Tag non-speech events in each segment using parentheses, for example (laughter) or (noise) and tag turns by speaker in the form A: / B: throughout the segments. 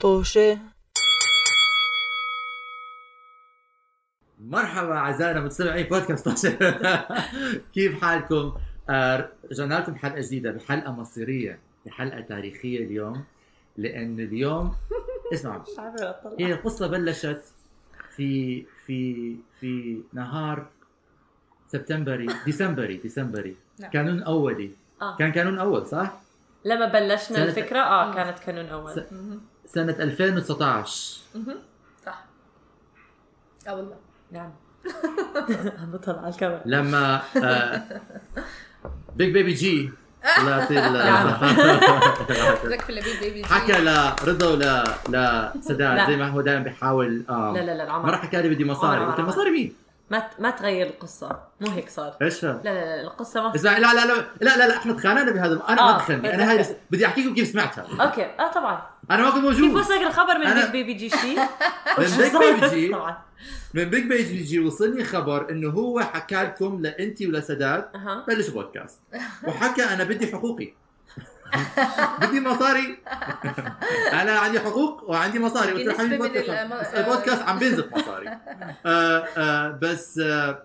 A: طوشة
B: مرحبا اعزائنا مستمعين بودكاست 12 (laughs) كيف حالكم؟ آه، رجعنا لكم حلقه جديده بحلقه مصيريه بحلقه تاريخيه اليوم لان اليوم (laughs) اسمعوا
A: مش عارفة اطلع
B: هي القصه بلشت في في في نهار سبتمبري ديسمبري ديسمبري
C: نعم.
B: كانون اولي
C: آه.
B: كان كانون اول صح؟
C: لما بلشنا
B: سنة-
C: الفكرة اه
A: مم.
C: كانت كانون أول
B: س- سنه 2019
A: صح اه والله
C: نعم (laughs) عم بطلع على الكاميرا
B: لما آه، بيج بيبي جي طلعت (laughs) ال-
A: ذاك في البيبي بيبي جي.
B: حكى لرضا ولا لسداد
C: لا.
B: زي ما هو دائما بيحاول آه،
C: لا آه. لا لا
B: ما
C: العمر
B: راح حكى لي بدي مصاري
C: عمر،
B: قلت له
C: عمر.
B: مصاري مين؟
C: ما ت- ما تغير القصة مو هيك صار
B: ايش
C: لا لا لا القصة ما
B: اسمع لا لا لا لا لا لا احنا تخانقنا بهذا انا ما
C: آه،
B: تخني
C: بس
B: انا هاي
C: أوكي.
B: بدي احكي لكم كيف سمعتها
C: اوكي اه طبعا
B: انا ما كنت
C: كيف
B: موجود
C: وصلك الخبر من
B: أنا-
C: بيج بيبي
B: (laughs)
C: جي شي؟ (laughs)
B: من بيج بيبي جي
C: طبعا
B: من بيج بيبي جي وصلني خبر انه هو حكى لكم لانتي ولا سداد
C: اها
B: بلش بودكاست وحكى انا بدي حقوقي (laughs) بدي مصاري (laughs) انا عندي حقوق وعندي مصاري قلت له
A: بالنسبة
B: حبيبي
A: من
B: بودكاست
A: الم- آه.
B: البودكاست عم بينزف مصاري آه آه بس آه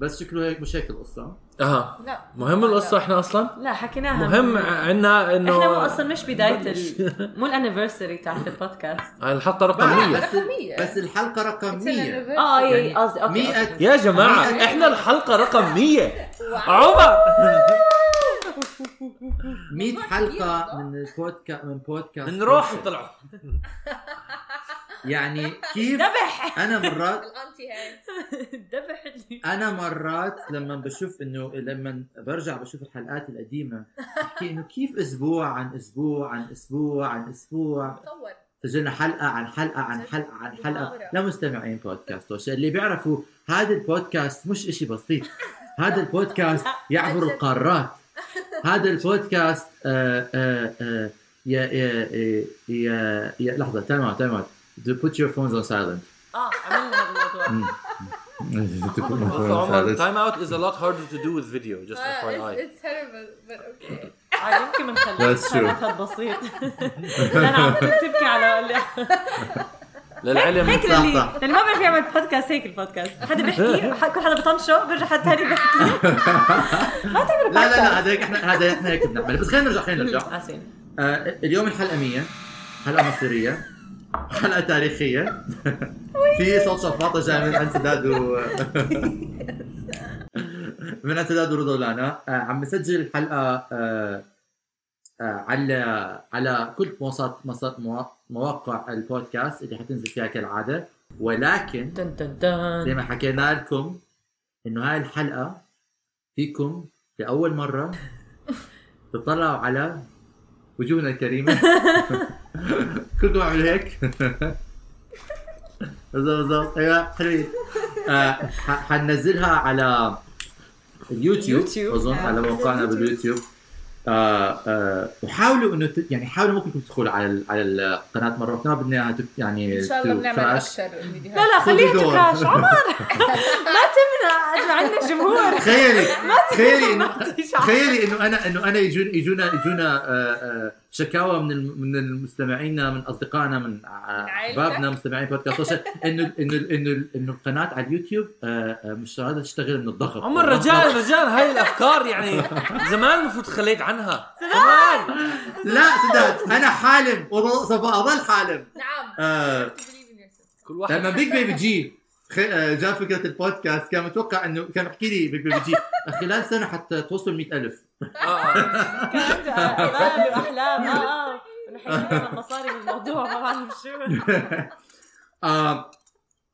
B: بس شكله هيك مش هيك القصه
D: اها
A: لا
D: مهم القصه احنا اصلا
C: لا حكيناها
D: مهم عندنا انه
C: احنا مو اصلا مش بداية ال... مو الانيفرساري تاعت
B: (laughs)
C: البودكاست
D: هاي الحلقه رقم
B: بعرف.
D: 100
B: بس- بس الحلقه رقم 100
C: اه اي
B: يعني
C: قصدي اوكي
B: مئة-
C: أوكي.
D: يا جماعه احنا الحلقه رقم 100 عمر
B: 100 حلقه من البودكاست من بودكاست
D: نروح (laughs)
B: بودكاست.
D: نطلعوا
B: يعني
C: (laughs)
B: كيف
C: ذبح
B: انا مرات
A: الانتي هاي
C: ذبح اللي-
B: انا مرات لما بشوف انه لما برجع بشوف الحلقات القديمه بحكي انه كيف اسبوع عن اسبوع عن اسبوع عن اسبوع
A: تطور
B: سجلنا حلقه عن حلقه عن حلقه عن حلقه لمستمعين بودكاست وش اللي بيعرفوا هذا البودكاست مش إشي بسيط هذا البودكاست يعبر القارات هذا البودكاست آه، آه، آه، يا يا يا- يا يا لحظه تمام تمام put your phones on (laughs) silent
C: اه عملنا هذا الموضوع
B: مم. Put (laughs) your phones on
D: عمر
B: silent.
D: تايم اوت از ا لوت هاردر تو دو وذ فيديو جاست
C: آه،
D: اف واي
C: إيه.
D: اي
A: اتس تيربل بس اوكي
C: عاد يمكن بنخليك
B: That's true.
C: صارت بسيط انا عم تبكي على اللي
D: للعلم
C: هيك
B: صح،
C: اللي
B: صح.
C: اللي ما بيعرف يعمل بودكاست هيك البودكاست حدا بيحكي ح- كل حدا بطنشه برجع حد ثاني بيحكي ما تعملوا
B: لا لا
C: بودكاست
B: لا هذا هيك احنا هذا احنا هيك بنعمل بس خلينا نرجع خلينا نرجع
C: آسفين.
B: آه اليوم الحلقه 100 حلقه مصيريه حلقه تاريخيه في صوت شفاطه جاي من عند سداد و من عند سداد ورضا ولانا آه عم نسجل حلقه آه آه على على كل منصات منصات- موا- مواقع البودكاست اللي حتنزل فيها كالعاده ولكن
C: دن دن
B: زي
C: دن
B: ما حكينا لكم انه هاي الحلقه فيكم لاول مره تطلعوا على وجوهنا الكريمه (laughs) كلكم اعملوا هيك (laughs) بالضبط بالضبط ايوه حلوين آه، ح- حننزلها على اليوتيوب
C: اليوتيوب.
B: اظن على موقعنا باليوتيوب آه آه وحاولوا انه ت- يعني حاولوا ممكن تدخلوا على ال- على القناه مره احنا بدنا إياها تت- يعني
A: ان شاء الله بنعمل
B: تكراش.
A: اكثر فيديوهات
C: لا لا خليها
B: خذي دور.
C: تكراش عمر (laughs) ما تمنع احنا عندنا جمهور
B: تخيلي تخيلي انه
C: ما تيجي عمر.
B: تخيلي انه انا انه انا يجون يجونا يجونا آه، آه، شكاوى من الم- من المستمعينا من اصدقائنا من آه،
A: عائلتك؟
B: احبابنا مستمعين بودكاست سوشيال انه انه انه انه القناه على اليوتيوب آه، آه، مش قادره تشتغل من الضغط
D: عمر رجال رجال هاي الافكار يعني زمان المفروض خليت عنها زمان
B: لا سداد انا حالم وظ- سوف اظل حالم
A: نعم
B: آه،
A: Believe in yourself.
D: كل واحد
B: لما بيج بيبي جي خ- آه، جاء فكره البودكاست كان متوقع انه كان بحكي لي بيج بيبي جي خلال سنه حتى توصل 100000
D: آه، آه.
C: كان عنده امال واحلام اه اه نحكي عن المصاري بالموضوع ما بعرف شو
B: آه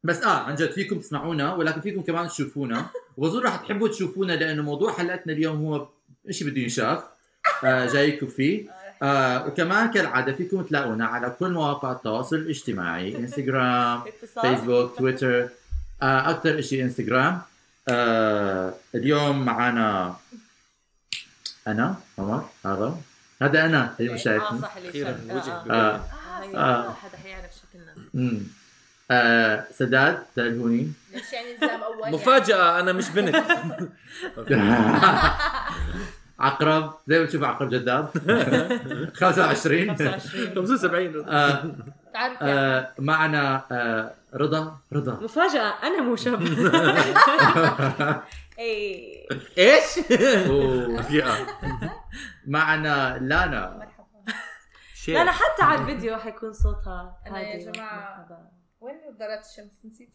B: بس اه عن جد فيكم تسمعونا ولكن فيكم كمان تشوفونا وبظن رح تحبوا تشوفونا لانه موضوع حلقتنا اليوم هو شيء بده ينشاف آه جايكم فيه آه وكمان كالعاده فيكم تلاقونا على كل مواقع التواصل الاجتماعي انستغرام
C: اتصال
B: فيسبوك تويتر آه اكثر شيء انستغرام آه اليوم معنا انا عمر هذا هذا انا اللي مش
C: اه
B: شايفني
C: صح اللي
D: أخيراً
C: شاف. آه،
D: وجه.
C: آه.
B: آه آه.
C: آه. حدا حيعرف شكلنا
B: أمم. آه سداد تلهوني
A: ليش يعني الزام اول يعني؟
D: مفاجأة أنا مش بنت
B: (laughs) عقرب زي ما تشوف عقرب جذاب 25
C: 25
D: 75
B: آه،
A: تعرف يعني. يا
B: آه، معنا آه، رضا رضا
C: مفاجأة أنا
B: (laughs)
C: مو شاب إيه
D: ايش؟
B: وفئة معنا لانا
A: مرحبا
C: لا لا حتى
B: (laughs)
C: على الفيديو حيكون صوتها
A: أنا يا
C: هادي
A: جماعة-
C: مرحبا.
A: وين نظارات الشمس
B: آه.
A: (laughs) نسيت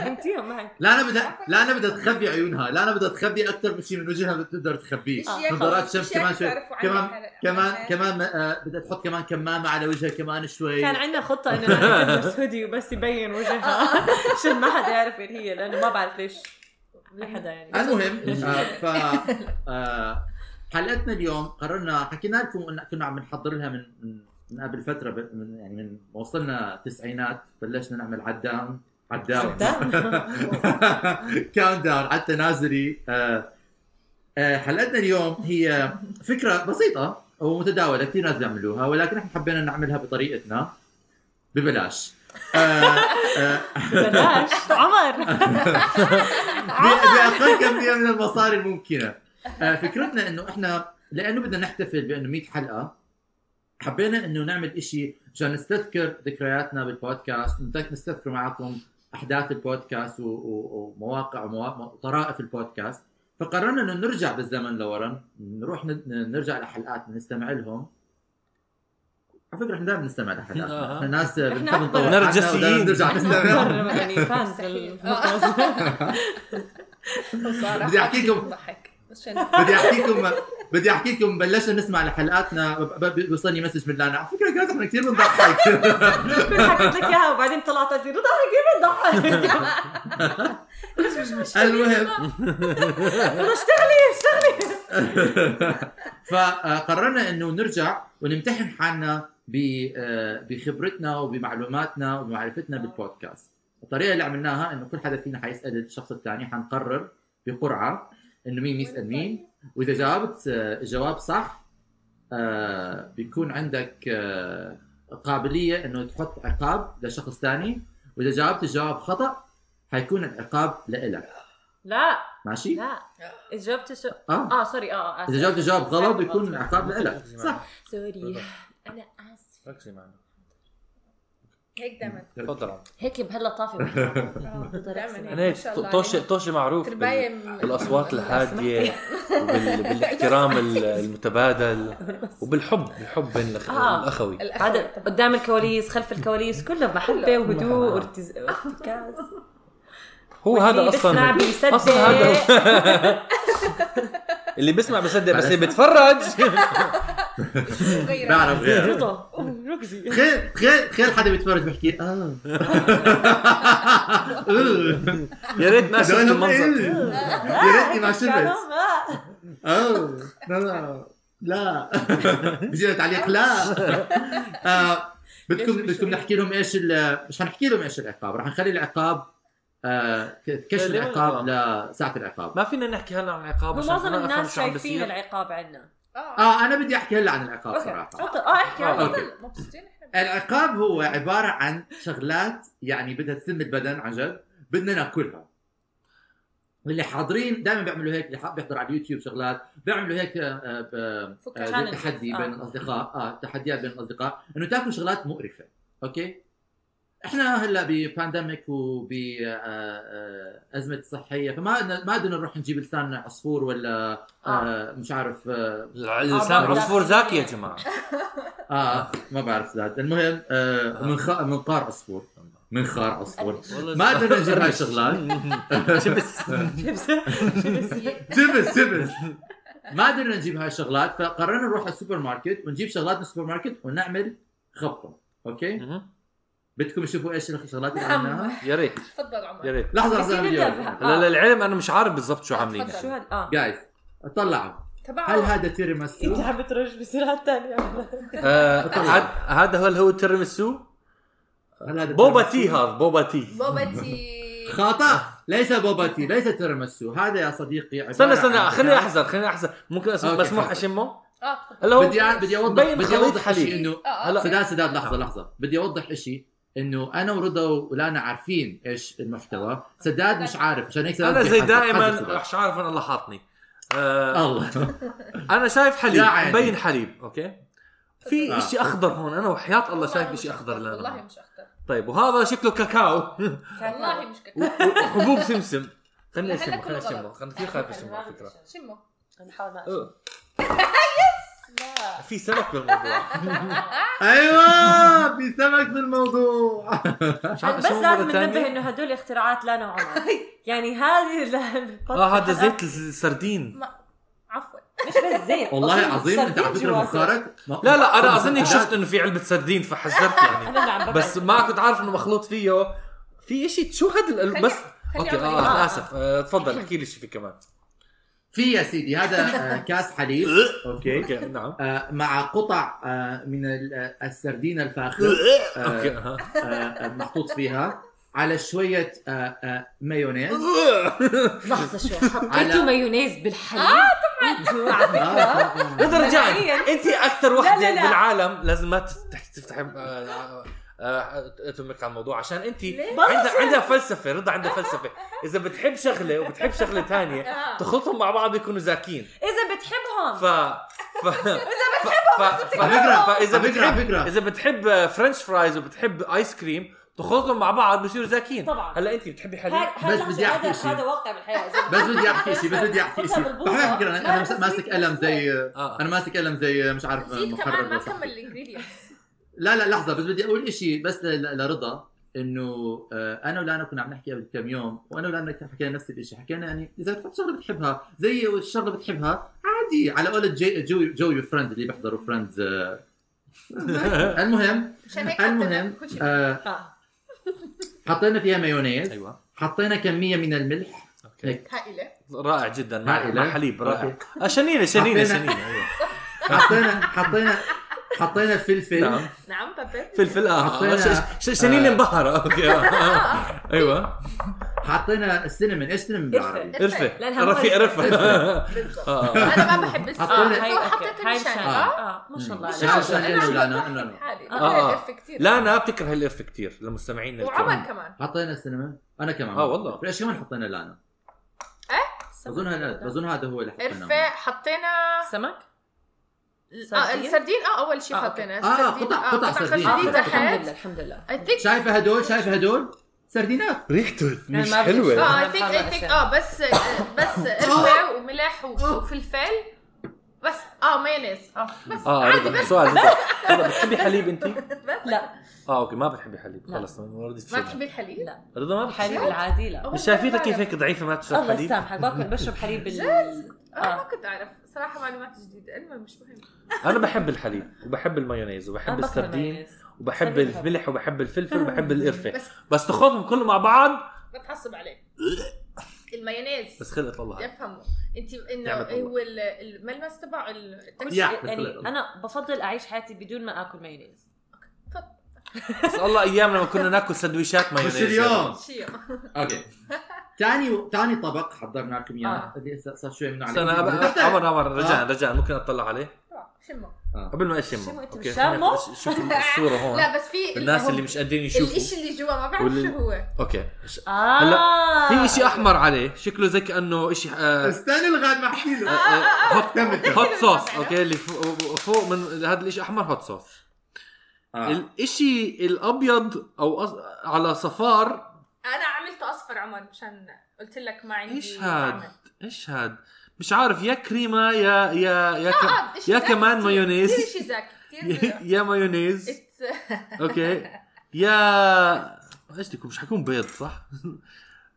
C: انتيهم معي
B: لانا بدها لانا بدها تخبي عيونها لانا بدها تخبي اكثر من شيء من وجهها بتقدر تخبيه
A: إشياء
B: نظارات
A: خلص،
B: شمس
A: إشياء
B: كمان شوي
A: تعرفوا عنها
B: كمان
A: هلا.
B: كمان
A: عشان-
B: كمان آه، بدها تحط كمان كمامة على وجهها كمان شوي
C: كان عندنا خطة
B: (laughs)
C: انه نعمل نلبس هودي وبس يبين
A: (laughs)
C: وجهها عشان ما حدا يعرف مين هي لانه ما بعرف ليش ما حدا
B: (laughs)
C: يعني
B: المهم آه، ف آه، حلقتنا اليوم قررنا حكينا لكم ان كنا عم نحضر لها من من- من قبل فتره ب- من يعني من وصلنا تسعينات بلشنا نعمل عدام (laughs) عدام كاونت داون على التنازلي آه، آه، حلقتنا اليوم هي فكره بسيطه ومتداوله كثير ناس بيعملوها ولكن احنا حبينا نعملها بطريقتنا ببلاش آه، آه،
C: بلاش عمر
B: ب- باقل كميه من المصاري الممكنه آه، فكرتنا انه احنا لانه بدنا نحتفل بانه 100 حلقه حبينا انه نعمل إشي عشان نستذكر ذكرياتنا بالبودكاست نتذك- نستذكر معكم احداث البودكاست و- و- ومواقع وموا- وطرائف البودكاست فقررنا انه نرجع بالزمن لورا نروح ن- ن- نرجع لحلقات نستمع لهم على فكره احنا دائما نستمع لحلقات
D: (laughs) آه.
B: احنا ناس
C: إحنا
B: بنحب نطور
D: أكبر
B: حالنا
D: نرجسيين.
B: ودائما نرجع نستمع
C: عمر يعني فانز لل-
A: وصراحة
B: بدي أحكيكم.
A: (laughs) ضحك بس عشان
B: بدي احكيكم بدي احكيكم بلشنا نسمع لحلقاتنا ب- ب- بيوصلني مسج من لانا على فكره جايز احنا كثير بنضحك (laughs)
C: كنت حكيت لك اياها وبعدين طلعت قلت لي رضا هي كيف بتضحك
B: المهم
C: رضا اشتغلي اشتغلي
B: فقررنا انه نرجع ونمتحن حالنا ب- آه، بخبرتنا وبمعلوماتنا ومعرفتنا بالبودكاست الطريقه اللي عملناها انه كل حدا فينا حيسال الشخص الثاني حنقرر بقرعه انه مين يسال مين واذا جاوبت آه، جواب صح آه، بيكون عندك آه، قابليه انه تحط عقاب لشخص ثاني واذا جاوبت الجواب خطا حيكون العقاب لإلك
C: (laughs) لا
B: ماشي
C: لا اذا جاوبت شو
B: اه
C: اه سوري اه اه
B: اذا جاوبت الجواب غلط بيكون العقاب لإلك صح
C: سوري انا اسف
D: ركزي معنا
A: هيك دائما
D: تفضل
C: هيك
D: (laughs)
C: بهاللطافه بحكي.
A: دائما
D: انا هيك طوشه طوشه معروف
A: ترباية
D: بال-
C: (laughs)
A: من-
D: بالاصوات الهاديه وبال- بالاحترام ال-
C: (laughs)
D: المتبادل وبالحب الحب بين الأخ-
C: آه.
D: الاخوي
C: بعد قدام الكواليس خلف الكواليس كله محبه وهدوء وارتز- وارتكاز
D: هو هذا اصلا
C: بيصدق
D: اصلا هذا هو. اللي بيسمع بصدق بس اللي بيتفرج (laughs)
A: غير
B: بعرف غير
C: رضا ركزي
B: تخيل تخيل تخيل حدا بيتفرج بيحكي اه
D: (laughs)
B: أوه.
D: يا
B: (laughs)
D: ريت ما شفت
B: إيه.
D: المنظر
B: يا ريتني ما شفت اوه لا لا لا بيجي تعليق لا آه، بدكم بدكم نحكي لهم ايش ال- مش حنحكي لهم ايش العقاب رح نخلي العقاب آه، ك- كشف
D: خليهم
B: العقاب لساعه العقاب
D: ما فينا نحكي هلا عن العقاب عشان
C: معظم
D: ما نفهم
C: الناس
D: شو عم
C: شايفين
D: بيصير
C: العقاب عنا
A: اه
B: اه انا بدي احكي هلا عن العقاب
A: أوكي.
B: صراحه
C: عطى- اه احكي
D: آه،
C: عن
B: أوكي.
A: تفضل، مبسوطين احنا
B: العقاب هو عباره عن شغلات يعني بدها تسم البدن عن جد بدنا ناكلها اللي حاضرين دائما بيعملوا هيك اللي حاب بيحضر على اليوتيوب شغلات بيعملوا هيك آه، آه، ب-
A: فك
B: آه، زي
C: Challenges،
B: تحدي
C: آه.
B: بين الاصدقاء اه تحديات بين الاصدقاء انه تاكلوا شغلات مقرفه اوكي احنا هلا ببانديميك آه، وبازمه صحيه آه، فما قدنا- ما قدرنا نروح نجيب لسان عصفور ولا آه مش عارف آه,
D: لسان عصفور زاكي يا جماعه
B: اه ما بعرف زاد المهم آه منخار منقار عصفور منخار عصفور ما قدرنا نجيب هاي الشغلات
D: شبس (laughs)
B: جبس جبس ما قدرنا نجيب هاي الشغلات فقررنا نروح على السوبر ماركت ونجيب شغلات من السوبر ماركت ونعمل خبطه اوكي بدكم تشوفوا ايش الشغلات اللي
A: نعم.
B: عملناها
D: يا ريت
A: تفضل عمر
D: يا ريت
B: لحظه
C: بس
B: لحظه
C: هي
B: فيديو
C: نبدأ
D: لا لا العلم انا مش عارف بالضبط شو عاملين
A: تفضل.
C: آه. شو
D: إحنا.
C: هذا اه
B: جايز طلعوا
A: تبع
B: هل
A: عمر.
B: هذا تيرمسو؟
C: انت عم بترج بسرعه ثانيه
D: آه، هاد- هذا هل هو ترمسو
B: هل هذا
D: بوبا
B: تيرمسو؟
D: تي هذا بوبا تي
A: بابا تي
B: خطا ليس بوبا تي ليس تيرمسو هذا يا صديقي عبارة
D: استنى
B: عن-
D: استنى خليني احزر خليني احزر ممكن اسمع
B: يعني. أوكي،
D: مسموح
B: تفضل.
D: اشمه
A: اه تفضل.
D: هلا هو
B: بدي أ- بدي اوضح
D: مبين
B: بدي
D: خليط
B: اوضح
D: حليب.
B: شيء انه
A: اه اه
D: هلا.
B: سداد سداد
C: آه.
B: لحظه لحظه بدي اوضح شيء انه انا ورضا ولانا عارفين ايش المحتوى سداد مش عارف عشان هيك سداد
D: انا زي
B: بيحذر. حذر
D: دائما
B: سداد.
D: مش عارف انا اللي حاطني
C: (laughs)
D: آه،
B: الله
D: انا شايف حليب
B: يا عيني.
D: مبين حليب اوكي في
B: آه.
D: اشي اخضر هون انا وحياه الله شايف
A: والله مش
D: اشي اخضر لا
A: والله
D: لا
A: مش اخضر
D: طيب وهذا شكله كاكاو
A: والله مش
D: و-
A: كتكوت
D: و- وحبوب سمسم خلينا
A: هلا
D: نشمه
A: كله
D: خلينا نشمه
A: غلط.
D: خلينا في خايف
A: (laughs)
D: نشمه على فكره
A: شمه
C: نحاول ما
D: أوه.
C: لا
D: في سمك بالموضوع
B: ايوه في سمك في الموضوع
D: مش عارف
C: بس
D: أشمه مرة
C: لازم
D: تانية؟
C: ننبه انه هدول اختراعات لا نوع
D: (laughs)
C: عمر يعني هذه ال-
D: اه هذا زيت السردين
A: عفوا
C: مش بس زيت
B: والله
C: أظن
B: عظيم انت على
C: سردين
B: فكره
C: جوا
B: مخارك
D: لا لا انا اظني شفت انه في علبه سردين فحذرت يعني
C: انا اللي عم ببعد.
D: بس ما كنت عارف انه مخلوط فيه في شيء شو هذا ال- بس
A: خلي
D: اوكي
A: عمري.
D: اه انا اسف آه، تفضل احكي لي شو في كمان
B: في يا سيدي هذا آه، كاس
C: (laughs)
B: حليب اوكي
D: اوكي نعم
B: آه، مع قطع آه، من ال- آه، السردين الفاخر
D: اوكي
B: آه،
D: آه.
B: آه، محطوط فيها على شويه آه، آه، مايونيز
C: لحظه (laughs) شوي
B: على-
C: حطيتوا مايونيز بالحليب اه طبعا على
B: آه،
C: فكره
D: هذا رجعي
C: نهائياً.
D: انت اكثر وحده
C: لا، لا.
D: بالعالم لازم ما تفتح- تفتحي آه، آه، آه، تمك على الموضوع عشان انت
C: بلشت.
D: عندها عندها فلسفه رضا عندها
C: (laughs)
D: فلسفه اذا بتحب شغله وبتحب شغله ثانيه
A: آه.
D: تخلطهم مع بعض يكونوا زاكين
C: اذا بتحبهم
D: ف ف اذا
B: على فكرة-
D: فاذا
B: على فكرة- على
D: بتحب
B: فكرة.
D: اذا بتحب فرنش فرايز وبتحب ايس كريم تخلطهم مع بعض بصيروا زاكين
C: طبعاً.
D: هلا انت بتحبي حليب
C: هاي- هاي
B: بس
C: لحظة،
B: بدي أحكي
C: هذا-
B: شيء.
C: هذا واقع بالحياه إذا
B: بس بدي احكي شيء بس بدي احكي شيء
C: خذها بالبوطة.
B: بحب على فكره
C: لا،
B: انا
C: بس
B: ماس- ماسك
C: فيك
B: قلم زي
D: آه.
B: انا ماسك قلم زي مش عارف
A: نسيت كمان ما
B: ولا
A: كمل الانجريدينتس
B: لا لا لحظه بس بدي اقول شيء بس ل- ل- لرضا انه آه، انا ولانا كنا عم نحكي قبل كم يوم وانا ولانا كنا حكينا نفس الشيء حكينا يعني اذا بتحط شغله بتحبها زي الشغله بتحبها عادي على قولة جي جوي جوي فريندز اللي بيحضروا فريندز
C: (laughs)
B: المهم
A: عشان هيك
B: المهم
A: حطينا كل شيء.
B: آه،
C: آه.
B: حطينا فيها مايونيز
D: ايوه
B: حطينا كميه من الملح
D: اوكي
A: هائله
D: رائع جدا مع,
B: عائلة.
D: مع حليب رائع
B: أوكي.
D: آه، شنينه
B: حطينا-
D: شنينه شنينه أيوة.
B: (laughs) حطينا حطينا حطينا فلفل
D: نعم
A: نعم بابا
D: فلفل اه
B: حطينا-
D: ش- ش- شنينه
B: آه.
D: مبهره اوكي آه، آه. ايوه
B: حطينا السينمون ايش سينمون بالعربي؟
D: قرفه
C: لأنها
D: رفيق
C: مرة.
D: رفه آه،
A: بالضبط
D: آه. (laughs)
A: انا ما بحب
C: آه،
B: حطينا-
A: السوء
C: هاي
A: سو
C: اوكي
A: حطيت
C: هاي مشان
A: الشنقه
C: اه ما شاء الله
B: مش عارف
C: عليك.
B: شو قالوا، لا لا لا لا
A: آه. حالي
D: آه،
A: انا
D: آه.
A: قرفة كثير
D: (laughs) لا انا بتكره القرفه كثير للمستمعين الكرام.
A: وعمر كمان
B: حطينا السينمون انا كمان
D: اه والله.
B: ليش كمان حطينا لانا؟ اظن هذا اظن هذا هو اللي
D: نعم.
A: قرفة
B: حطيناه
A: حطينا
C: سمك
A: آه
C: سردين؟
A: السردين اه اول شيء
C: آه، أوكي.
A: حطينا
B: آه،
A: السردين.
B: قطع- قطع سردين.
C: آه،
A: قطع
B: سردين
C: الحمد لله
A: تحت
C: الحمد لله
A: I think
B: شايفه هدول شايفه هدول سردينات
D: ريحته مش
C: ما بدي
D: حلوه
C: أشوف.
A: اه I think I think اه بس
C: (laughs)
A: بس
C: آه.
A: قرفة وملح وفلفل بس اه مايونيز اه بس
D: اه
A: عادي
D: رضا
A: بس
D: سؤال رضا رضا بتحبي حليب انت؟
A: (laughs) بس
C: لا
D: اه اوكي ما بتحبي حليب
C: لا.
D: خلص ما رديت
A: ما
D: فيها.
A: بتحبي الحليب؟
C: لا.
D: رضا ما بتحبي
C: الحليب
D: حليب
C: العادي لا
A: أول
D: مش شايفيتك
A: مرة
D: كيف
A: بعرف.
D: هيك ضعيفه ما تشرب
C: الله
D: حليب
C: يسامحك باكل بشرب حليب بال
D: آه.
A: اه ما
C: اه
A: كنت اعرف صراحة معلومات جديدة المهم مش مهم
D: انا بحب الحليب وبحب المايونيز
C: أنا
D: وبحب
C: باكل
D: السردين
C: مايونيز.
D: وبحب
C: سردين
D: الملح وبحب الفلفل
C: (laughs)
D: وبحب القرفه
A: بس
D: بس تاخذهم كلهم مع بعض
A: بتعصب عليه المايونيز
D: بس خلقت الله هاي.
A: افهمه انت
D: نعمة
A: انه
D: الله.
A: هو ال- الملمس تبعه التكست
B: يا بس
C: يعني
B: خلقت.
C: انا بفضل اعيش حياتي بدون ما اكل مايونيز
D: بس الله ايام لما كنا ناكل سندويشات مايونيز
B: مش اليوم
A: شيء
B: اوكي ثاني ثاني طبق حضرنا لكم اياه
C: آه.
B: بدي أس- صار شوي من
D: بس انا أب- عمر عمر
B: آه.
D: رجعنا رجعنا ممكن اطلع عليه
A: آه. شمه
D: قبل ما اشمه
C: شمه، أنت
D: أوكي،
C: مش شامه؟
D: خلينا نش- شوف الصوره هون
A: لا بس في
D: آه. الناس اللي مش قادرين
A: الشيء
D: يشوفوا
A: اللي جوا ما بعرف
D: وال-
A: شو هو
D: اوكي
C: اه
D: في اشي احمر عليه شكله زي كانه اشي آه،
B: استنى لغايه ما احكي
C: آه،
B: له
D: هوت
B: كمل كمل.
D: هوت صوص اوكي اللي فوق فوق من هذا الاشي احمر هوت صوص
B: آه.
D: الاشي الابيض او أص- على صفار
A: انا عملته اصفر عمر مشان قلت لك ما عندي
D: ايش هاد
A: طعمة.
D: ايش هاد مش عارف يا كريمه يا يا يا ك...
A: آه، إشي
D: يا
A: زاكي
D: كمان
A: كتير-
D: مايونيز.
A: كتير شيء زاكي كثير
D: (laughs) يا مايونيز اوكي
A: (laughs)
D: يا ايش بدكم مش حكون بيض صح؟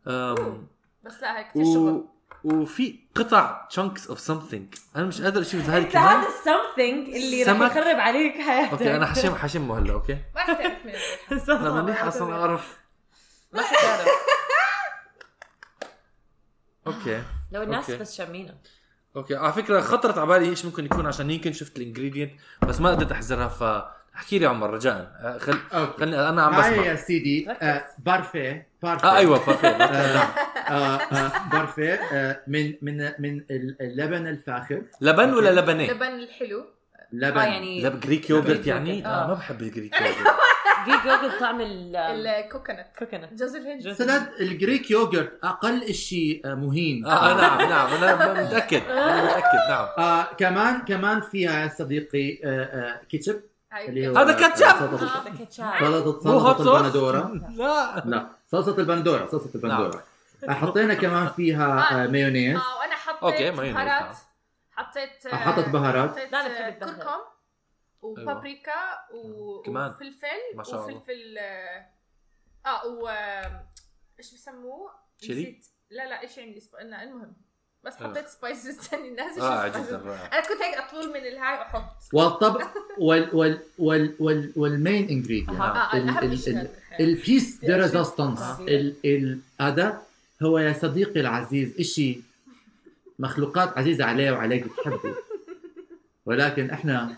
D: أم...
A: بس لا هيك كثير
D: و...
A: شغل
D: وفي قطع chunks of something انا مش قادر اشوف هاي
C: انت
D: كمان
C: هذا السمثينج اللي رح
D: سمك.
C: يخرب عليك حياتك
D: اوكي انا حشم حشمه هلا
A: (laughs)
D: اوكي
A: ما رح تعرف
D: (laughs)
A: مين هو.
D: انا منيح اصلا اعرف
C: ما حتعرف
D: اوكي
C: لو الناس
D: أوكي.
C: بس شامينه
D: اوكي على فكره خطرت على بالي ايش ممكن يكون عشان يمكن شفت الانجريدينت بس ما قدرت احزرها ف احكي لي عمر رجاء آه، خل...
B: اوكي
D: خلني انا عم
B: هاي
D: بسمع
B: يا سيدي آه، بارفيه بارفيه
D: اه ايوه بارفيه
B: آه، آه، بارفيه آه، من من من اللبن الفاخر
D: لبن ولا لبنيه؟
A: لبن الحلو
B: لبن
C: اه يعني
D: لب جريك يوجرت
C: لبن.
D: يعني؟
C: آه.
D: اه ما بحب الجريك يوجرت
C: جريك يوجرت طعم ال
A: الكوكونات
C: كوكونات
A: جوز الهند
C: جوز-
B: سداد الجريك يوجرت اقل شيء آه، مهين
D: اه نعم نعم انا متاكد انا متاكد نعم
B: آه كمان كمان فيها صديقي آه آه كيتشب اللي هو
D: هذا كاتشب!
B: سلطة-
C: هذا كاتشاب
B: سلطة
D: مو
B: سلطة
D: هوت صوص
B: البندورة
D: لا
B: لا صلصة البندورة صلصة البندورة آه، حطينا كمان فيها آه، مايونيز
A: اه وانا حطيت
D: أوكي،
A: اوكي
D: ما هي
A: بهارات
D: نفسها.
A: حطيت
B: آه، حطت بهارات
A: حطيت
C: لا، أنا بحب البهارات.
A: كركم وبابريكا و...
D: أيوة. أمم، كمان.
A: وفلفل
D: ما شاء الله.
A: وفلفل آه، اه و ايش بسموه؟
D: شيلي؟
A: نسيت. لا لا ايش عندي سب... لا المهم بس
D: أيوة.
A: حطيت سبايسز ثاني نازل
D: اه
A: شو
D: جدا
A: spices.
D: رائع
A: انا كنت هيك اطول من الهاي احط
B: والطبق وال وال وال وال والمين انجريدينت
A: اه الاهم شيء
B: البيس دي
A: آه.
B: ريزيستنس ال ال هذا هو يا صديقي العزيز اشي مخلوقات عزيزة عليه وعليك بتحبه ولكن احنا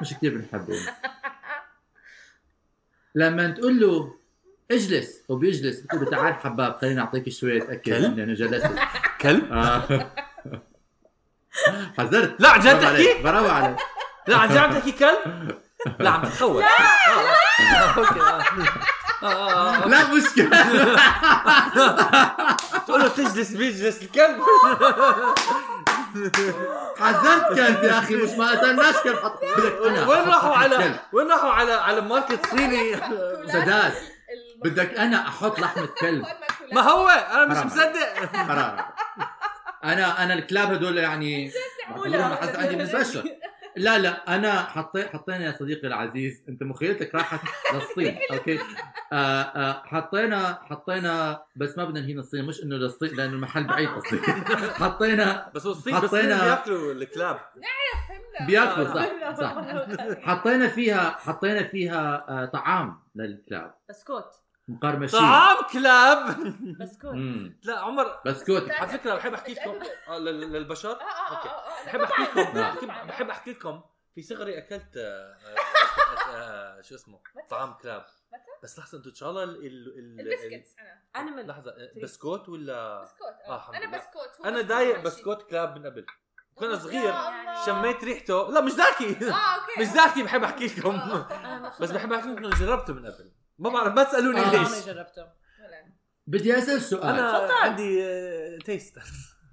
B: مش كتير بنحبه لما تقول له اجلس وبيجلس بتقول له تعال حباب خليني اعطيك شوية اكل
D: كلب؟
B: انه جلست
D: كلب (laughs)
B: آه. حذرت
D: لا عن جد
B: برافو
D: تحكي
B: عليك برافو عليك
D: لا عن جد عم تحكي كلب لا عم تتخوف لا اوكي آه. آه، آه.
B: لا مشكلة
D: تقول له تجلس بيجلس الكلب
B: حذرت كلب يا اخي مش ما قتلناش كلب حط- أنا
D: وين راحوا
B: حط
D: على
B: كلب.
D: وين راحوا على على ماركت صيني
B: سداد بدك انا احط لحمة كلب
D: ما هو انا مش
B: حرام
D: مصدق
B: قرار انا انا الكلاب هدول يعني بعتبرهم لحد عندي من البشر لا لا انا حطيت حطينا يا صديقي العزيز انت مخيلتك راحت للصين اوكي آه آه حطينا حطينا بس ما بدنا نهين الصين مش انه للصين لانه المحل بعيد الصين حطينا
D: بس هو الصين بس
B: حطينا-
D: بياكلوا الكلاب
B: بياكلوا صح صح حطينا فيها حطينا فيها آه طعام للكلاب
C: بسكوت
B: مقرمشين
D: طعام كلاب
C: بسكوت
B: مم.
D: لا عمر
B: بسكوت
D: على فكره بحب احكي لكم آه، لل- لل- للبشر
A: آه، بحب
D: بحب احكي لكم
B: طبعاً.
D: بحب- بحب احكي لكم في صغري اكلت آه، آه، آه، شو اسمه طعام كلاب بس لحظه انتوا ان شاء الله ال- ال- ال-
A: البسكتس انا
D: ال-
C: انيمال
D: لحظه آه، بسكوت ولا
A: بسكوت
D: آه،
A: آه.
D: الحمد
A: انا
D: لله.
A: بسكوت هو
D: انا دايق بسكوت كلاب من قبل كنا صغير
A: يا الله.
D: شميت ريحته لا مش ذاكي
A: اه اوكي
D: مش ذاكي بحب احكي لكم
A: آه.
D: بس بحب احكي لكم إنه جربته من قبل ما بعرف ما تسالوني
B: آه.
C: ما
D: ليش
C: جربته
A: ولا.
B: بدي اسال سؤال
D: انا عندي آه، تيست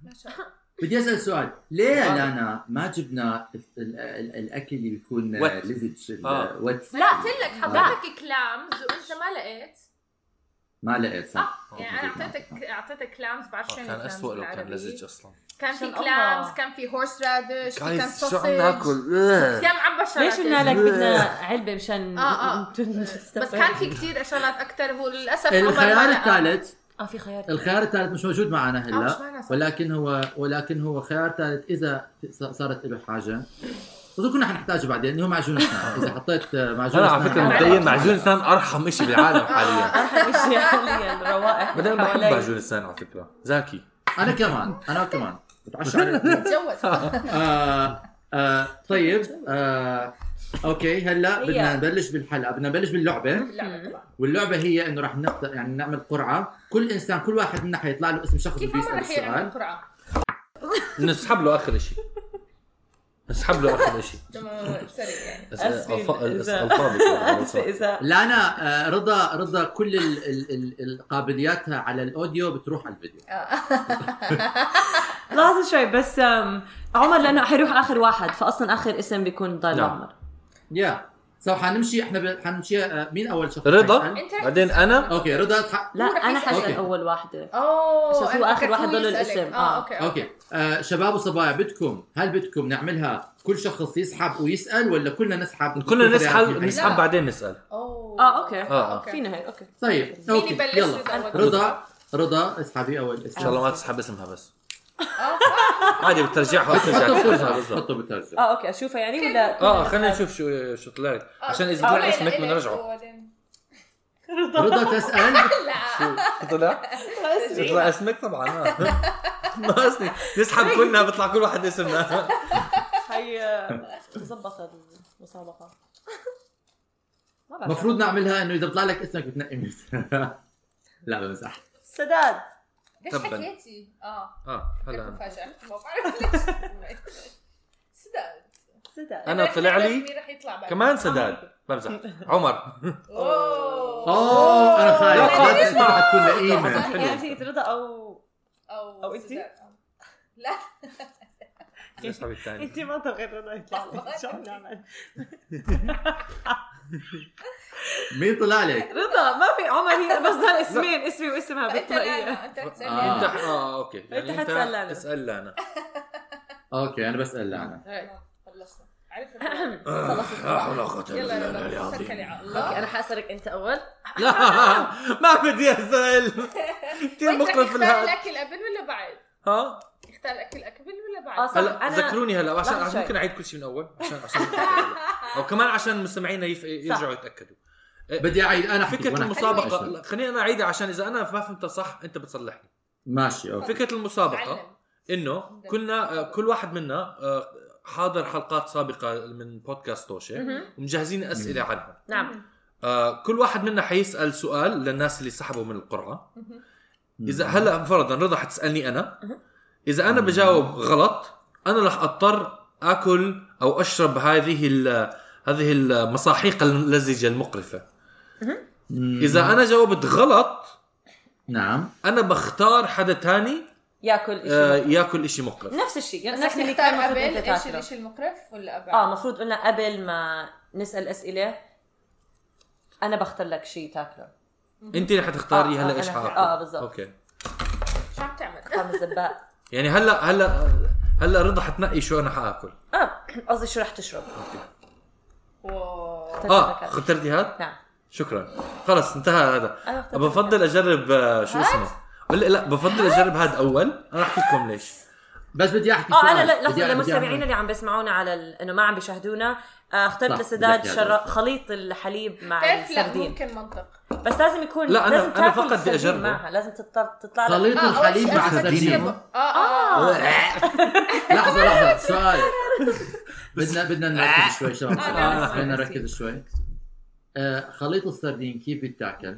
A: ما شاء الله
B: بدي اسال سؤال ليه يا لانا ما جبنا ال- ال- ال- الاكل اللي بيكون
D: وت.
B: لزج ال-
D: آه.
B: وت
A: لا قلت لك حطيتك كلامز وانت ما لقيت
B: ما لقيت صح
D: آه،
A: يعني انا اعطيتك اعطيتك كلامز بعرف شو يعني
D: كان
A: clams
D: اسوء لو كان
A: بالعربي.
D: لزج اصلا
A: كان في
C: عشان الله.
A: كلامز كان في هورس رادش في كان
D: جايز
A: سوسج
D: شو عم ناكل آه.
A: كان عم بشر
C: ليش قلنا لك بدنا علبه مشان
A: اه اه بس كان في كثير شغلات اكثر هو للاسف عمر ما
B: الخيار
A: لقى.
B: الثالث
C: اه في خيار (laughs)
B: الخيار الثالث مش موجود معنا
A: آه، مش
B: هلا
A: معنا صح.
B: ولكن هو ولكن هو خيار ثالث اذا ص- صارت له حاجه بظن كنا حنحتاجه بعدين اللي هو معجون اسنان اذا حطيت آه، معجون
D: انا على
B: أسنان
D: فكره
A: أنا
D: مبدئيا
A: بعرف.
D: معجون اسنان ارحم شيء بالعالم حاليا
C: احلى شيء حاليا روائح
D: بعدين أنا بحب
C: حوالي. (laughs)
D: معجون اسنان على فكره زاكي
B: انا كمان انا كمان بتعشى على
A: (laughs)
B: الاثنين.
D: (laughs)
A: تجوز
B: آه آه طيب آه اوكي هلا
C: هي.
B: بدنا نبلش بالحلقه بدنا نبلش باللعبه
A: اللعبة طبعاً.
B: واللعبة هي انه رح نقط... يعني نعمل قرعة، كل انسان كل واحد منا حيطلع له اسم شخص
A: كيف
B: بده
A: عمر
B: يسأل
A: رح يعمل
B: السؤال
A: قرعه؟
D: نسحب له اخر شيء نسحب له اخر شيء
A: جمع سريع يعني
C: أسفل إذا-
D: الفاضي
C: اذا
B: لا انا آه، رضا رضا كل ال... ال... ال... القابلياتها على الاوديو بتروح على الفيديو
C: لحظه شوي بس آم، عمر لانه حيروح اخر واحد فاصلا اخر اسم بيكون ضايل
D: نعم.
C: عمر
B: يا سو حنمشي احنا ب... حنمشي آه، مين اول (laughs) شخص حيسأل؟
D: رضا
A: أنت رح
D: بعدين انا
B: اوكي رضا تح...
C: لا
A: هو رح
C: انا
A: يسأل.
C: حسأل
B: أوكي.
C: اول واحده
A: اوه
C: أساس هو
A: أنا
C: آخر
A: فكرت
C: واحد
A: هو
C: ضله
A: يسألك.
C: الاسم. آه.
A: اه اوكي
B: اوكي آه شباب وصبايا بدكم هل بدكم نعملها كل شخص يسحب ويسأل ولا كلنا نسحب
D: كلنا
B: كل
D: نسحب
B: واحد يحكي؟
D: نسحب بعدين نسال
A: اوه
C: اه اوكي
D: اه اه
C: فينا هيك اوكي
B: طيب
A: مين
B: اوكي
A: يبلش
B: يلا
A: رضا؟
B: رضا رضا اسحبي اول اسم
D: ان شاء الله ما تسحب اسمها بس
A: آه،
D: عادي بترجعها
B: حطه بترجع
D: بترجعها
B: حطه بترجع
C: اه اوكي اشوفها يعني (laughs) ولا
D: اه خلينا نشوف شو شو طلع لك عشان اذا
A: آه،
D: طلع
A: لا،
D: اسمك
A: لا، لا،
D: بنرجعه
A: وبعدين-
B: رضا تسأل
A: لا
D: شو
A: (laughs)
D: طلع؟ يطلع اسمك طبعا آه. (laughs) ناقصني نسحب كلنا بيطلع كل واحد اسمنا (laughs)
C: هي زبطت المسابقه ما بعرف.
B: المفروض نعملها انه اذا طلع لك اسمك بتنقي مين (laughs) لا بمزح
C: سداد
A: ليش
D: تباً.
A: حكيتي؟ اه
D: اه هلا
A: كانت
D: أنا.
A: مفاجأة ما
D: (laughs)
A: بعرف ليش سداد
C: سداد
D: انا طلع لي
A: مين رح يطلع بعد (laughs)
D: كمان سداد بمزح عمر
B: اوه انا خايف
D: لا، خايف.
B: لا تسمع حتكون لئيمه
D: حلوة.
C: يا امسكت يعني رضا او
A: او
C: أو إنتي؟
A: سيدان.
D: ليش عم الثاني آه.
C: انت ما تغير رضا يطلع لك شو عم نعمل
B: مين طلع لك؟
C: رضا ما في عمر هي بس ضل اسمين اسمي واسمها
A: انت
C: بالطريقه
A: لا، انت رح تسألني
D: انت
A: أنا.
B: آه.
D: اه اوكي يعني
C: أنت حتسأل لنا.
A: (laughs)
D: اسال لنا
B: اوكي انا بسال انا
C: هاي.
A: خلصنا
D: (laughs)
A: عرفنا
D: لا حول ولا قوه
A: يلا
D: الا بالله
A: يلا
D: العظيم
A: سكري
D: (laughs)
A: على
C: اوكي
A: الله
C: انا حاسرك انت اول
D: لا ما
A: (laughs)
D: بدي اسال كثير
A: وأنت رح
D: مقرف
A: تختار
D: الهاد
A: الاكل قبل ولا بعد؟
D: ها
A: اختار الاكل قبل ولا
C: آه،
A: بعد؟
C: صح.
D: هلا
C: أنا-
D: ذكروني هلا عشان
C: لحظة
D: عشان
C: شوي.
D: ممكن اعيد كل شيء من اول عشان عشان او كمان عشان مستمعينا يف- يرجعوا يتاكدوا
B: بدي اعيد انا أحكي،
D: فكره
B: وأنا أحكي.
D: المسابقه لا، خليني انا اعيدها عشان اذا انا ما فهمتها صح انت بتصلحني
B: ماشي اوكي
D: فكره المسابقه
A: معلم.
D: انه كنا آه، كل واحد منا آه، حاضر حلقات سابقه من بودكاست توشه
C: مهم.
D: ومجهزين اسئله عنهم
C: نعم
D: آه، كل واحد منا حيسال سؤال للناس اللي سحبوا من القرعه اذا
B: مم.
D: هلا فرضا رضا حتسالني انا
C: مهم.
D: اذا انا بجاوب غلط انا رح اضطر اكل او اشرب هذه ال- هذه المصاحيق اللزجه المقرفه
B: مم.
D: اذا انا جاوبت غلط
B: نعم
D: انا بختار حدا تاني
C: ياكل
D: آه،
C: شيء
D: ياكل اشي مقرف
C: نفس الشيء يعني
A: نحن
C: نحن
A: نختار
C: كان
A: قبل
C: المفروض انت
A: ايش
C: تاكله
A: الشيء المقرف ولا بعد؟
C: اه المفروض قلنا قبل ما نسال اسئله انا بختار لك شيء تاكله
D: انت اللي حتختاري
C: آه،
D: هلا
C: آه،
D: ايش
C: أنا-
D: حاكل
C: آه، بالضبط.
D: اوكي
A: شو عم تعمل؟
C: (laughs) طعم الزباق
D: يعني هلا هلا هلا رضا حتنقي شو انا حاكل
C: اه قصدي شو رح تشرب
D: آه،
A: واو.
C: اخترت لك
D: اه
C: هذا.
D: اخترتي هذا
C: نعم
D: شكرا خلص انتهى هذا
C: انا اخترت لك
D: بفضل اجرب آه، شو اسمه ولا لا بفضل اجرب هذا اول انا احكي لكم ليش
B: بس بدي احكي
A: آه،
C: اه
B: سؤال.
C: انا لا
B: بدي
C: لحظه
B: أعرف- بدي
C: لمستمعينا
B: أعرف.
C: اللي عم بيسمعونا على ال... انه ما عم بيشاهدونا آه،
B: صح،
C: اخترت لسداد
B: بدي أحكي هذا
C: شر...
B: بس.
C: خليط الحليب مع
A: بتعرف لا
C: السردين
A: ممكن منطق
C: بس لازم يكون
D: لا، أنا-
C: لازم
D: أنا
C: تاكل
D: فقط بدي
C: السردين
D: أجربه.
C: معها لازم تضطر تطلع لك-
B: خليط
C: آه،
A: آه، أول
B: الحليب
A: شيء
B: مع
A: أنا بدي
B: السردين
A: أجيبه. اه اه
B: لحظه
A: (laughs)
B: لحظه سؤال بدنا بدنا نركز شوي شباب
A: آه، لا،
B: بدنا
C: نسيت.
B: نركز شوي آه، خليط السردين كيف بيتاكل؟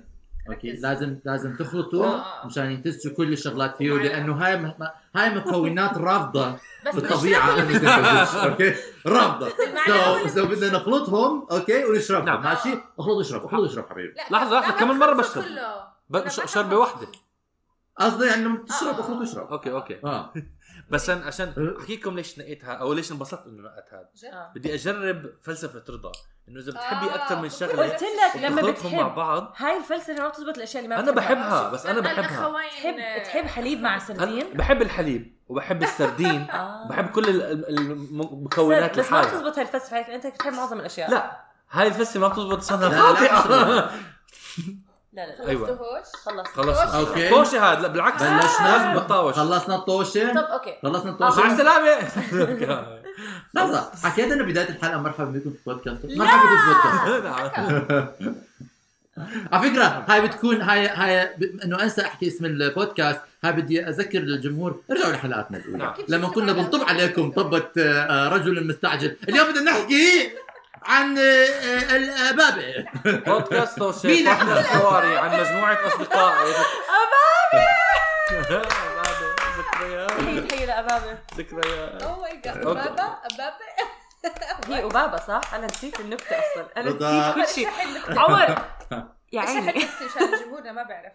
B: اوكي
A: ركز.
B: لازم لازم تخلطوه
A: آه.
B: مشان يمتزجوا كل الشغلات فيه
A: ومعلقة.
B: لانه هاي م- هاي
A: (laughs)
B: مكونات رافضه
A: بس مش
B: بالطبيعه
A: ناكل
B: إنه تنتزج، اوكي رافضه
A: (laughs) بالمعلقة
B: سو
A: ولا
B: سو بدنا نخلطهم اوكي ونشربهم
D: نعم.
B: ماشي اخلط اشرب اخلط اشرب حبيبي
A: لا،
D: لحظة، لحظة،
A: لا،
D: كمان مرة
A: خلصوا
D: بشرب.
A: كله.
D: ب-
A: أنا
D: ش-
A: باكل
D: شربة
A: خلص.
D: واحدة
B: قصدي انه تشرب
A: آه.
B: اخلط اشرب
D: اوكي اوكي
B: اه
D: بس أنا عشان احكي لكم ليش نقيتها او ليش انبسطت انه نقيت هذا
A: جد؟
C: آه.
D: بدي اجرب فلسفه رضا انه اذا بتحبي
A: آه.
D: اكثر من شغله
C: قلت لك لما
D: تخلطهم مع
C: بتحب
D: بعض
C: هاي الفلسفه ما بتزبط الاشياء اللي ما
D: انا
C: بتحبها.
D: بحبها بس انا
A: عندنا
D: بحبها
A: خواين-
C: تحب تحب حليب مع
D: انا
C: سردين
D: بحب الحليب وبحب السردين
C: آه.
D: بحب كل ال- ال- المكونات
C: سر- بس ما
D: لحالها
C: بتزبط هاي الفلسفه هيك انت بتحب معظم الاشياء
D: لا هاي الفلسفه ما بتزبط صنها
B: لا، لا،
D: خاطئه
C: لا لا, لا.
D: أيوة.
A: خلصتوهوش؟
C: خلص
D: خلصنا
B: أوكي.
D: طوشة هاد لا
A: (laughs)
D: بالعكس
B: بلشنا
D: لازم بتطاوش
B: خلصنا الطوشه
C: طب اوكي
B: خلصنا
D: مع
B: الطوشه
D: السلامه
B: لحظه حكيت انه بدايه الحلقه مرحبا بكم في بودكاست مرحبا بكم في بودكاست
D: (laughs) نعم.
B: على فكره هاي بتكون هاي هاي ب- انه انسى احكي اسم البودكاست هاي بدي اذكر للجمهور ارجعوا لحلقاتنا الاولى
D: نعم.
B: لما كنا بنطب عليكم طبه آه، رجل مستعجل اليوم بدنا نحكي عن آه، آه، الابابه
D: بودكاست توشيت
B: مين
D: بودكاست حواري عن مجموعه اصدقاء امامي ذكريات
C: تحيه تحيه لابابه
D: ذكريات
A: اوه ماي جاد
D: أوكي.
A: بابا بابا
C: هي وبابا صح؟ انا نسيت النكته اصلا انا
B: رضا.
C: نسيت كل شيء
A: اشرح
B: (laughs)
A: النكتة.
C: عمر يا
A: اشرح
C: عيني
A: النكتة مشان جمهورنا ما بعرف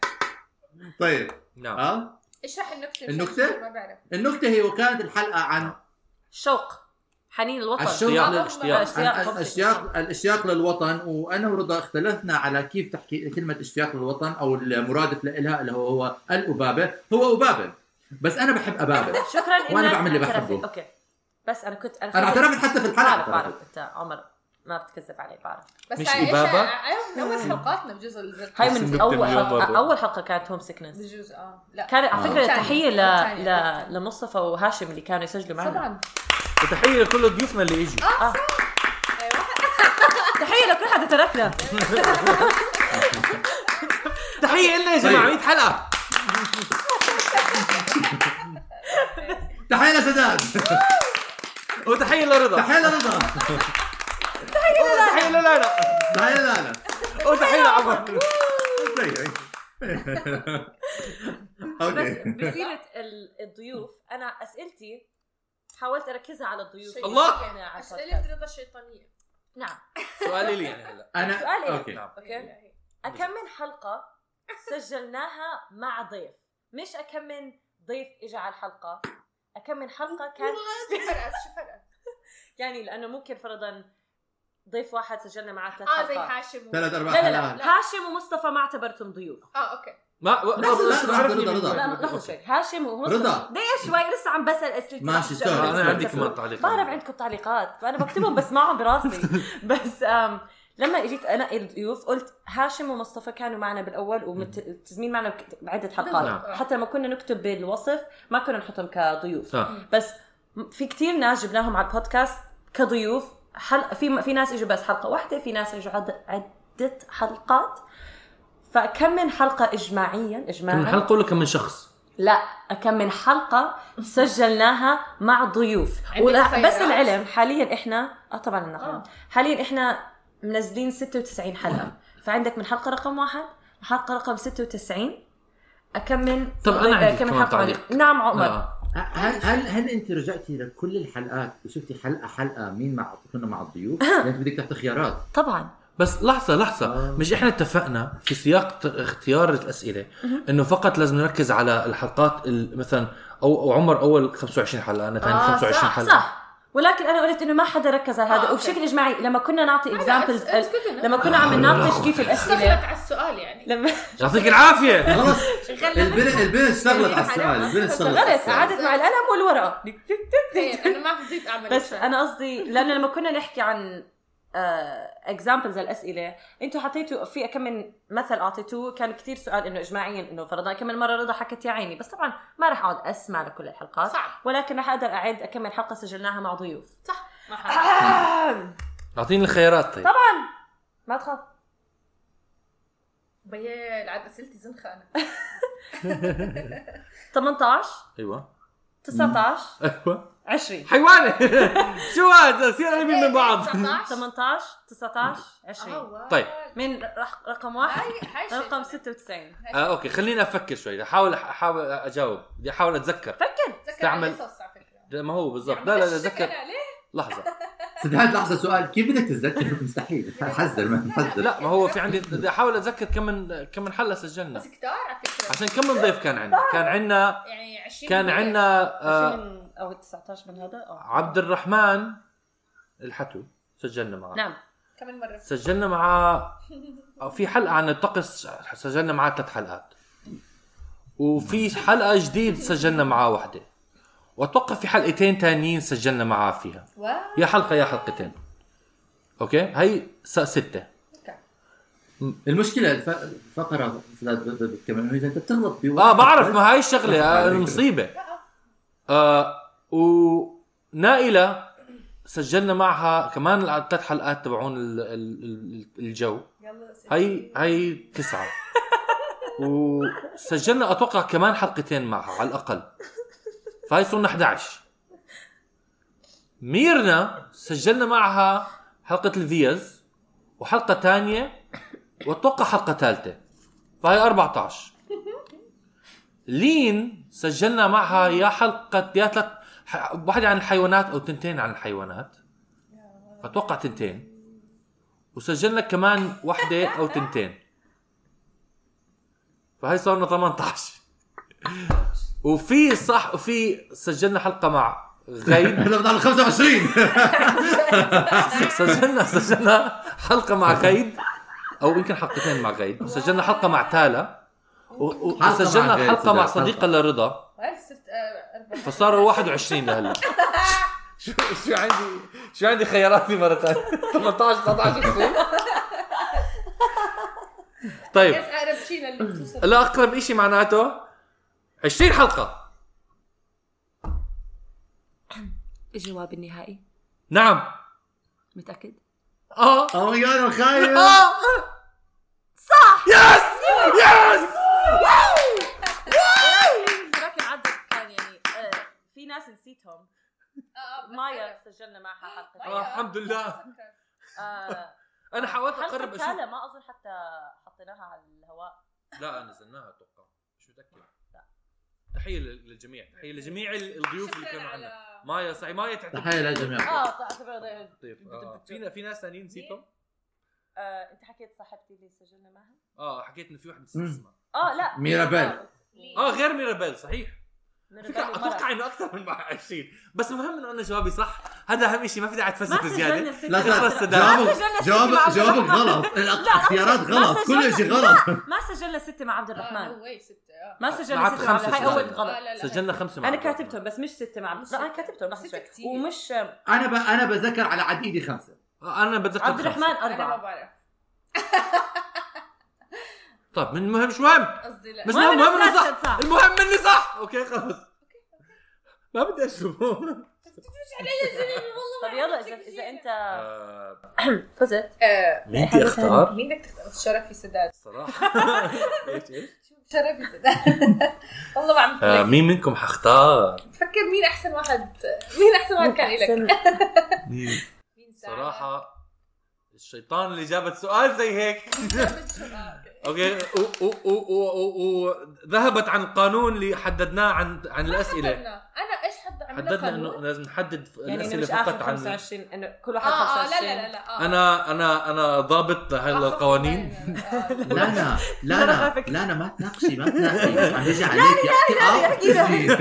B: طيب
D: نعم
B: ها
A: اشرح النكتة مشان
B: النكتة؟
A: الجمهور ما بعرف
B: النكته هي وكانت الحلقه عن
C: شوق حنين الوطن
B: الشوق.
D: اشتياق
A: آه،
D: للاشتياق
B: عن
C: اشتياق
B: عن
C: حب
B: الاشتياق الاشتياق للوطن وانا ورضا اختلفنا على كيف تحكي كلمه اشتياق للوطن او المرادف لها اللي هو هو الابابه هو ابابه بس انا بحب ابابه
C: (laughs) شكرا انك
B: وأنا بعمل اللي
C: اعترفت.
B: بحبه.
C: اوكي بس انا كنت
B: انا اعترفت حتى في الحلقه
C: بعرف
B: اعترفت.
C: بعرف انت عمر ما بتكذب علي بعرف
A: بس
D: مش
A: هاي إيش-
D: إبابة؟
A: هاي من اول حلقاتنا بجوز البودكاست.
C: هاي
D: بس
C: من
D: النكتة
C: اول
D: مليون
C: حلقه
D: مرة.
C: اول حلقه كانت هوم سيكنس
A: بجوز اه لا
C: كان على
B: آه.
C: فكره
A: تاني.
C: تحيه ل...
A: تاني.
C: ل... لمصطفى وهاشم اللي كانوا يسجلوا معنا
A: طبعا
D: وتحيه لكل ضيوفنا اللي اجوا
A: ايوه
C: تحيه لكل حدا تركنا
D: تحيه لنا يا جماعه 100 حلقه
B: تحيه لسداد
D: وتحيه لرضا
B: تحيه لرضا
D: تحيه للانا
B: تحيه
C: (laughs)
B: لانا (laughs)
D: وتحيه لعمر
C: بس
B: اوكي
C: بسيره ال- الضيوف انا اسئلتي حاولت اركزها على الضيوف
A: شيء-
D: الله!
A: يعني
C: على
A: اسئلة
C: البودكاست.
A: رضا شيطانية
C: نعم
D: سؤالي لي يعني هلا
B: انا
C: سؤالي.
B: اوكي
D: نعم.
A: إيه.
C: اوكي اكمل حلقه سجلناها مع ضيف مش اكمل ضيف اجى على الحلقه اكمل حلقه كان
A: (laughs) شو فرقت شو
C: (laughs)
A: فرقت؟
C: يعني لانه ممكن فرضا ضيف واحد سجلنا معاه ثلاث
A: اه زي
C: حلقات
A: هاشم و-
B: ثلاث اربع
C: لا لا لا
B: حلقات
A: لا.
C: هاشم ومصطفى ما اعتبرتهم ضيوف
A: اه اوكي
D: ما
B: لا، لا،
D: لحظة،
B: لا،
D: عرفني
B: رضا،
D: مين.
B: رضا.
C: لا لحظه شوي هاشم ومصطفى
B: رضا.
C: دقيقه شوي لسه عم بسال اسئلتي
B: ماشي،
C: لحظة.
B: سوري.
D: انا عندي
C: لحظة.
D: كمان تعليق
C: بعرف عندكم تعليقات انا بكتبهم بسمعهم براسي
B: (laughs)
C: بس آم لما اجيت انقي الضيوف قلت هاشم ومصطفى كانوا معنا بالاول والتزمين معنا بك- بعده حلقات
A: نعم.
C: حتى لما كنا نكتب بالوصف ما كنا نحطهم كضيوف
D: آه.
C: بس م- في كتير ناس جبناهم على البودكاست كضيوف حلقه في في ناس اجوا بس حلقه واحده في ناس اجوا عد- عده حلقات فكم من حلقه اجماعيا
D: كم من
C: اجماعا
D: حلقه ولا كم من شخص؟
C: لا كم من حلقه سجلناها مع ضيوف
A: عندك
C: ولا
A: خيارات.
C: بس العلم حاليا احنا اه طبعا عندنا خيارات.
A: آه.
C: حاليا احنا منزلين 96 حلقه فعندك من حلقه رقم واحد لحلقه رقم 96 اكمل
D: طب أنا عندي
C: أكمل طيب،
D: كمان
C: حلقة عندك.
D: تعليق.
C: نعم عمر آه.
D: آه.
B: هل هل هل انت رجعتي لكل الحلقات وشفتي حلقه حلقه مين مع كنا مع
C: (laughs)
B: الضيوف؟ لانك بدك تحط خيارات
C: طبعا
D: بس لحظة لحظة
B: آه.
D: مش احنا اتفقنا في سياق ت- اختيار الأسئلة انه فقط لازم نركز على الحلقات ال- مثلا او أو عمر اول 25 حلقة انا ثاني
A: آه،
D: 25
A: صح،
D: حلقة
C: صح ولكن انا قلت انه ما حدا ركز على هذا
A: آه،
C: آه.
A: أوكي.
C: وبشكل اجماعي لما كنا نعطي اكزامبلز لما
A: لما
C: كنا عم
D: آه،
C: نناقش
D: لا.
C: كيف
A: اشتغلت (laughs)
C: الاسئله
A: على السؤال يعني
C: لما (laughs)
D: يعطيك العافية
B: خلص
A: غلبت
B: البنت البنت اشتغلت على السؤال البنت اشتغلت على
C: غلط
B: السؤال
C: قعدت مع القلم والورقه
A: إيه، انا ما بديت اعمل
C: بس
A: شيء.
C: انا قصدي لانه لما كنا نحكي عن آه، اكزامبلز الاسئله انتوا حطيتوا في كم من مثل اعطيتوه كان كتير سؤال انه اجماعيا انه فرضا كم من مره رضا حكت يا عيني بس طبعا ما راح اقعد اسمع لكل الحلقات
A: صعب
C: ولكن راح اقدر اعد اكمل حلقه سجلناها مع ضيوف
A: صح ما حدا.
C: (laughs)
D: اعطيني الخيارات طيب
C: طبعا ما تخاف
A: بيال عاد اسئلتي زنخه
C: (laughs)
A: انا
C: 18
D: ايوه
C: 19
D: ايوه
C: 20
D: حيوانة (laughs) شو هذا كثير قريبين من
C: (laughs)
A: (laughs)
D: بعض
A: 19
C: 18 19 20
A: آه،
D: طيب.
C: من رح- رقم واحد
A: هاي هاي شيء
C: رقم
A: جميل.
C: 96
D: آه اوكي خليني افكر شوي احاول احاول اجاوب بدي احاول اتذكر
C: فكر
A: تذكر عن
D: استعمل-
A: قصص على فكره
D: لا، ما هو بالضبط
A: يعني
D: لا لا لا
A: بشك
D: اتذكر
A: أنا ليه؟
D: لحظة
B: سدهاد لحظه سؤال كيف بدك تتذكر (laughs) مستحيل حذر من حذر
D: لا ما هو في عندي بدي احاول اتذكر كم من كم من حلقة سجلنا
A: بس كتار على فكره
D: عشان كم من ضيف كان عندنا
A: طيب.
D: كان عندنا
A: يعني 20
D: أه. كان
A: مرة.
D: عندنا آه
C: 20 او 19 من هذا آه.
D: عبد الرحمن الحتو سجلنا معاه
C: نعم
A: كمان مره
D: سجلنا معاه أو في حلقه عن الطقس سجلنا معاه ثلاث حلقات وفي حلقه جديد سجلنا معاه واحده واتوقع في حلقتين تانيين سجلنا معاه فيها
A: واو
D: يا حلقه يا حلقتين اوكي هي س- سته
A: أوكي.
B: المشكله الف- فقره سدهاد ب- ب- بتكمل إنه اذا انت بتغلط بواحد
D: اه بعرف
B: (laughs)
D: ما هاي
B: عليك.
D: الشغله آه، المصيبه آه ونائله سجلنا معها كمان الثلاث حلقات تبعون ال- ال- ال- الجو
A: يلا اسئلة.
D: هاي هاي تسعة (laughs) وسجلنا اتوقع كمان حلقتين معها على الاقل فهي صرنا 11 ميرنا سجلنا معها حلقة الفيز وحلقة تانية واتوقع حلقة ثالثة فهي 14 لين سجلنا معها يا حلقة يا ثلاث ح- واحدة عن الحيوانات او تنتين عن الحيوانات اتوقع تنتين وسجلنا كمان واحدة أو تنتين فهي صارنا 18 وفي صح وفي سجلنا حلقة مع غيب
B: احنا بنعمل (laughs) 25
D: سجلنا سجلنا حلقة مع غيب أو يمكن حلقتين مع غيب سجلنا حلقة مع تالا و- و-
B: حلقة مع
D: وسجلنا
B: غيب،
D: حلقة مع
B: صدق،
D: صديقة لرضا
A: وهل صرت آه، أربعة.
D: فصاروا 21 لهلا (laughs) شو شو عندي شو عندي خياراتي مرة ثانية (laughs) 18 19 20 طيب
A: (laughs) يس اقرب شيء للي بتوصل
D: لا اقرب شيء معناته 20 حلقه
C: الجواب النهائي
D: نعم
C: متأكد؟
D: اه
B: اوه ماي جاد انا خايف
D: اه صح يس يس
C: ولكن عدد كان يعني آه، في ناس نسيتهم
A: آه، آه، بس
C: مايا
A: أنا-
C: سجلنا معها
A: مايا.
D: آه،
C: حلقة
D: الحمد لله.
A: أتذكر.
C: آه،
D: انا حاولت
C: حلقة
D: اقرب اشوف
C: تالا ما أظن حتى حطيناها على الهواء
D: لا نزلناها اتوقع مش متاكد تحيه لل- للجميع تحيه لجميع ال- الضيوف اللي
A: شكراً
D: كانوا
A: على-
D: عندنا مايا صحيح مايا تعتبر
A: آه،
B: تحيه للجميع
D: طيب،
C: اه تعتبر
A: طيب،
D: ضيف. آه، فينا في ناس ثانيين نسيتهم
C: آه، انت حكيت صاحبتي اللي سجلنا معها
D: اه حكيت انه في وحده نسيت
B: مم.
D: اسمها
C: اه لا
B: ميرابيل.
D: اه غير ميرابيل صحيح
C: ميرابيل
D: فكرة اتوقع انه اكثر من 20 بس المهم انه انا جوابي صح هذا اهم شيء ما في داعي
C: ما
D: تفلسف
C: سجلنا
D: زياده
C: الست
B: لا
D: اخلص
B: صار-
D: صدق.
B: جوابك
C: ما سجلنا ستة
B: جوابك
C: مع عبد
B: جوابك
C: الرحمن.
B: غلط
C: لا،
B: الاختيارات
C: ما
B: غلط كل
C: سجلنا-
B: شيء غلط
C: ما سجلنا ستة مع عبد الرحمن
A: هو ستة اه
C: ما سجلنا
D: معك
C: ستة مع عبد
D: خمسة
C: الرحمن هاي اول
A: آه،
D: سجلنا.
C: غلط
A: لا لا
D: سجلنا خمسه مع
C: انا
D: بعض.
C: كاتبتهم بس مش ستة مع عبد
A: مش
C: لا انا
A: ستة.
C: كاتبتهم لحظة
A: ستة
C: شوي.
A: كتير.
C: ومش
B: انا ب... انا بذكر على عد ايدي خمسه
D: آه، انا بتذكر
C: عبد الرحمن
D: خمسة.
A: انا ما
C: أربعة
A: بعرف
D: طب طيب، من المهم شو مهم
A: قصدي لا
D: مش
C: المهم
D: مهم المهم انه
C: إنه
D: صح
C: صح.
D: المهم اني صح اوكي خلص ما بدي اشربه
A: تفرج علي يا زلمه والله
C: طب طيب، يلا اذا اذا انت
D: آه،
C: فزت
A: آه،
D: مين بدي اختار؟
A: مين بدك تختار شرفي سداد
D: (laughs) صراحه ايش ايش؟
A: شرفي سداد (laughs) والله ما عم
D: آه،
A: بفكر.
D: مين منكم حختار؟
A: بفكر مين احسن واحد مين احسن واحد كان لك
D: (laughs)
A: مين ساعة؟
D: صراحه الشيطان اللي جابت سؤال زي هيك (laughs) اوكي و- و- و- و- و- وذهبت عن القانون اللي حددناه عن عن الاسئله
A: حددنا. انا ايش حد عملنا
D: حددنا
A: قانون
D: انه لازم نحدد
C: يعني إنه
D: الاسئله
C: مش
D: فقط
C: اخر
D: عن
C: 25 انه كل
A: اه
C: واحد
A: اه لا
C: 25
A: لا لا لا آه.
D: انا انا انا ضابط هاي
A: آه،
D: القوانين
A: آه،
D: (laughs)
A: لا، لا.
B: لا انا لا
C: أنا
B: انا
C: خافك.
B: لا انا ما تناقشي ما تناقشي عم بيجي عليك احكي اه وبتسني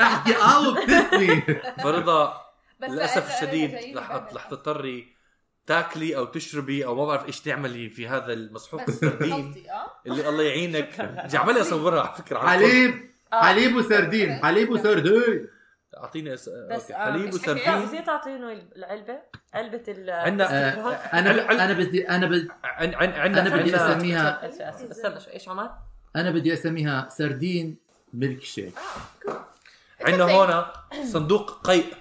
B: احكي اه وبتسني
D: فرضا
A: بس
D: للاسف
A: أنا- أنا
D: الشديد
A: جايين
D: رح
A: بعد
D: رح تضطري تاكلي او تشربي او ما بعرف ايش تعملي في هذا المسحوق
A: بس (laughs)
D: السردين
A: غلطي اه
D: اللي الله يعينك بدي عمالي اصورها على فكره على الكل.
B: حليب
D: آه.
B: حليب وسردين حليب وسردين
D: اعطيني أس...
C: بس
D: أوكي.
C: آه،
D: حليب
C: مش
A: إيه.
C: حكي-
D: وسردين
C: زي تعطيني العلبة علبة ال
D: عندنا
B: آه، انا ب... انا بدي انا بدي
D: عن- عن- عندنا
B: انا بدي
D: عندنا
B: اسميها
C: آسف، آسف، استنى شوي ايش عمر؟
B: انا بدي اسميها سردين ميلك شيك
D: عندنا هون
C: إيه؟
D: صندوق قيء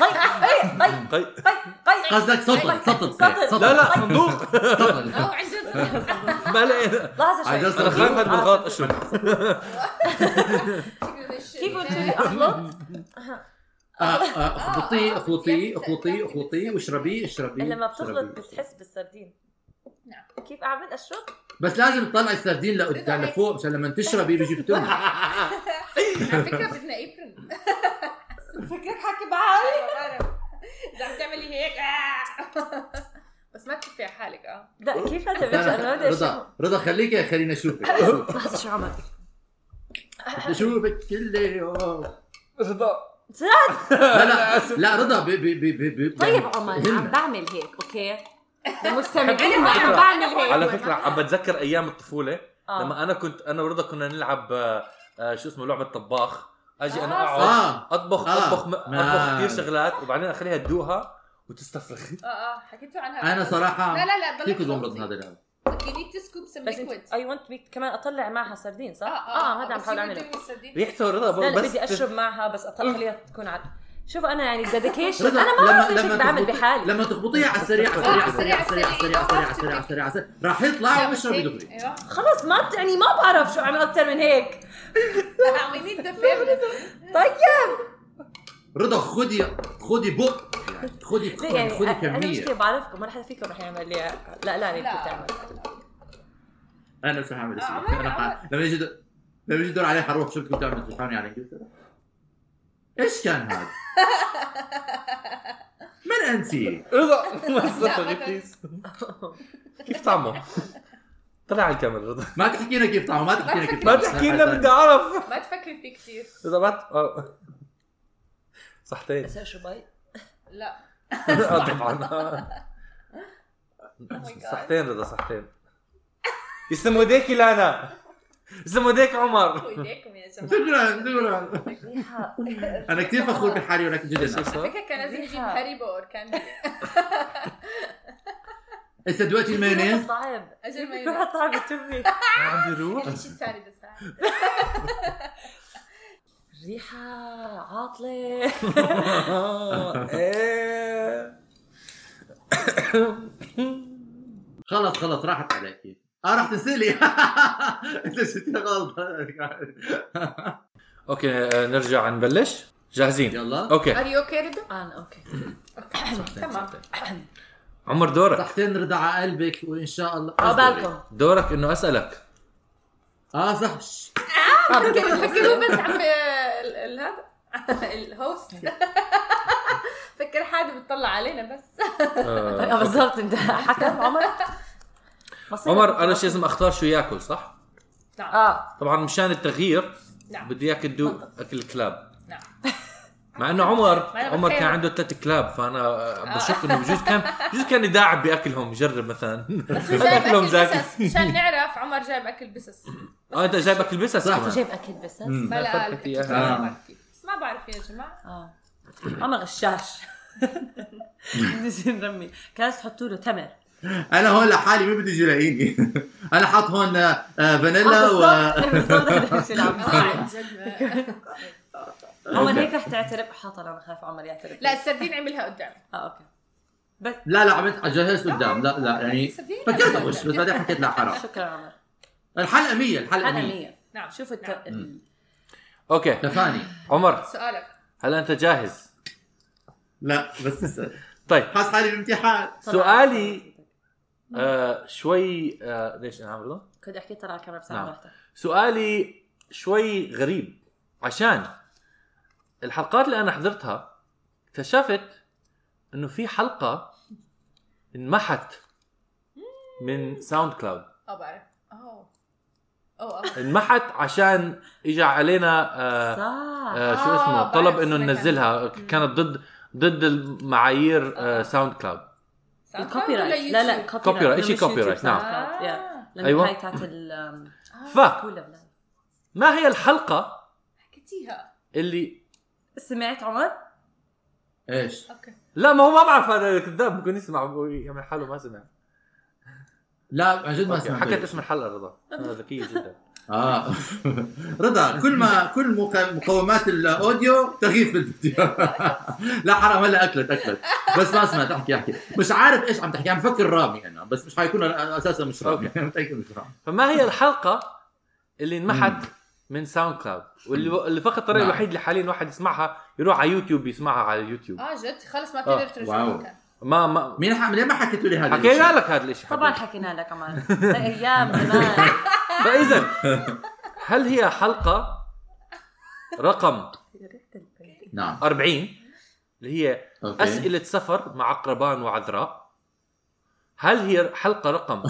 C: طيب طيب طيب
D: قيء
C: طيب
B: قصدك سطل سطل
C: سطل.
B: سطل
D: لا لا صندوق
C: (laughs)
B: سطل
A: او عنده
D: (laughs)
A: (laughs)
D: ما لقينا.
C: لحظة
B: عجل
C: شوي
D: انا خايف هذا بالغلط
C: آه،
D: اشرب
C: كيف قلت لي
D: (laughs)
C: اخلط؟
B: آه، آه، اخلطيه
A: آه،
B: اخلطيه
A: آه،
B: اخلطيه
A: آه،
B: اخلطيه واشربيه اشربيه
C: لما
B: اشربيه.
C: بتخلط بتحس بالسردين
A: نعم.
C: كيف اعمل اشرب؟
B: بس لازم تطلع السردين لقدام
A: إذا-
B: لفوق عشان لما تشربي بيجي فتون
A: على فكره بدنا
C: (laughs)
A: ايبرن فكرك حكي معي اذا أيوة، عم تعملي هيك آه. بس ما تكفي على حالك اه
C: لا (laughs) كيف هذا بيجي انا بدي اشرب
B: رضا رضا خليك خلينا
C: (laughs)
B: نشوفك
C: لحظة شو
D: يعني
C: عمر؟
B: نشوفك كل يوم
D: رضا
B: لا لا لا رضا بي بي بي بي بي
C: طيب
B: يعني
C: عمر
B: همة.
C: عم بعمل هيك
D: (laughs)
C: اوكي؟ المستمعين ما عم بعمل هيك
D: على فكره عم بتذكر ايام الطفوله
C: آه.
D: لما انا كنت انا ورضا كنا نلعب آه، آه، شو اسمه لعبه طباخ اجي انا
A: آه،
D: اقعد
B: اه
D: اطبخ
B: آه.
D: اطبخ م- اطبخ
B: آه.
D: كثير شغلات وبعدين اخليها تدوقها وتستفرخ
A: اه اه حكيتوا عنها
B: انا صراحه
A: لا لا لا بلاش
B: فيكم
A: غلطي.
B: تغمض هذا الأمر.
A: You need to scoop some
C: بس
A: liquid.
C: انت اي ونت مي كمان اطلع معها سردين صح؟
A: اه
C: اه هذا عم بحاول اعمله
A: اعمله
D: (laughs) ريحته رضا
C: لا
D: ب-
C: لا
D: Oh، بس
C: بدي اشرب معها بس اطلع خليها تكون على شوف انا يعني الديديكيشن
B: رضا
C: انا ما
B: لما
C: بعرف ليش هيك
B: لما
C: بعمل
B: تخبطي-
C: بحالي
B: لما تخبطيها على السريع على السريع على السريع على السريع على السريع على السريع على السريع على السريع راح يطلع ويشرب
A: (laughs)
B: دغري
A: ايوه
C: خلص ما بت- يعني ما بعرف شو اعمل اكثر من هيك
A: آه، We need the
C: (laughs)
A: fairness.
C: طيب
B: رضا خدي خدي بق يعني خدي
C: ليه يعني
B: خدي
C: أ- انا مشكله
B: كميه
C: بعرفكم ولا حدا فيكم رح يعمل لي لا يعني لا
A: لا.
C: ليك تعمل
B: انا مش هعمل
A: آه،
B: شيء
A: عمر،
B: انا
A: عمر.
B: ح- لما يجي دور- لما يجي الدور علي حروح شو بدكم تعملوا تطحوني على انجلترا ايش كان
A: (laughs)
B: هذا؟ من انت؟
D: رضا
C: (laughs)
D: (laughs) ما تستفرغي
A: ما
D: بليز كيف طعمه؟ طلع على الكاميرا رضا
B: ما تحكينا كيف طعمه ما تحكينا كيف
A: (laughs)
D: ما
B: طعمه.
D: تحكي لنا بدي اعرف
A: ما تفكر فيه كثير
D: رضا ما ت- آه.
A: (laughs)
D: صحتين
A: Oh
C: بس شو باي
A: لا
D: آه، طبعا آه.
A: Oh my God.
D: صحتين رضا صحتين يسلموا ايديك لانا يسلموا ايديك
A: (laughs)
D: عمر
A: وايديكم يا جماعه
B: شكرا شكرا
D: (laughs)
C: ريحه
B: انا كثير فخور بحالي ولكن
C: (laughs)
B: جدا
A: (laughs) فكرة كان لازم يجيب هاريبو اور كان
B: هسه دلوقتي المايونيز
C: صعب
A: اجل ما
C: (laughs)
A: يروح
C: روح طعم تمي
D: عم بيروح
A: (laughs) شيء
D: (laughs)
A: ثاني بس
C: ريحه
A: (laughs)
C: عاطله
D: آه، إيه.
B: خلص خلص راحت عليك اه راح (laughs) تنسلي انت شفتي غلط
D: اوكي آه، نرجع نبلش جاهزين
B: يلا
D: اوكي
A: ار يو اوكي رضا؟
C: انا اوكي
A: تمام
D: عمر دورك
B: صحتين رضا على قلبك وان شاء الله
C: عقبالكم
D: دورك انه اسالك
B: اه صح شش.
A: فكروا
D: (laughs)
A: فكروا بس عم ال- ال- هذا (laughs) الهوست فكر حدا بتطلع علينا بس
D: آه،
A: طيب،
C: بالضبط انت حكم عمر مصير
D: عمر انا شو لازم اختار شو ياكل صح؟
A: نعم
C: اه
D: طبعا مشان التغيير
A: نعم.
D: بدي اياك تدوق اكل كلاب
A: نعم
D: مع انه عمر
A: ما أنا
D: عمر كان
A: بتخيل.
D: عنده ثلاث كلاب فانا آه، بشوف انه بجوز كان بجوز كان يداعب باكلهم يجرب
A: (laughs)
D: مثلا
A: بس هو جايب
D: أكلهم
A: اكل
D: زاكي.
A: بسس
D: (laughs)
A: عشان نعرف عمر جايب اكل بسس
D: اه انت جايب اكل بسس
B: صح.
D: كمان
C: جايب اكل بس
A: بلا
D: فرقت
A: قال
D: إياها.
B: آه.
A: ما بعرف كيف. بس ما بعرف يا
D: (laughs)
A: جماعه
C: اه اما (laughs) غشاش نسي نرمي كان تحطوا له تمر
B: انا هون لحالي ما بده يجي (laughs) يلاقيني انا حاط هون آه، آه، فانيلا و
C: آه، بالضبط. (laughs) بالضبط هيك شو
D: (laughs)
C: اللي عم بيصير.
A: آه، عن جد.
C: عمر
B: أوكي.
C: هيك رح تعترف حاطه انا بخاف عمر يعترف
A: لا السردين عملها قدام
C: اه اوكي بس
B: لا لا عملت جهزت قدام لا لا يعني
A: صدقني.
B: فكرت اخش بس بعدين حكيت لا حرام
C: شكرا عمر
B: الحلقه 100 الحلقه
C: انا
B: 100
C: مية
A: نعم شوف
C: شوفوا الت...
A: نعم.
C: ال-
D: اوكي
B: تفاني
D: عمر
A: سؤالك
D: هلا انت جاهز؟
B: لا بس اسال
D: طيب
B: حاس حالي بامتحان
C: طلع-
D: سؤالي آه شوي آه ليش انا عم بقول؟
C: كنت احكي طلع الكاميرا بس
D: نعم.
C: عم براحتك
D: سؤالي شوي غريب عشان الحلقات اللي انا حضرتها اكتشفت انه في حلقه انمحت من ساوند كلاود
A: اه بعرف اوه اوه اوه
D: انمحت عشان اجى علينا آه
C: صح
D: آه شو
A: آه،
D: اسمه
A: بعرف
D: طلب انه
A: اسمها كان.
D: ننزلها كانت ضد ضد المعايير آه ساوند كلاود
A: ساوند كلاود
C: الكوبي
A: طيب، ولا
C: رايت لا لا
A: يوتيوب؟
C: كوبي
D: Copyright.
C: رايت
D: إشي
C: مش يوتيوب،
D: copyright. نعم.
C: SoundCloud.
A: آه.
C: Yeah. لأنه
D: أيوة.
C: هاي تاعت ال
D: ف
C: كول أوف لايف.
D: ما هي الحلقه
A: حكيتيها
D: اللي
C: سمعت عمر؟
B: ايش
A: اوكي
D: لا ما هو ما بعرف هذا الكذاب ممكن يسمع إيه، يعمل حاله ما سمع
B: لا عن جد ما
D: أوكي،
B: سمعت
D: حكت اسم الحلقه رضا أنا ذكيه جدا
B: اه (laughs) رضا كل ما كل مق- مقومات الاوديو تغيير في الفيديو (laughs) لا حرام هلا اكلت اكلت بس ما سمعت احكي احكي مش عارف ايش عم تحكي عم بفكر رامي انا بس مش حيكون أنا اساسا مش رامي (laughs)
D: أوكي.
B: متاكد مش رامي
D: فما هي الحلقه اللي انمحت من ساوند كلاود واللي اللي فقط الطريقه
B: نعم.
D: الوحيد اللي حاليا واحد يسمعها يروح على يوتيوب يسمعها على اليوتيوب
A: اه جد خلص ما
D: آه،
A: بتقدر ترجع
B: واو.
A: مكان
D: ما ما
B: مين ح... ليه ما حكيتوا لي هذا
D: حكينا
B: الشيء؟
D: لك هذا الشيء
C: طبعا حكينا لك عمر ايام
D: (laughs)
C: زمان
D: فاذا هل هي حلقه رقم
B: نعم
D: 40 اللي هي
B: اوكي
D: اسئله سفر مع قربان وعذراء هل هي حلقه رقم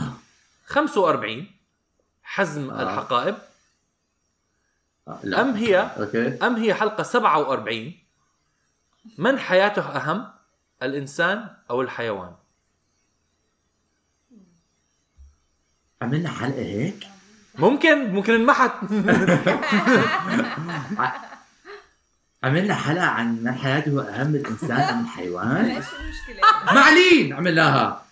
D: 45 حزم
B: آه.
D: الحقائب
B: آه، لا.
D: ام هي
B: اوكي
D: أم هي حلقة 47 من حياته أهم الإنسان أو الحيوان
B: عملنا حلقه هيك
D: ممكن ممكن انمحت
B: عملنا حلقه عن من حياته اهم الانسان ام
A: (laughs)
B: الحيوان
A: ايش المشكله
B: معلين عملناها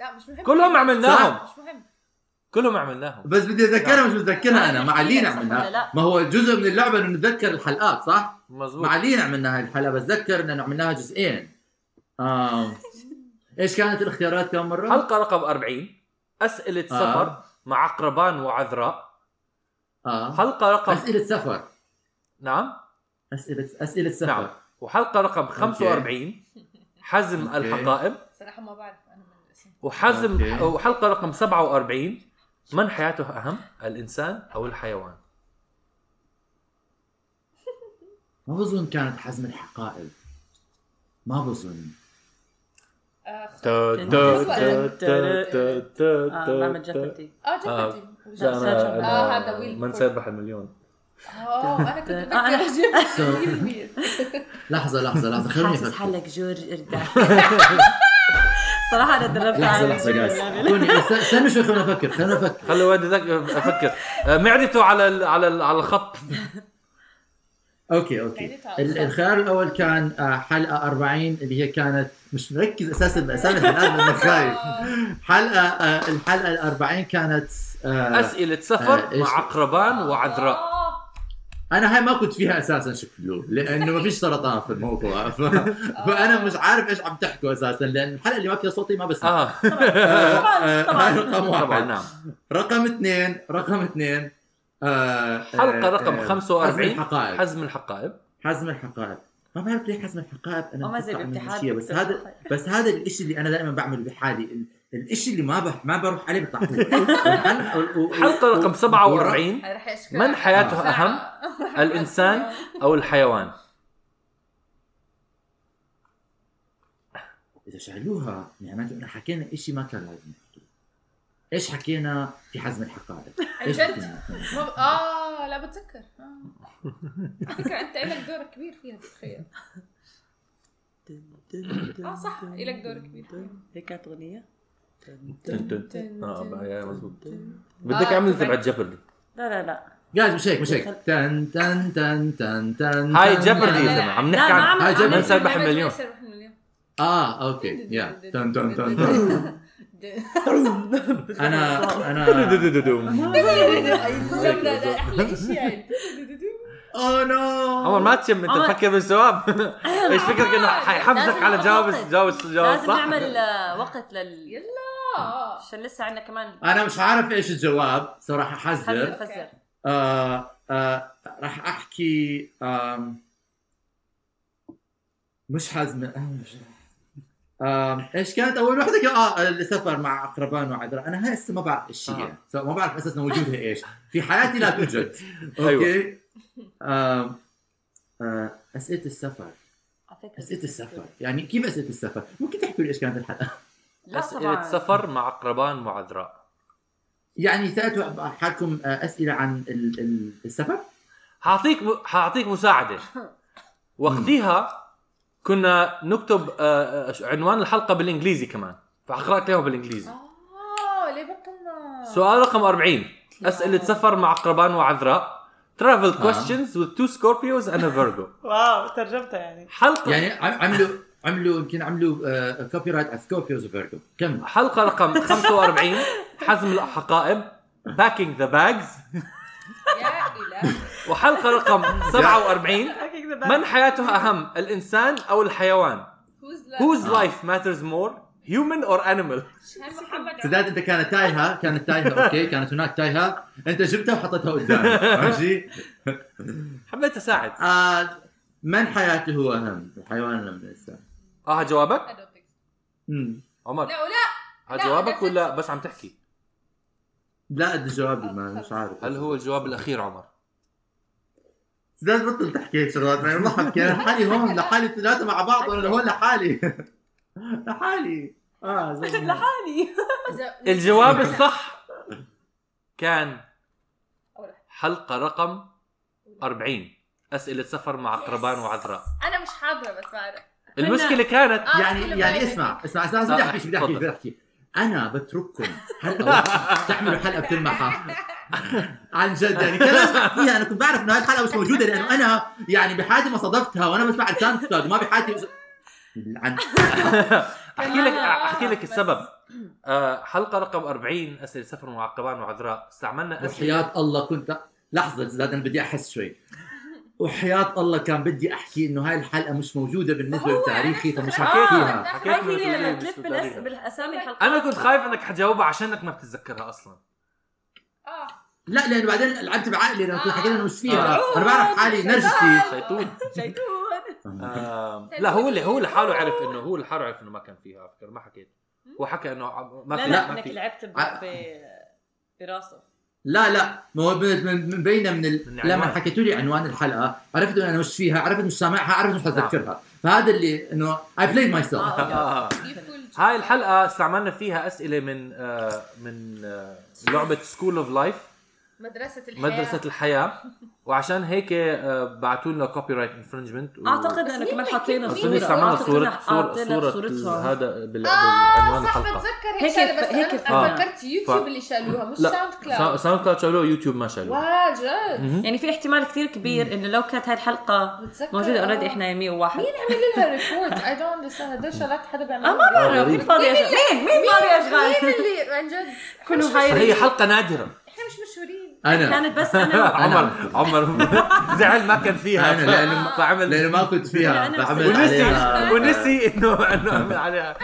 A: لا مش مهم
D: كلهم عملناهم
A: مش مهم
D: (laughs) كلهم عملناهم
B: بس بدي اتذكرها مش متذكرها انا معلين
C: صح ولا لا؟
B: عملناها ما هو جزء من اللعبه انه نتذكر الحلقات صح؟
D: مزبوط
B: معلين عملنا هاي الحلقه بتذكر انه عملناها جزئين آم. ايش كانت الاختيارات كم مره؟
D: حلقة رقم 40 أسئلة
B: آه.
D: سفر مع عقربان وعذراء
B: اه
D: حلقة رقم
B: اسئله سفر
D: نعم
B: اسئله اسئله سفر
D: نعم وحلقة رقم 45 حزم
B: أوكي.
D: الحقائب
A: صراحه ما بعرف انا من الاسم
D: وحزم
B: أوكي.
D: وحلقة رقم 47 من حياته أهم الإنسان أو الحيوان
B: ما بظن كانت حزم الحقائب ما بظن
A: آه،
C: آه، بعمل جفتي
A: اه
D: آه،
A: جد
D: لا،
A: جد.
D: أنا- أنا-
A: آه، هذا ويل
D: ما
A: بيفور.
D: نسبح المليون
A: اه انا
B: (laughs)
A: كنت
C: آه، أنا
A: (laughs) بفكر
B: So-
A: جيب
B: لحظه لحظه
C: (laughs)
B: لحظه خلوني
C: حاسس
B: افكر
C: حالك جورج
B: (laughs)
C: (laughs) ارداح صراحه انا دربت
B: لحظه
C: على
B: لحظه
C: جورج
B: جايز
C: (laughs) إرداح.
B: خلوني استنى شوي خلوني افكر خلوني افكر
D: خلوا والدي ذاك
A: (laughs)
D: افكر آه، معدته على ال على ال على
B: آه.
D: الخط
B: اوكي
A: يعني
C: يعني
B: اوكي ال- الخيار الاول كان آه، حلقه 40 اللي هي كانت مش مركز اساسا باسامي الحلقات لأنه خايف حلقه آه، الحلقه ال 40 كانت آه،
D: اسئله
B: آه،
D: سفر
B: إيش-
D: مع عقربان وعذراء
A: آه،
B: انا هاي ما كنت فيها اساسا شكله لانه ما فيش سرطان في (laughs) الموضوع ف...
A: آه،
B: فانا مش عارف ايش عم تحكوا اساسا لان الحلقه اللي ما فيها صوتي ما بسمع
D: اه
B: آه،
C: طبعاً.
B: هاي رقم (laughs)
D: طبعا
B: واحد
D: نعم
B: رقم اثنين رقم اثنين آه،
D: حلقه
B: آه،
D: رقم
B: آه، حزم
D: 45
B: الحقائب
D: حزم الحقائب
B: حزم الحقائب ما بعرف ليه حزم الحقائب انا
C: وما زي
B: بتوقع منه
C: الامتحان
B: شيء، بس
C: بكتب
B: هذا
C: الحقائب.
B: بس هذا الشيء اللي انا دائما بعمله بحالي ال- الشيء اللي ما بح... ما بروح عليه (laughs) بطلعوه
D: حلقه رقم 47
A: أنا رح أشكرك.
D: من حياته
A: آه. (laughs)
D: اهم الانسان او الحيوان
B: يعني اذا شالوها معناته انه حكينا شيء ما كان لازم نحكيه ايش حكينا في حزم الحقائق
A: (laughs) عن
B: ايش
A: جد؟
B: حكينا
A: مو- اه لا بتذكر آه. على فكره انت لك دور كبير فيها تتخيل اه صح لك دور كبير
C: هيك كانت اغنيه
D: تن- تن-
A: تن-
B: آه،
D: اه
A: تن-
D: بقى- يا مزبوط
C: تن.
D: بدك
A: آه،
D: اعمل
A: تبعت-
D: تبعت جبردي
C: لا لا لا
B: جايز مش هيك مش هيك تن تن تن تن تن
D: هاي
B: تن.
D: جبردي
A: لا،
D: يا
A: لا.
D: زلمه عم
C: لا،
D: نحكي
C: ما
D: عن
C: عم-
B: هاي
C: عم-
B: جبل.
D: من سيربح
A: برنامج
D: المليون
A: ميسر بحمل مليون.
B: اه اوكي يا تن تن تن تن
A: (laughs)
B: انا
D: (laughs)
B: انا
A: جملة ده احلى شيء يعني
B: اوه نو
D: عمر ما تشم انت
C: عمر.
D: تفكر
C: (laughs)
D: بالجواب ايش فكرك انه حيحفزك
C: لازم
D: على جواب
C: نعطي.
D: جواب جواب
C: لازم
D: صح؟
C: نعمل آه، وقت لل
A: يلا آه.
C: عشان لسه عندنا كمان
B: انا مش عارف ايش الجواب صراحه
C: حزر
B: حذر
C: فزر
B: آه آه راح احكي آم مش حزمة آم، مش- آم ايش كانت اول وحده كان- اه السفر مع اقربان وعذراء انا هاي هسه ما بعرف ايش هي
D: آه.
B: سو- ما بعرف اساسا وجودها ايش في حياتي لا توجد اوكي
D: (laughs) أيوة.
B: آم آه اسئله السفر
C: على فكرة.
B: اسئله السفر يعني كيف اسئله السفر ممكن تحكوا لي ايش كانت الحلقه
C: لا
D: اسئله
C: طبعا
D: سفر مع اقربان وعذراء
B: يعني ثلاث حالكم آه، اسئله عن ال- ال- السفر
D: حاعطيك
C: (laughs)
D: حاعطيك مساعده وقتيها كنا نكتب آه، آه، عنوان الحلقه بالانجليزي كمان فحقرات لهم بالانجليزي
A: اه ليه
C: آه.
A: بطلنا
D: سؤال رقم 40 اسئله سفر مع اقربان وعذراء travel questions with two Scorpios and a Virgo
C: واو ترجمتها يعني
D: حلقه
B: يعني عم- عملوا عملوا يمكن عملوا كوبي رايت على سكوربيوز وفيرجو كم
D: حلقه رقم 45 حزم الحقائب باكينج ذا باجز
A: يا اله
D: وحلقه رقم 47 من
C: من
D: حياته اهم الانسان او الحيوان
A: who's left
D: whose life matters more human or animal
A: هل محمد
B: سداد انت كانت تايهه كانت تايهه اوكي كانت هناك تايهه انت جبتها وحطيتها قدامي ماشي
D: حبيت اساعد
B: آه من حياته هو اهم الحيوان ولا من الانسان
D: اه جوابك
A: I don't think so.
B: مم.
D: عمر
A: لا ولا
D: ها
A: لا،
D: جوابك
A: بس-
D: ولا بس عم تحكي
B: لا ادري جوابي ما مش عارف
D: هل هو الجواب الاخير عمر
B: سداد بطل تحكي هيك شغلات انا ما حكي انا لحالي هون لحالي ثلاثه مع بعض وانا هون لحالي (laughs) لحالي اه زي ما-
C: لحالي (laughs)
A: إذا-
D: الجواب
A: لا.
D: الصح كان
A: أول واحد.
D: حلقه رقم 40 اسئله سفر مع قربان وعذراء
A: انا مش حاضره بس بعرف
D: المشكله كانت
A: آه، كله
B: يعني يعني
A: باين.
B: اسمع اسمع اسمع بدي احكي شو بدي احكي شو بدي احكي انا بترككم حلقه واحدة. تعملوا حلقه بتلمحها عن جد يعني كان لازم احكيها انا كنت بعرف انه هاي الحلقه مش موجوده لانه انا يعني بحياتي ما صادفتها وانا بسمع عن ساوند كلاود ما بحياتي عن
D: احكي لك
A: آه،
D: احكي لك
A: بس.
D: السبب آه، حلقه رقم 40 اسئله سفر مع قربان وعذراء استعملنا اسئله
B: وحياه الله كنت لحظه زاد انا بدي احس شوي وحياة الله كان بدي احكي انه هاي الحلقة مش موجودة بالنسبة
A: هو آه.
B: لتاريخي فمش
A: أنا
B: حكيتها
D: حكيت
C: هاي
D: من
C: هي لما
D: الأسئلة
C: تلف
D: مش بالطريقة.
C: بالأس- بالاسامي الحلقات
D: انا كنت خايف انك حتجاوبها عشانك ما بتتذكرها اصلا
A: اه
B: لا لانه بعدين لعبت بعقلي انا كنت حكيت انه مش فيها
D: آه. آه.
B: انا بعرف حالي نرجسي
D: شيطون
C: (laughs) شيطون
D: آم، لا هو اللي هو لحاله عرف انه هو لحاله عرف انه ما كان فيها على فكره ما حكيت هو حكى انه عم- ما
C: لا
D: في
C: لا
D: ما
C: انك
D: في
C: لعبت ب-
B: ع-
C: ب- براسه
B: لا لا ما هو من- من- من بينه من, ال...
D: من
B: لما
D: عنوان.
B: حكيتوا لي عنوان الحلقه عرفت انه انا مش فيها عرفت مش سامعها عرفت مش
D: نعم.
B: حتذكرها فهذا اللي انه اي بلاي ماي سيلف
D: آه. هاي الحلقه استعملنا فيها اسئله من آه، من آه، لعبه سكول اوف لايف
A: مدرسة الحياة
D: مدرسه الحياه وعشان هيك آه، بعتوا لنا كوبي رايت انفرنجمنت
C: اعتقد انه
A: مين
C: كمان
A: اللي-
C: حاطين
A: بس
D: اظن
A: مين
D: استعملنا
A: أعتقد
D: صوره صورة صورة ال-
C: صورتهم
D: هذا بال-
A: اه
C: آه،
D: بالعنوان
A: صح
D: الحلقه
A: بتذكر هيك
C: هيك
A: شغلة، بس
C: ف- هيك آه. ف-
A: انا فكرت يوتيوب اللي شالوها مش
D: لا.
A: ساوند كلاود
D: سا- ساوند كلاود شالوه يوتيوب ما شالوه
A: واو جد
D: مهم.
C: يعني في احتمال كثير كبير انه لو كانت هاي الحلقه
A: بتذكر
C: موجوده
A: آه.
C: اوريدي احنا 101
A: مين عمل لها ريبورت؟ اي دونت اندرستاند هدول شغلات حدا بيعملها
C: اه ما بعرف مين
D: غريب.
C: فاضي يا شباب؟ مين مين فاضي يا
A: مين
C: شباب؟
A: اللي عن جد؟
C: كلوا
D: فهي
C: هاي
D: حلقه نادره
A: احنا مش مشهورين
B: انا
C: كانت بس
D: (laughs)
C: انا
D: عمر
B: (laughs)
D: عمر (laughs) زعل ما كان فيها
B: أنا لأنه-
D: ف- فعمل
B: لانه ما كنت فيها
C: لأنه
B: فعملت
C: مسجل.
D: ونسي
B: عليها
D: ونسي انه
B: (laughs)
D: انه عمل عليها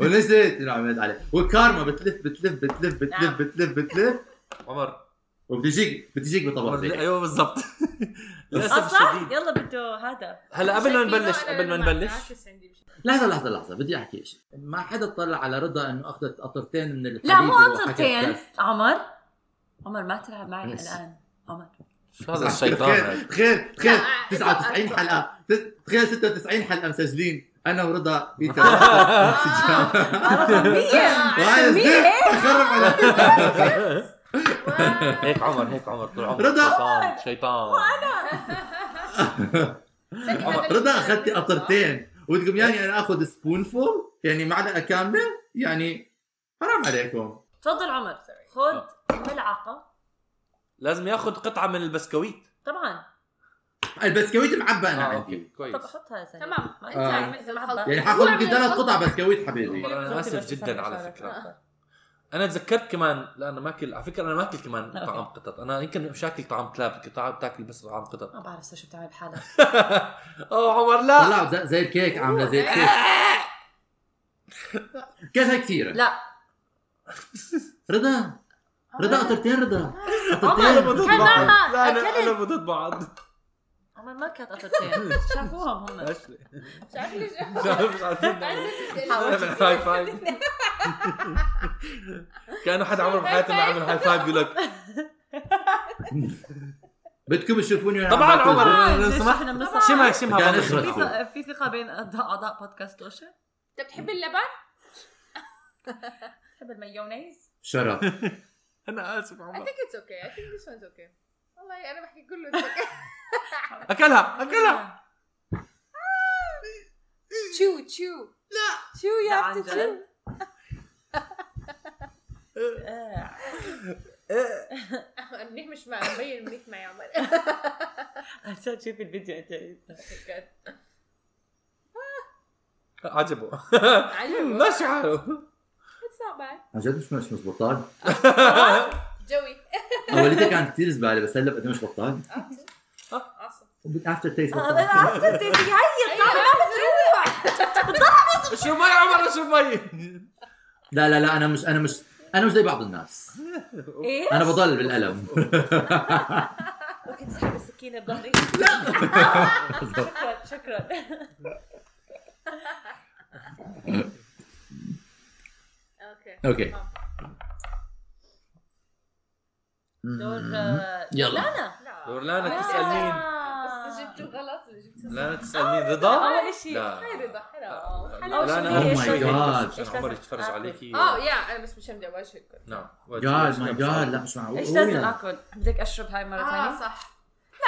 B: ونسيت انه عملت عليها والكارما بتلف بتلف بتلف بتلف
C: نعم.
B: بتلف بتلف
D: عمر
B: وبتجيك بتجيك
D: عمر
B: بطبق (laughs)
D: ايوه بالضبط
C: اه
D: للاسف
C: صح
D: الشديد
C: يلا بده هذا
D: هلا قبل
A: شايفينه
D: ما نبلش
A: أنا
D: قبل ما
A: لما
D: نبلش
A: عاكس عندي مش-
B: لحظه لحظه لحظه بدي احكي شيء ما حدا طلع على رضا انه اخذت قطرتين من الحليب
C: لا مو
B: وحكت
C: قطرتين
B: بس.
C: عمر عمر ما تلعب معي
B: بس.
C: الان عمر
D: شو
B: (laughs)
D: هذا الشيطان هذا؟
B: تخيل تخيل
A: لا،
B: 99 حلقه تخيل 96 حلقه مسجلين انا ورضا في تلاته
A: آه.
D: (laughs)
C: رقمية
B: وهاي الزفت خرب على
D: هيك عمر هيك عمر طول عمر
B: رضا.
D: شيطان شيطان
B: رضا اخذتي قطرتين وتقوم يعني انا اخذ سبونفول يعني معلقه كامله يعني حرام عليكم
C: تفضل عمر خذ ملعقة
D: لازم ياخذ قطعه من البسكويت
C: طبعا
B: البسكويت معبى انا
D: اه
B: عندي
D: اوكي كويس
C: طب حطها يا زلمة
A: تمام
C: ما
A: ما
C: أنت
B: آه.
C: عم- إذا ما حبيت.
B: يعني حاخذ يمكن ثلاث قطع بسكويت
D: (laughs)
B: حبيبي
D: والله انا
C: شوفي
D: اسف
C: بس
D: جدا على
C: شعرك.
D: فكره
C: آه.
D: انا تذكرت كمان لا انا ماكل على فكره انا ماكل كمان
C: أوكي.
D: طعام قطط انا يمكن مش اكل طعام كلاب طعام بتاكل بس طعام قطط
C: ما بعرف شو بتعمل بحالك
D: اوه عمر لا
B: طلعوا زي- زي الكيك عامله زي الكيك كذا كثيره
C: لا
B: رضا رضا قطرتين رضا
C: آه،
D: انا
B: قطرتين
D: بضد
C: كمان
D: بعض لا
C: أكلت.
D: انا انا بضد بعض
C: عمر آه، ما كانت قطرتين شافوهم هم
D: أشلي.
A: مش عارف ليش
D: مش عارف- مش عارفين نعمل- نعمل هاي فايف كانه حدا عمره بحياته ما عمل هاي فايف بيقول لك
B: بدكم تشوفوني وأنا
D: طبعاً
B: عم باكل
D: عمر.
B: زبدة.
D: آه، لو
C: ليش
D: سمحت.
C: إحنا بنص-
D: شمها شمها
B: كان
D: بعض.
B: يخرب.
C: في ث- في ثقة بين أعضاء- أعضاء بودكاست أوشا
A: انت بتحب اللبن؟
C: بحب المايونيز
B: شرف
D: انا اسف
A: I
D: عمر
A: think it's okay. I think this one's okay. والله انا بحكي كله it's okay.
D: اكلها اكلها
A: تشو تشو لا تشو
C: لا،
A: يا
C: عن
A: عم تشو
C: جد. آه.
A: آه، منيح مش مع مبين منيح مع (laughs) عمر
C: عشان تشوف الفيديو انت
D: عجبه
A: عجبه.
D: ماشي حاله
A: It's not bad.
B: عن جد مش مش بطال
A: جوي
B: اوليتها كانت كثير زباله بس هلا قد إيه مش بطال
A: awesome.
B: افتر تيست
C: انا آه، عرفت انت هي الطعم
D: شو مي عمر شو مي
B: لا لا لا انا مش انا مش انا مش زي بعض الناس
C: ايه
B: انا بضل بالقلم
C: ممكن تسحب السكينه بظهري شكرا شكرا
A: Okay.
B: اوكي
C: دور آه،
B: يلا.
C: لانا
A: لا
D: دورلانا تسال مين
C: آه.
A: بس جبته غلط اللي جبته صح.
D: لانا تسال مين رضا
C: اول شيء
D: لا.
A: هاي (laughs) رضا حرام
C: أول شيء
D: لا
C: هي
D: انا
C: إيش
D: شوي
B: لازم-
D: هيك بس
C: إيش
D: عشان عمر
C: لازم
D: يتفرج
C: آكل؟
D: عليك
A: اه يا انا بس مش مدي وجهك
D: نعم
B: جاد ماي جاد لا مش معقول
C: ايش لازم اكل؟ بدك اشرب هاي مره
A: اه
C: ثانيه؟
A: صح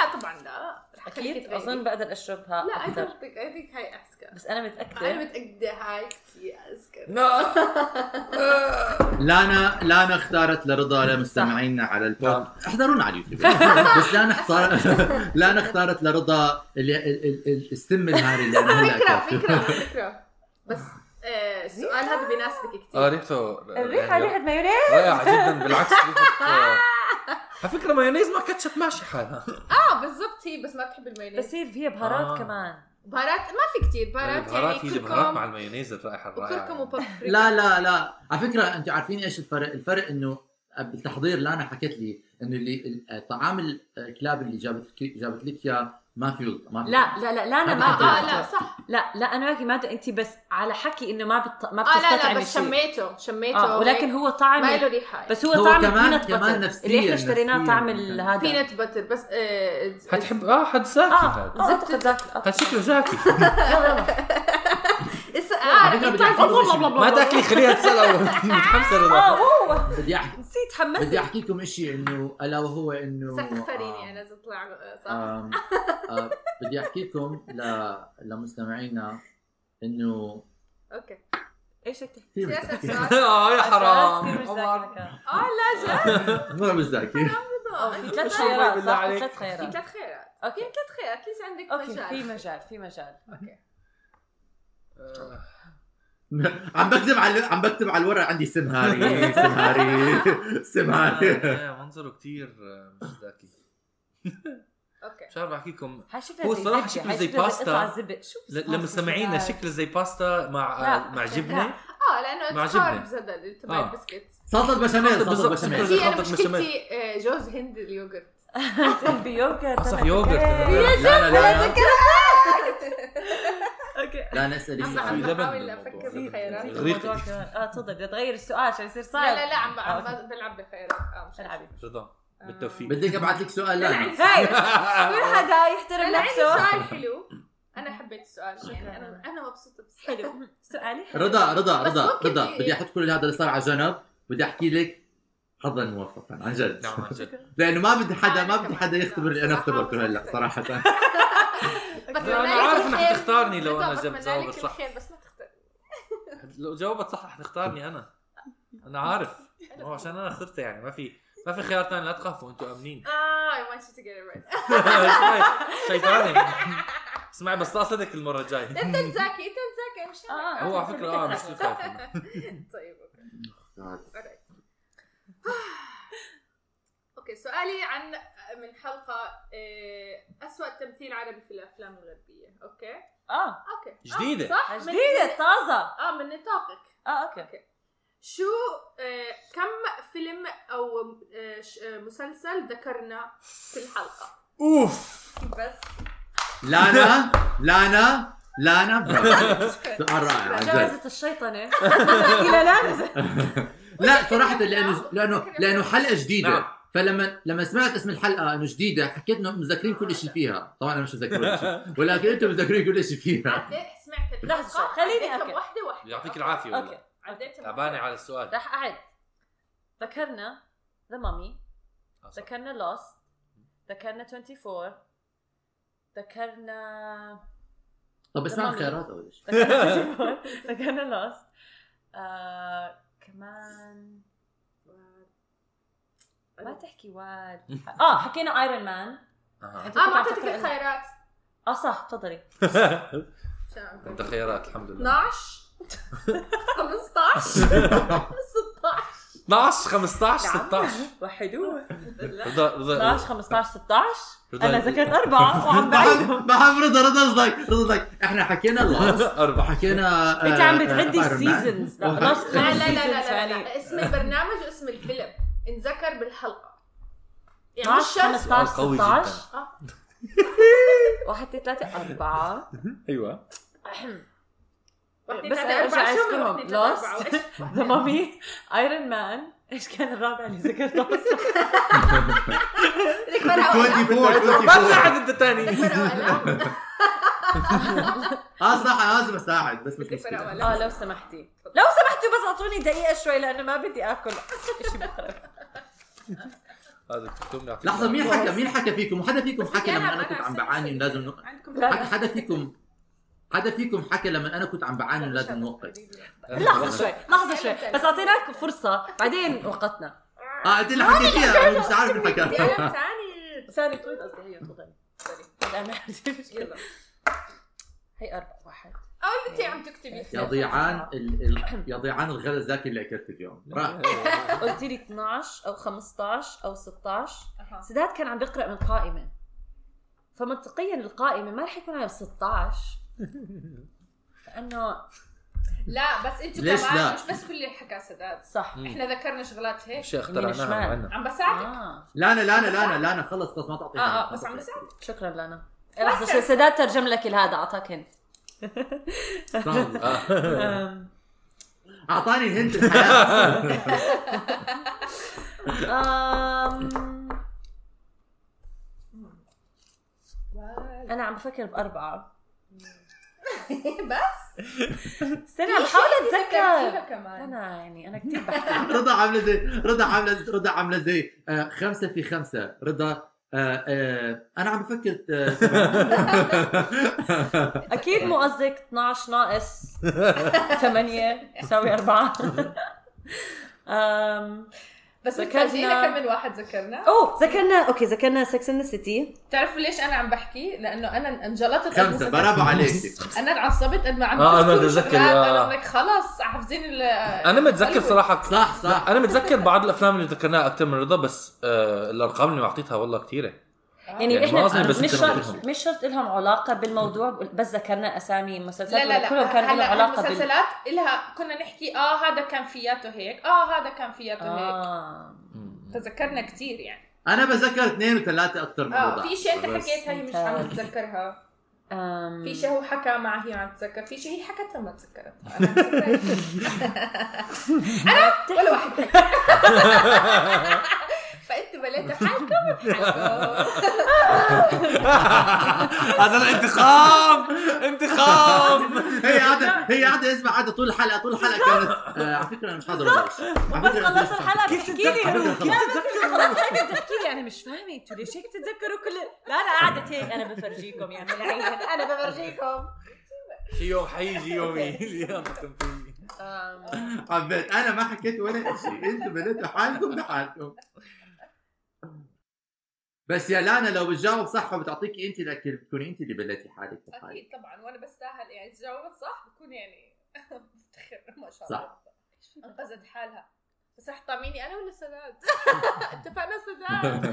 A: لا طبعا لا رح
C: اكيد
A: أخليك
C: اظن
A: تغيري.
C: بقدر اشربها
A: لا اي
C: اكثر
A: دونت ثينك اي ثينك هاي اذكى
C: بس انا متاكده
A: انا متاكده هاي كثير اذكى
D: لا
B: لانا لانا اختارت لرضا لمستمعينا على البود احضرونا على اليوتيوب بس لانا اختارت (laughs) لانا اختارت لرضا ال- ال- ال- ال- السم الهاري اللي انا هلا
A: فكره
B: أكلته.
A: فكره فكره بس آه، السؤال هذا بيناسبك كثير
D: اه ريحته
C: الريحه ريحه مايونيز
D: رائعه جدا بالعكس ريحه آه، على فكره مايونيز مع كاتشب ماشي حالها
A: اه بالضبط هي بس ما بتحب المايونيز
C: بس
A: بس
C: هي فيها بهارات
D: آه.
C: كمان
A: بهارات ما في كثير بهارات يعني
D: البهارات يجي بهارات مع
A: كركم
D: المايونيز الرائحه الرائعه
A: وكركم وبابريكا
B: لا لا لا على فكره انتم عارفين ايش الفرق الفرق انه بالتحضير لانا حكت لي انه اللي آه، طعام الكلاب اللي جابت جابت لك اياه ما فيه ما فيه
C: لا لا لا لا انا
B: ما
C: ما
A: اه
B: بتحضر.
A: لا
C: لا
A: صح
C: لا لا انا راكي ما انت بس على حكي انه ما بت... ما
A: اه لا
C: بتستطعم
A: لا بس
C: الشيء.
A: شميته شميته
C: اه ولكن هو طعم
A: ما له ريحه
C: بس هو,
B: هو
C: طعم
B: كمان-
C: البينات
B: كمان
C: باتر
B: نفسياً-
C: اللي احنا اشتريناه
B: نفسياً
C: طعم
B: كمان.
C: ال- هذا
A: بينت بتر بس آه،
D: حتحب اه حد زاكي
C: اه
D: هذا.
C: زبط ذاك
D: هذا شكله زاكي
A: اس- اه
B: على فكرة
A: رح
B: بدي أحكي
A: يطلع-
B: شيء.
D: ما تاكلي خليها تسال اول متحمسه
C: اه
D: رضا
C: اوه
B: بدي احكي
C: نسيت حمست
B: بدي احكي لكم شيء انه الا وهو انه
A: صح تختاريني
B: آه،
A: انا اذا طلع صح
B: آم، آه، بدي احكي لكم ل... لمستمعينا انه
A: اوكي
C: ايش بدك تحكي؟
B: في
A: بدي أسأل
B: آه.
A: سؤال.
D: اه يا
C: كثير
D: حرام
C: مش ذاكرة كان.
A: اه لا
B: (laughs)
A: جد
B: ما مش ذاكي
C: اه
A: في
C: في ثلاث
D: شو بالله
C: خيارات صح في
D: عليك؟
C: ثلاث
A: في
C: خيارات
A: ثلاث خيارات في
C: اوكي
A: ثلاث خيارات ليش عندك
C: اوكي في
A: مجال
C: مجال في مجال
A: اوكي
B: عم بكتب على عم بكتب على الورق عندي سم هاري سم (laughs) هاري سم هاري
D: آه، منظره كثير مش ذاكي
A: اوكي
D: مش عارف احكي لكم
C: هاي شكلها
D: هو
C: زي آه، زبدة، هاي شكلها
D: الصراحة شكله زي باستا.
C: قطع زبد. شو
D: ل-
C: بسمع
D: لمستمعينا
C: صوت
D: شكله زي باستا مع
C: لا،
D: آه، مع
C: لا.
D: جبنه
A: اه لانه
D: مع
A: اتس
D: جبنة.
A: هارد زدل تبع
D: آه.
A: البسكت
B: صلصة البشاميل صلصة
D: بالضبط.
B: البشاميل
A: هي انا
D: خلطة
A: مشكلتي
D: بشاميل.
A: آه، جوز هند اليوغرت
C: هذا؟ بيوغرت
D: آه، صح
C: أنا
D: يوغرت
C: فكرت.
B: لا لا لا
C: اوكي
B: لا انا اسالي
A: عم
D: في
A: عم
B: سؤال.
D: لبن
A: بحاول
D: بالموضوع.
A: افكر
D: في-
A: بالخيارات
D: في- إغريقي.
C: الموضوع كمان اه تفضل بدي تغير السؤال عشان يصير صعب
A: لا لا لا عم
C: آه،
A: عم
C: أوكي.
A: بلعب بالخيارات اه مش
C: العبي
D: رضا
A: Ehm,
D: بالتوفيق
C: (laughs)
B: بدك ابعث لك سؤال
A: لا، لا،
B: لا
A: عندي
C: هاي كل حدا
A: لا
C: يحترم
A: لا عندي
C: نفسه
A: سؤال حلو انا حبيت السؤال يعني انا انا مبسوطه بالسؤال
C: حلو سؤالي
B: رضا رضا
A: بس
B: رضا
A: ممكن
B: رضا
A: في-
B: بدي احط كل هذا اللي صار على جنب بدي احكي لك حظا موفقا عن جد
D: (laughs) نعم عن جد
B: لانه ما بدي حدا ما
A: أنا
B: بدي
A: كمان.
B: حدا يختبر اللي انا
A: صراحة
B: اختبرته
A: مبسوطة.
B: هلا صراحه
A: بتمنى
D: أنا
A: لك
D: عارف إنك
A: الخير.
D: تختارني لو
A: رضا،
D: أنا جبت
A: بتمنى
D: جواب
A: لك
D: صح.
A: الخير بس ما تختار
D: لو جاوبت صح رح تختارني انا انا عارف ما هو عشان انا خرت يعني ما في ما في خيار ثاني لا تخافوا انتم (laughs) امنين
A: اه I want you to get it right
D: شيطاني يعني. اسمعي بس لا صدق المره الجايه
A: انت تذاكي انت تذاكي مش أنا.
C: آه.
D: هو على فكره اه مش خايف
A: طيب اوكي alright. آه. اوكي سؤالي عن من حلقه آه، أسوأ تمثيل عربي في الافلام الغربيه اوكي
C: اه
A: اوكي آه،
D: جديدة.
A: صح من-
C: جديده طازه
A: اه من نطاقك
C: اه اوكي
A: شو آه، كم فيلم او آه، ش- آه، مسلسل ذكرنا في الحلقه
D: اوف
A: بس
B: لانا لانا لانا برافو عليك. سؤال رائع عن جد
C: جوزة (laughs) الشيطنه الى لا
B: لا صراحه لانه لانه لانه حلقه
D: نعم.
B: جديده فلما لما سمعت اسم الحلقه انه جديده حكيت انه مذاكرين كل شيء فيها طبعا انا مش مذاكر ولا شيء ولكن انتم مذاكرين كل شيء فيها
A: عديت سمعت الحلقه
C: لحظة، خليني
A: عديتهم
C: أركز.
A: واحده واحده
D: يعطيك
A: أوكي.
D: العافيه والله
C: اوكي
A: عديتهم
D: تعبانه
A: واحدة.
D: على السؤال
C: راح اعد ذكرنا ذا مامي ذكرنا لوست ذكرنا 24 ذكرنا
B: طب اسمع
C: تمام.
B: الخيارات اول شيء
C: ذكرنا (laughs) 24 ذكرنا لوست آه كمان ما تحكي واد اه حكينا ايرون مان
D: أها.
A: اه ما اعطيتك الخيارات
C: اه صح تفضلي
A: شو عم بقول؟
D: انت خيارات الحمد لله
A: 12 15 16
D: 12 15 16
C: (laughs) وحدوه
D: رضا رضا
C: 12 15 16
D: رضا-
C: انا ذكرت اربعه وعم بعيدهم
B: ما حب رضا رضا صدق رضا صدق احنا حكينا
D: (laughs)
B: لوست
D: أربعة
B: وحكينا آه،
C: انت عم
B: آه،
C: بتعدي
B: Iron Man.
C: السيزونز لا
B: وحك-
C: خلاص
A: لا لا لا لا, لا, لا. اسم البرنامج واسم الفيلم انذكر بالحلقه يعني (laughs) مش
C: 12
A: شرط
C: 15
D: قوي
C: 16
A: آه.
C: (laughs) واحد اثنين ثلاثة أربعة
D: ايوه
A: واحد، اثنين،
C: بس
A: ثلاثة،
C: أنا أرجع
A: أربعة. شو من
C: أذكرهم.
A: واحد، اثنين،
C: Lost.
A: ثلاثة، أربعة؟ وإيش؟
C: ذا مامي أيرون مان إيش كان الرابع اللي
A: (laughs)
C: ذكرته
A: لك مرة أولى
B: (laughs) 24
D: ما تساعد انت ثاني
A: مرة أولى
B: اه صح انا لازم اساعد بس مش
A: بدك فرق
B: مشكله
A: ولا؟
C: (laughs) آه لو سمحتي لو سمحتوا بس أعطوني دقيقة شوي لأنه ما بدي آكل
A: (laughs)
C: شيء بكره
D: هذا التوم يعطيك
B: لحظه مين
D: العافية.
B: حكى مين حكى فيكم وحدا فيكم
A: بس
B: حكى
A: بدي
B: لما انا
A: ألعب
B: كنت عم
A: أنا عشان
B: بعاني
A: شيء.
B: لازم نوقف
A: عندكم
C: لا،
B: حد- حدا فيكم حدا فيكم حكى لما انا كنت عم بعاني لازم نوقف
C: لحظة شوي لحظة شوي بس أعطيناك فرصة بعدين وقتنا
B: اه انت اللي حكيتيها انا مش عارف مين
A: بدي ألعب
B: (laughs) حكى
A: ثاني
C: ثاني طويل قصدي هي تفضلي هلا ما عندي
A: يلا
C: مشكلة هي أربعة واحد
A: أول بنتي عم تكتبي
B: يضيعان ال... ال... يضيعان الغلا الزاكي اللي اكلته اليوم رائع.
C: قلت لي 12 أو 15 أو 16
A: أها.
C: سداد كان عم بيقرا من قائمه فمنطقيا القائمه ما رح يكون على 16 لانه
A: لا بس انتوا
B: ليش لا؟
A: كمان مش بس كل اللي حكى سداد
C: صح
A: احنا ذكرنا شغلات هيك
D: اشياء
C: يمين
D: اخترعناها
C: وشمال.
D: عنا
A: عم بساعدك
C: آه.
B: لانا لانا لانا لانا خلص خلص ما تعطيني
A: اه اه بس عم بساعدك
C: شكرا لنا إيه، لحظه شوي سداد ترجم لك هذا اعطاك هند
B: بساعدك
D: آه.
C: آم،
B: اعطاني الهند الحياه
C: آم، انا عم بفكر باربعه
A: (laughs) بس
C: استنى عم بحاول
A: ذكرتيها
C: اتذكر
A: كمان
C: انا يعني انا (laughs) كثير بحكي
B: رضا عامله زي رضا عامله زي رضا عامله زي آه خمسه في خمسه رضا آه آه انا عم بفكر آه
A: (laughs)
C: اكيد مو قصدك 12 (laughs) ناقص 8 يساوي 4 امم
A: بس
C: ذكرنا-
A: متفاجئين كم من واحد ذكرنا
C: اوه ذكرنا اوكي ذكرنا سكس ان سيتي
A: بتعرفوا ليش انا عم بحكي؟ لانه انا انجلطت قد ما
B: خمسه
A: صرت- (laughs)
B: برافو عليك
A: انا اتعصبت قد ما عم
D: آه، أنا
A: تذكر
D: بتذكر،
A: شغلات،
D: آه.
A: انا لك خلص حافظين ال
D: انا متذكر صراحه
B: صح صح
D: انا متذكر بعض الافلام اللي ذكرناها اكثر من رضا بس آه الارقام اللي اعطيتها والله كثيره
C: يعني,
D: يعني
C: احنا
D: ما قصدي بس
C: مش شرط
D: ذكرناهم.
C: مش شرط لهم علاقه بالموضوع بس ذكرنا اسامي مسلسلات
A: لا لا لا
C: كلهم كان لهم
A: هلا
C: علاقه بال
A: المسلسلات الها كنا نحكي اه هذا كان فياته هيك اه هذا كان فياته هيك
C: اه
A: تذكرنا كثير يعني
B: انا بذكر اثنين وثلاثه اكثر من
A: اه
B: رضا
A: في شيء انت
B: بس-
A: حكيتها هي مش عم تتذكرها
C: أم،
A: في شيء هو حكى مع هي عم تتذكر في شيء هي حكتها ما تذكرتها انا عم (laughs) تذكرها. انا ولا واحد فانت بليت انتوا حالكم
C: (laughs)
A: بحالكم
D: (laughs) هذا الانتقام انتقام
B: هي
A: (laughs)
B: قاعده هي قاعده اسمع قاعده طول الحلقه طول الحلقه كانت آه، على فكره انا مش
A: (laughs)
B: حاضر ولا شيء. على
C: بس
B: فكرة أنا
C: خلصت
B: مش حاضر.
C: الحلقه بتحكي لي (laughs)
B: على فكرة
C: لا
B: خلصت.
C: بس خلصت هيك بتحكي لي انا مش فاهمه انتوا ليش هيك بتتذكروا كل لا انا قعدت هيك انا بفرجيكم يعني. يا ملعين
A: انا بفرجيكم
D: شي يوم حيجي يومي (laughs) اللي ينتقم فيه
A: أم،
B: حبيت انا ما حكيت ولا شيء انتوا بنيتوا حالكم لحالكم بس يا لانا لو بتجاوب صح وبتعطيكي انت لك بتكوني انت اللي بليتي حالك بحالك
A: اكيد طبعا وانا بستاهل يعني إذا جاوبت صح بكون يعني (laughs) بفتخر ما شاء الله
B: صح.
A: انقذت حالها بس رح تطعميني انا ولا
B: (laughs)
A: سداد؟ اتفقنا سداد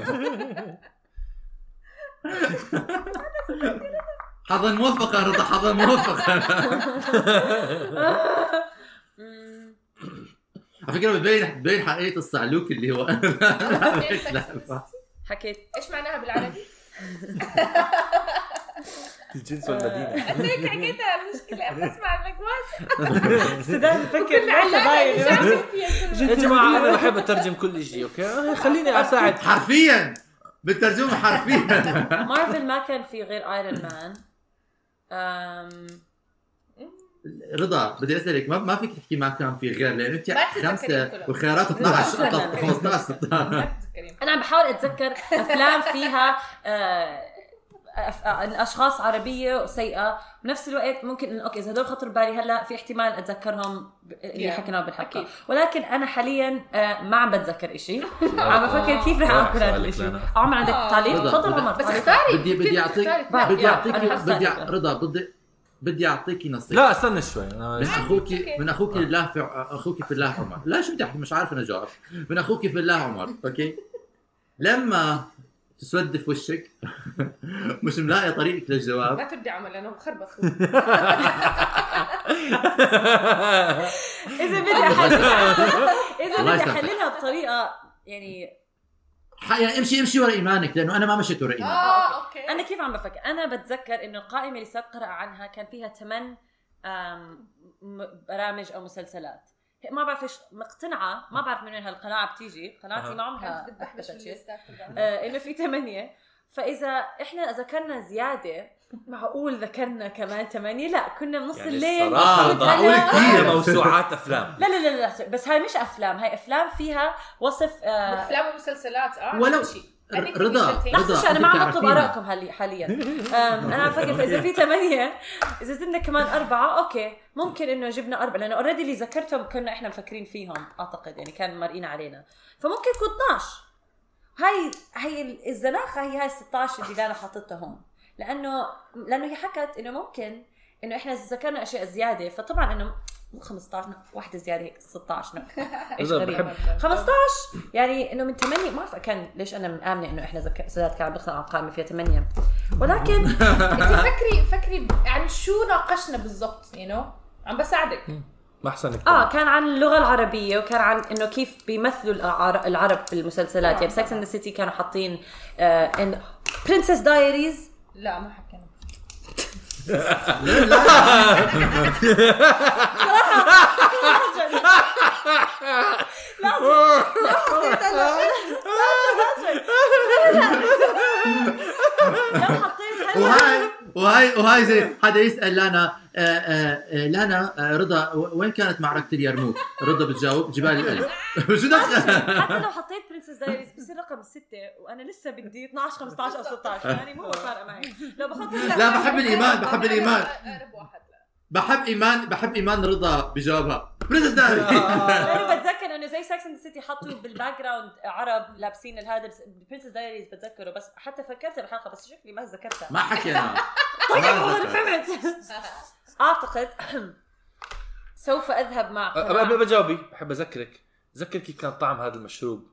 B: حظا موفقا رضا حظا موفقا
C: أمم.
B: على فكره بتبين بتبين حقيقه الصعلوك اللي هو
C: (laughs)
A: (laughs)
C: حكيت
A: ايش معناها بالعربي؟
D: الجنس والمدينه
A: انت هيك حكيتها المشكله
B: (laughs)
A: بسمع لك واحد
C: سداد بفكر
A: كل عشان
D: يا جماعه انا بحب اترجم كل شيء اوكي خليني اساعد
B: حرفيا بالترجمه حرفيا
C: مارفل ما كان في غير ايرون مان أم،
B: رضا بدي اسالك ما, ما فيك تحكي ما كان في غير لان انت
A: ما تتذكري
B: خمسه
A: كلهم.
B: والخيارات 12
C: لا، لا، لا.
B: 15
A: (laughs)
B: 16
C: انا عم بحاول اتذكر افلام فيها آه، أف- آه، الاشخاص عربيه وسيئه بنفس الوقت ممكن انه اوكي اذا هدول خطروا ببالي هلا في احتمال اتذكرهم ب- اللي
A: Yeah.
C: حكيناه بالحلقه
A: أكيد.
C: ولكن انا حاليا آه، ما عم بتذكر
A: (laughs)
C: إشي عم بفكر كيف رح اعقل هذا الشيء عمر عندك
A: آه.
C: تعليق
B: رضا،
C: تفضل
B: رضا.
C: عمر
A: بس
C: تعليق.
B: (laughs)
A: اختاري
B: بدي بدي اعطيك
C: بعد.
B: بدي
C: يلا،
B: اعطيك
C: أنا حاسة
B: بدي
C: هيك.
B: رضا بدي بدي اعطيكي نصيحه
D: لا استنى شوي انا
B: من
C: (laughs)
D: مش-
B: اخوك
A: أوكي.
B: من اخوك لله في اخوك في الله عمر لا شو بدي احكي مش عارف انا جواب من اخوك في الله عمر اوكي لما تسودف وشك مش ملاقي طريقك للجواب
A: ما تبدي عمل انا مخربط
B: (laughs)
D: يعني
C: اذا بدي احللها اذا
B: الله
C: بدي
B: يسامحك.
C: احللها بطريقه يعني
B: ح- يعني امشي امشي ورا ايمانك لانه انا ما مشيت ورا
D: آه.
B: ايمانك
A: اه اوكي
C: انا كيف عم بفكر انا بتذكر انه القائمه اللي سبق قرأ عنها كان فيها ثمان برامج او مسلسلات هيك ما بعرف ايش مقتنعه ما بعرف من وين هالقناعه بتيجي قناعتي
D: أها.
C: ما عمرها اختلفت آه، انه في ثمانيه فاذا احنا ذكرنا زياده معقول ذكرنا كمان ثمانيه لا كنا بنص
D: يعني
C: الليل
D: الصراحة
C: كنت
D: معقول
C: أنا-
D: كثير موسوعات افلام
C: آه، لا لا لا لا بس هاي مش افلام هاي افلام فيها وصف آه،
A: افلام ومسلسلات اه
B: ولو-
A: كل شيء. أنا كنت
B: رضا،
A: entertained.
B: رضا.
C: لحظة شو انا ما
B: أنت
C: عم بطلب
B: بتعرفينا.
C: ارائكم هلي حاليا أم، انا عم بفكر فاذا في ثمانية اذا زدنا كمان اربعة اوكي ممكن انه جبنا اربعة لانه اوريدي اللي ذكرتهم كنا احنا مفكرين فيهم اعتقد يعني كان مرقين علينا فممكن يكون 12 هاي هي ال- الزناخة هي هاي 16 اللي لانا حاطتهم لانه لانه هي حكت انه ممكن انه احنا ذكرنا اشياء زيادة فطبعا انه مو 15 نقطة، واحدة زيادة هيك 16 نقطة ايش
D: إذا
C: غريب
D: بحب-
C: 15 يعني انه من 8 ما أعرف كان ليش انا مآمنة انه احنا زك... سداد كان عم بيقنع قائمة فيها 8 ولكن
A: انت فكري فكري عن شو ناقشنا بالضبط يو نو عم بساعدك
D: ما احسن
C: اه كان عن اللغة العربية وكان عن انه كيف بيمثلوا العر- العرب بالمسلسلات يعني سكس اند ذا سيتي كانوا حاطين آه ان برنسس دايريز
A: لا ما حكينا
C: لو حطيت هلا
B: وهاي وهاي وهاي زي حدا يسال لانا آه، آه، آه، لانا آه، رضا و- وين كانت معركه اليرموك؟ رضا بتجاوب جبال القلب (laughs) شو دخل؟
C: حتى لو حطيت برنسس دايريز بصير رقم ستة وانا لسه بدي 12 15 او 16 يعني مو فارقة معي لو بحط
B: لا بحب الايمان بحب
A: أنا-
B: الايمان
A: أنا- أنا بواحد لا.
B: بحب ايمان بحب ايمان رضا بجاوبها برنس داري
C: انا بتذكر انه زي ساكس اند سيتي حطوا بالباك جراوند عرب لابسين الهذا بس برنسس دايريز بتذكره بس حتى فكرت بالحلقه بس شكلي ما ذكرتها
B: ما حكينا
C: طيب
B: ما
C: والله
B: ذكرت.
C: فهمت اعتقد (clears throat) سوف اذهب مع
B: أه،
D: قبل ما جاوبي بحب اذكرك ذكر كيف كان طعم هذا المشروب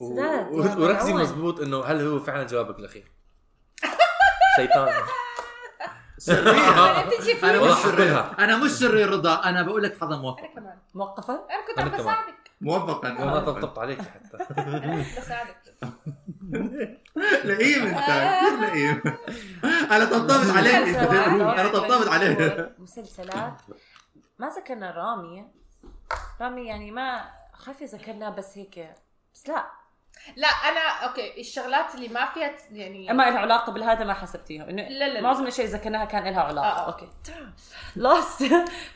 D: و-
C: سداد،
D: و-
C: يا
D: وركزي
C: مروان.
D: مزبوط انه هل هو فعلا جوابك الاخير (laughs)
C: (laughs)
D: شيطان
A: انا بتجي
B: انا
A: فيني
B: مش
D: والله
B: شرير
D: حقولها.
B: انا مش شرير رضا انا بقول لك حظا موفق
A: انا كمان
B: أه.
C: موقفه
A: انا كنت
D: أنا
A: عم
D: كمان.
A: بساعدك
B: موفقا
D: ما
B: موفقا
D: طبطبت عليك حتى
A: انا كنت بساعدك
B: لئيم انت كثير لئيم انا طبطبت عليك انت زي الروح. انا طبطبت عليك
C: مسلسلات ما ذكرنا رامي رامي يعني ما خفي ذكرناه بس هيك بس لا
A: لا انا اوكي الشغلات اللي ما فيها ت- يعني
C: إيه، ما لها علاقه بالهذا ما حسبتيها انه
A: لا، لا، لا.
C: معظم الاشياء اذا كانها كان لها علاقه
A: آه، آه.
C: اوكي (laughs) لاست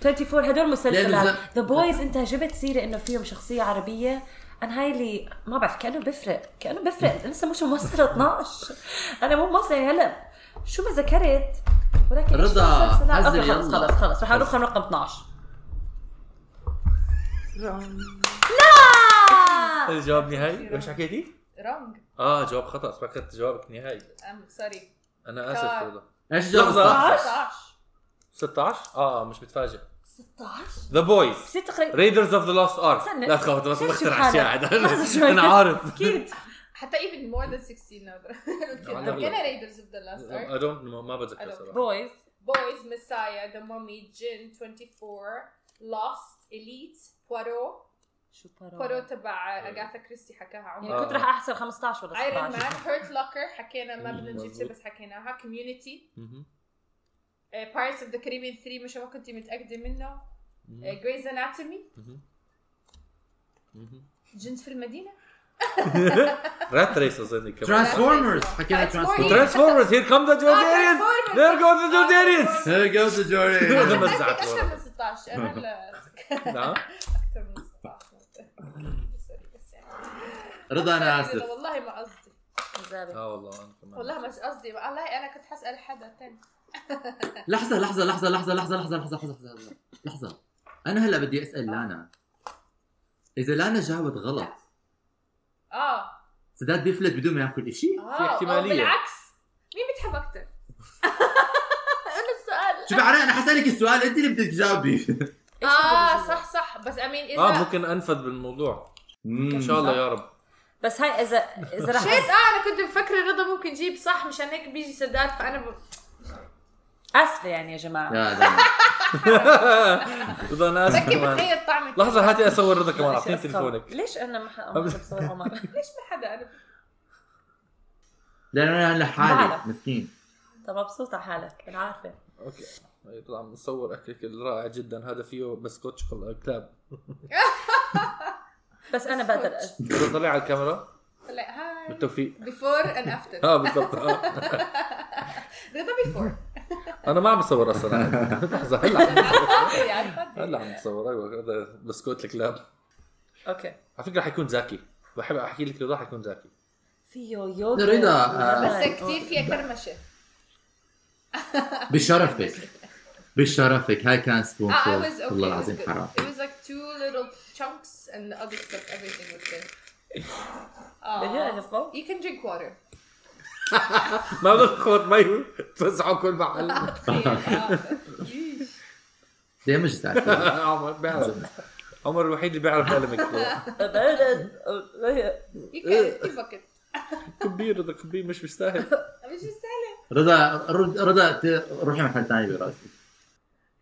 C: 24 هدول مسلسلات
B: لأنه ز-
C: ذا بويز انت جبت سيره انه فيهم شخصيه عربيه انا هاي اللي ما بعرف كانه بفرق كانه بفرق لسه مش موصله (laughs) 12 انا مو موصله هلا شو ما ذكرت ولكن إيش
B: رضا،
C: المسلسلات؟
B: عزل
C: اوكي خلص
B: يلا.
C: خلص خلص رح اروح رقم 12 لا
D: الجواب نهائي وش حكيتي؟
A: رونج
D: اه جواب خطا فكرت جوابك نهائي
A: ام سوري
D: انا اسف
A: طيب.
D: رضا
B: ايش الجواب
D: لحظة.
B: الصح؟
A: 16
D: 16 اه مش متفاجئ
C: 16
D: ذا بويز
C: ست قريب
D: ريدرز اوف ذا لاست ارك
C: استنى.
D: لا تخاف بس
C: شوف
D: بخترع
C: حالك.
D: (laughs) اشياء عاد.
C: (laughs) لحظة شوي.
D: انا عارف
C: اكيد
A: حتى even more than 16 now
D: لا،
A: كان
D: لا.
A: Raiders of the Last Ark
D: (laughs) I don't ما بتذكر صراحه
C: بويز
A: Boys Messiah The Mummy Jin 24 Lost Elite Poirot
C: شو بارو
A: Poirot تبع أغاثا كريستي حكاها عمر
C: يعني كنت رح احسب 15 ولا
A: ايرون مان
C: 16
A: هيرت لوكر حكينا ما بدنا نجيب سير
D: مظبوط.
A: بس حكيناها كوميونيتي
D: مهم.
A: بايرتس اوف ذا كاريبيان 3 مش ما كنت متاكده منه Uh,
D: مهم.
A: جريز اناتومي
D: مهم. مهم.
A: جنس في المدينه
D: رات ريس اظن كمان
B: ترانسفورمرز حكينا
A: Transformers. آه،
B: ترانسفورمرز
D: ترانسفورمرز هير كم ذا جورديريانز
A: Ah, Transformers.
D: ذير جو ذا جورديريانز
B: هير جوز
D: هذا (laughs)
B: جوري
D: ما
A: متأكد
D: زعت
A: اكثر
D: والله.
A: من 16 انا هلا
D: نعم
A: اكثر من 16 سوري بس يعني
B: رضا انا
A: سوري،
B: اسف
A: رضا، والله ما قصدي آه،
C: كذابة.
D: اه والله انا كمان
A: والله مش قصدي والله انا كنت حسال حدا ثاني
B: لحظة لحظة لحظة لحظة لحظة لحظة لحظة لحظة لحظة لحظة أنا هلا بدي أسأل لانا إذا لانا جاوبت غلط
A: اه
B: سداد بيفلت بدون ما ياكل شيء
A: اه أو
D: احتمالية.
A: بالعكس مين بتحب (laughs) اكثر؟ انا السؤال
B: شو بعرف أنا حسألك السؤال أنت اللي بدك تجاوبي
A: اه صح صح بس امين اذا
D: اه ممكن انفذ بالموضوع ان شاء الله يا رب
C: بس هاي اذا اذا رح
A: شيت اه انا كنت مفكره رضا ممكن يجيب صح مشان هيك بيجي سداد فانا ب...
C: اسفه يعني يا جماعه
B: يا دانا.
D: رضا انا اسف
A: بتذكر
D: كمان
A: بتغير طعم الكيك.
D: لحظه هاتي اصور رضا كمان
C: معلش
D: اعطيني
C: أصلاً.
D: تليفونك
C: ليش انا ما ح- ما
D: (laughs)
C: بصور عمر
A: ليش ما حدا انا
B: لأن أنا
C: بعرف.
B: لحالي مسكين
C: طب مبسوطه على حالك انا عارفه
D: اوكي طبعا مصور اكلك الرائع جدا هذا فيه بسكوت شوكولا- كلاب
C: بس انا بقدر أ-
D: رضا طلع على الكاميرا
A: طلع هاي
D: بالتوفيق
A: بيفور اند افتر
D: اه بالضبط آه.
A: رضا بيفور
D: انا ما عم بصور (laughs) اصلا لحظه هلا عم بصور.
A: يعني فضل.
D: هلا عم بصور ايوه هذا بسكوت الكلاب
C: اوكي
D: على فكره حيكون زاكي بحب احكي لك رضا حيكون زاكي
C: فيه يوجا
B: رضا،
A: بس
B: آه.
A: كثير فيها كرمشه
B: بشرفك بشرفك هاي كان سبون
A: اه I was okay
B: والله
A: it was
B: العظيم
A: good.
B: حرام
A: it was like two little chunks and the other stuff everything was good Aw.
C: آه.
A: you can drink water (laughs)
D: ما بخور مي توزعوا كل محل
A: تخيل. آه.
B: ليه مش زعلان؟
D: عمر بيعرف عمر الوحيد اللي بيعرف قلمك هو.
A: you
B: Uh.
A: can two bucket
D: كبير رضا كبير مش مستاهل
A: مش مستاهله
B: رضا رضا- رضا ت- روحي محل ثاني براسي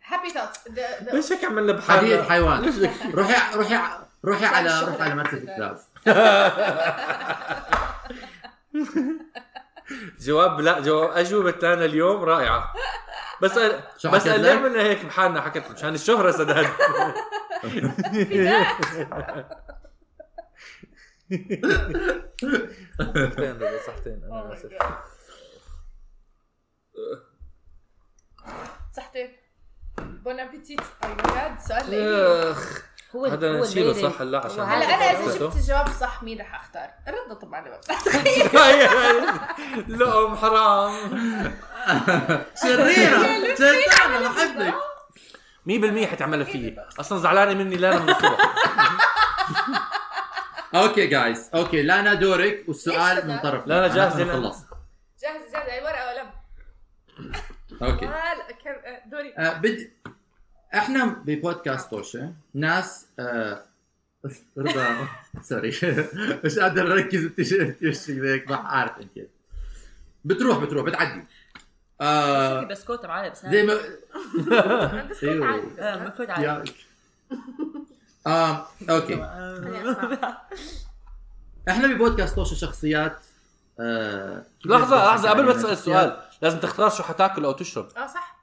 A: happy thoughts the, the
D: ليش هيك عملنا
B: حديد
D: بحالنا
A: (laughs)
B: حيوان روحي روحي روحي على روحي على مركز الكلاب
A: (laughs)
D: جواب لا جواب اجوبه انا اليوم رائعه بس
B: شو
D: بس
B: حكت
D: ليه
B: لك؟
D: عملنا هيك بحالنا حكت مشان الشهره
B: (laughs)
D: سداد صحتين رضا صحتين
A: oh
D: انا اسف
B: Uh.
A: صحتين بون ابيتيت اي جاد Oh
B: Uh.
A: سؤال لإلي.
D: (laughs) اخ
C: هو
D: هذا
C: هو
D: نشيله
C: الليلة.
D: صح هلا عشان
A: هلا انا اذا
D: شفتوا؟
A: جبت الجواب صح مين رح اختار؟ رضا طبعا أنا بقى.
D: لقم حرام
A: (laughs)
B: شريرة شيطانة بحبك
D: 100% حتعملها فيي اصلا زعلانه مني لا من الصبح
B: اوكي جايز اوكي لانا دورك
A: ليش
B: والسؤال
A: لا؟
B: من طرف
D: لانا
B: أنا
D: جاهزة
B: أنا
D: لانا.
B: خلصت
A: (laughs) جاهز جاهز اي ورقه وقلم
B: اوكي
A: هلا كم- دوري
B: آه، بد احنا ببودكاست طوشه ناس آه، رضا (laughs) سوري مش قادر اركز انت ش- أنت وشك ذيك ما عارف انت بتروح بتروح بتعدي
C: شو في
B: آه
C: بسكوت معايا بس
B: زي
C: هاي
B: ما
A: بس كنت
B: أيوه.
A: عادي.
C: آه، مفروض
B: يا-
C: عادي
B: آه اوكي
A: خليني أسمع.
B: احنا ببودكاست طوشه شخصيات آه،
D: لحظه
B: (laughs)
D: لحظه قبل ما تسال السؤال لازم تختار شو حتاكل او تشرب
A: اه صح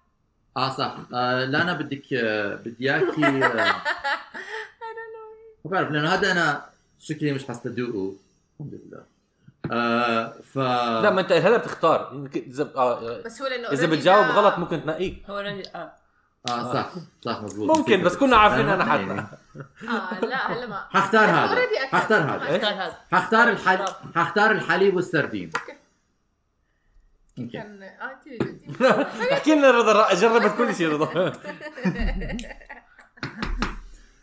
B: اه صح آه لا انا بدك آه بدي اياكي آه ما بعرف لانه هذا انا شكلي مش حستذوقه الحمد لله آه ف
D: لا ما انت هلا بتختار إنك اذا آه،
A: بس هو لانه
D: اذا
A: already
D: بتجاوب
A: ده-
D: غلط ممكن تنقيك
C: هو رنج... اه
B: اه صح صح مضبوط
D: ممكن بس كنا عارفين انا
B: يعني.
D: حتى
A: اه لا هلا
B: (laughs)
A: ما
B: حختار
A: أنا
B: هذا.
A: already أكلت.
B: حختار هذا.
A: ما أكلت.
C: اختار طيب، هذا
B: حختار الحل حختار الحليب والسردين اوكي
A: كان اه تيجي
B: (laughs)
D: احكي لنا رضا جربت كل شيء رضا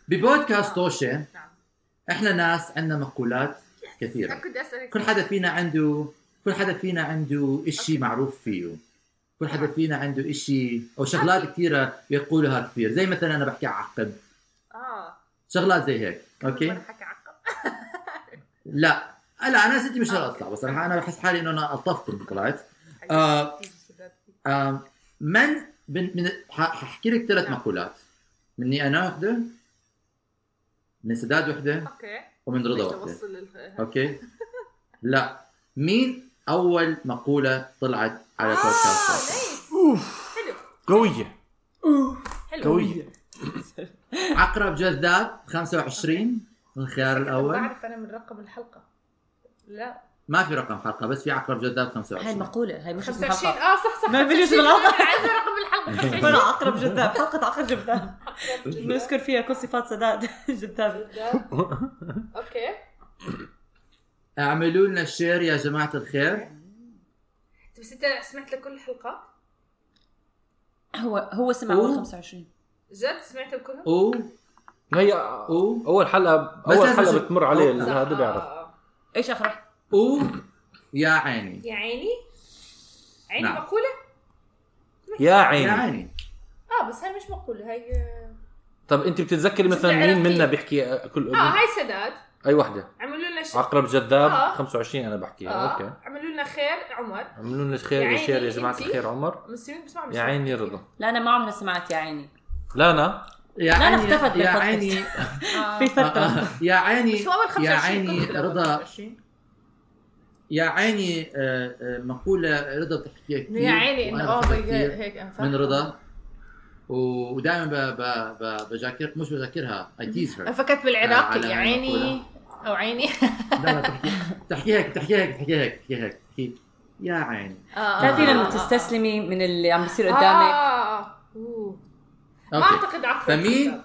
B: ببودكاست توشه
A: نعم.
B: احنا ناس عندنا مقولات كثيره
A: كنت اسالك
B: كل حدا فينا عنده كل حدا فينا عنده إشي معروف فيه كل حدا
A: آه.
B: فينا عنده إشي أو شغلات كثيرة بيقولها كثير زي مثلا أنا بحكي عقب
A: اه
B: شغلات زي هيك أوكي
A: مرة حكى عقب
B: لا لا أنا ستي مش هقطع بس أنا أنا بحس حالي إنه أنا ألطفتكم طلعت آه.
A: أيوة، تيجي سداد فيك.
B: آم، من من, من ح- ححكي لك ثلاث
A: نعم.
B: مقولات مني أنا وحدة من سداد وحدة
A: اوكي
B: ومن رضا
A: بدي
B: وحدة
A: اوصل لل-
B: أوكي لا مين أول مقولة طلعت على بودكاست
A: آه،
B: توشة؟
A: نايس. حلو
D: قوية
C: حلو
D: قوية
B: عقرب جذاب 25 الخيار الاول
A: بعرف انا من رقم الحلقه لا
B: ما في رقم حلقه بس في عقرب جذاب
C: هاي
B: 25
C: المقولة هاي مش اسم
A: 25
C: الحلقة
A: اه صح صح
C: ما بيجوز
A: 25.
C: بالغلط.
A: عايزه رقم الحلقه
C: أنا
D: (laughs)
C: عقرب جذاب حلقة عقرب جذاب بنذكر فيها كل صفات سداد (laughs) جذاب
A: اوكي
B: اعملوا لنا شير يا جماعه الخير
A: بس انت طيب، سمعت لكل الحلقات
C: هو هو سمع اول
B: أوه.
C: 25
A: جد سمعت كلهم
B: و
D: هي
B: و
D: اول حلقة
B: بس
D: اول
B: لازم
D: حلقة
B: نشوف.
D: بتمر عليه
B: أوه.
D: هذا
A: آه.
D: بيعرف
C: ايش اخر
B: و يا عيني
A: يا عيني عيني
B: نعم.
A: مقولة؟
D: يا
B: يا
D: عيني
B: عيني
A: اه بس هاي مش مقولة هاي
D: طب انت بتتذكري مثلا مين
A: العراقية.
D: منا بيحكي كل
A: اه هاي سداد
D: اي وحدة
A: عملوا لنا ش...
D: عقرب جذاب
A: آه.
D: 25 انا بحكي
A: اه
D: اوكي
A: عملوا لنا خير عمر
D: عملوا لنا خير
A: يا
D: يا
A: عيني
D: شير يا جماعة
A: إنتي.
D: الخير عمر
A: مسلمين بس ما عم
D: يا عيني رضا
C: لا انا ما عمري سمعت يعني. يا عيني
D: لا انا
B: يا
C: أنا
B: عيني
C: اختفت
B: يا
C: بالبودكاست.
B: عيني
C: في
B: آه،
C: فترة
B: آه، يا عيني
A: بس هو اول 25
B: يا عيني
A: كلهم بالأول
B: رضا
A: 25.
B: يا عيني آه، آه، مقوله رضا بتحكيها كثير
A: إنه يا عيني انه
B: وأنا
A: اوه
B: بحكيها
A: ماي جاد
B: كتير.
A: هيك أنا فاهمة.
B: من رضا ودائما ب- ب- ب- بذاكر مش بذاكرها اي تيز
A: انا فكرت بالعراقي
B: على
A: يا عيني
B: مقولة.
A: او عيني
B: لا لا تحكي تحكي هيك تحكي هيك تحكي هيك تحكي هيك تحكي يا عيني
A: آه،
C: بتعرفي
A: آه،
C: لما
A: آه، آه.
C: تستسلمي من اللي عم بيصير
A: آه،
C: (laughs) قدامك
A: آه، آه. أوه. ما
B: اوكي
A: اعتقد عقرب
B: فمين؟
A: جذاب.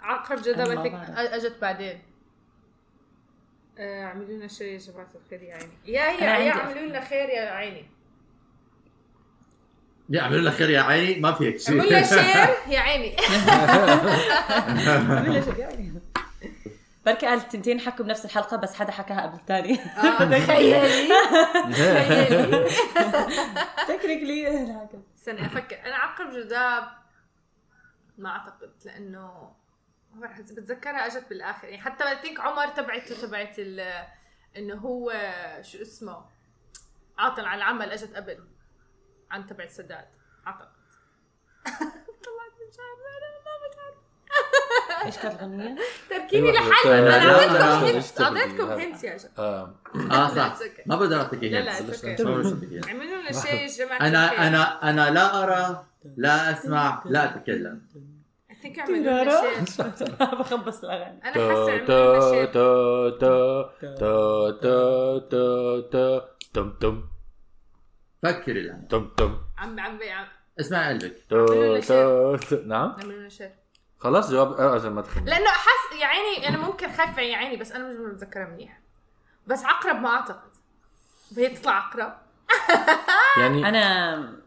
A: عقرب
C: أنا ما
A: جذاب I think
C: بعرف.
A: اجت بعدين آه، اعملوا لنا شيء يا جماعه الخير يا عيني يا
C: أنا
A: يا يا
C: عندي.
A: اعملوا لنا خير يا
B: (laughs)
A: عيني
B: يا اعملوا لنا خير يا عيني ما في هيك شيء
A: اعملوا لنا
B: (laughs)
A: شير يا
C: (laughs)
A: عيني
C: يعني؟ بركي قال التنتين حكوا بنفس الحلقة بس حدا حكاها قبل (laughs) الثاني
B: (laughs)
A: تخيلي تخيلي
C: (laughs) تكنيكلي
A: استني افكر انا عقرب جذاب ما اعتقد لانه هو حس- بتذكرها اجت بالاخر يعني حتى اي ثينك عمر تبعته تبعت ال- انه هو شو اسمه عاطل عن العمل اجت قبل عن تبعت سداد اعتقد طلعت من شعر أنا ما بتعرف.
C: ايش كانت الأغنية؟ (laughs)
A: تركيني
D: أيوة،
A: لحل
D: بس-
A: انا
B: لا، لا، لا،
A: عطيتكم هنت
D: اشتغل
A: اعطيتكم
D: بالهذا.
A: هنت يا جماعه
D: آه.
B: اه صح
A: It's okay.
B: ما بقدر اعطيك
A: لا، لا،
B: اياها
A: it's okay.
B: انا
A: عملوا لنا شيء يا جماعه
B: انا انا لا ارى لا اسمع لا اتكلم
A: اي ثينك عملوا لنا شيء
C: بخبص الأغاني
A: انا
D: تا
A: حاسه عملوا لنا
D: تا
A: شيء
D: تا تا تا تا تا تا تم تم
B: فكري الان
D: تم تم
A: عم عمي عم
B: اسمع قلبك
D: تا
A: عملوا
D: تا تا نعم
A: عملوا لنا شير
D: خلاص جواب آه، اجل ما تخمن
A: لانه احس يا عيني انا ممكن خايفه يا عيني بس انا مش متذكرها منيح بس عقرب ما اعتقد هي تطلع عقرب
D: يعني
C: أنا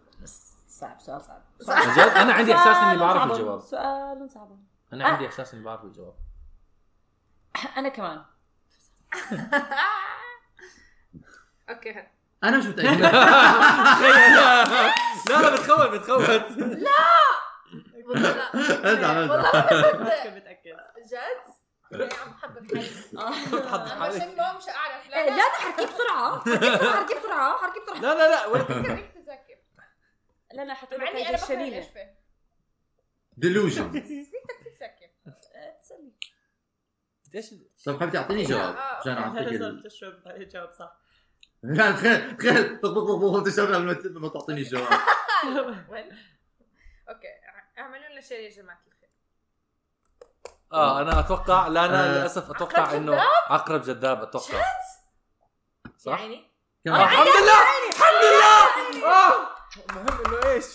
C: صعب سؤال صعب
D: عن جد انا عندي احساس اني بعرف
C: صعب.
D: الجواب
C: سؤال صعب
D: انا عندي احساس اني بعرف الجواب (laughs)
C: أنا (laughs) كمان
A: اوكي هلا.
B: انا مش (laughs)
A: (laughs)
B: متاكد
D: لا لا بتخوف بتخوف
A: والله لا.
B: أزعل، أزعل.
A: والله ما بصدق.
C: بتأكد
A: جد يا عم حبك
D: (laughs) بتحضر
A: انا مش
D: حالك
A: المهم مش
C: (laughs)
A: اعرف
C: إيه، لا (laughs)
A: لا
C: أنا
A: لا
C: حركيه بسرعة حركيه بسرعة حركيه بسرعة
D: لا لا لا ولا
A: خليك تذاكر
C: لا أنا حتقول
A: مع
C: لك
A: اني
C: هي
A: انا بكره
C: الشليلة
A: الاشفه
B: ديلوجن
A: تذاكر
D: ايش
B: طب حبيبي اعطيني جواب
A: آه،
B: عشان اعطيك ال-
C: تشرب جواب صح
B: (laughs) لا تخيل تخيل طب طب طب تشرب قبل ما ت- ما تعطيني جواب
A: (laughs)
C: (laughs)
A: وين اوكي اعملوا لنا شير يا جماعه الخير
D: اه انا اتوقع لا انا
B: آه.
D: للاسف اتوقع
A: عقرب
D: انه عقرب جذاب اتوقع صح؟
A: يعني
D: آه، الحمد لله الحمد لله آه، المهم انه ايش؟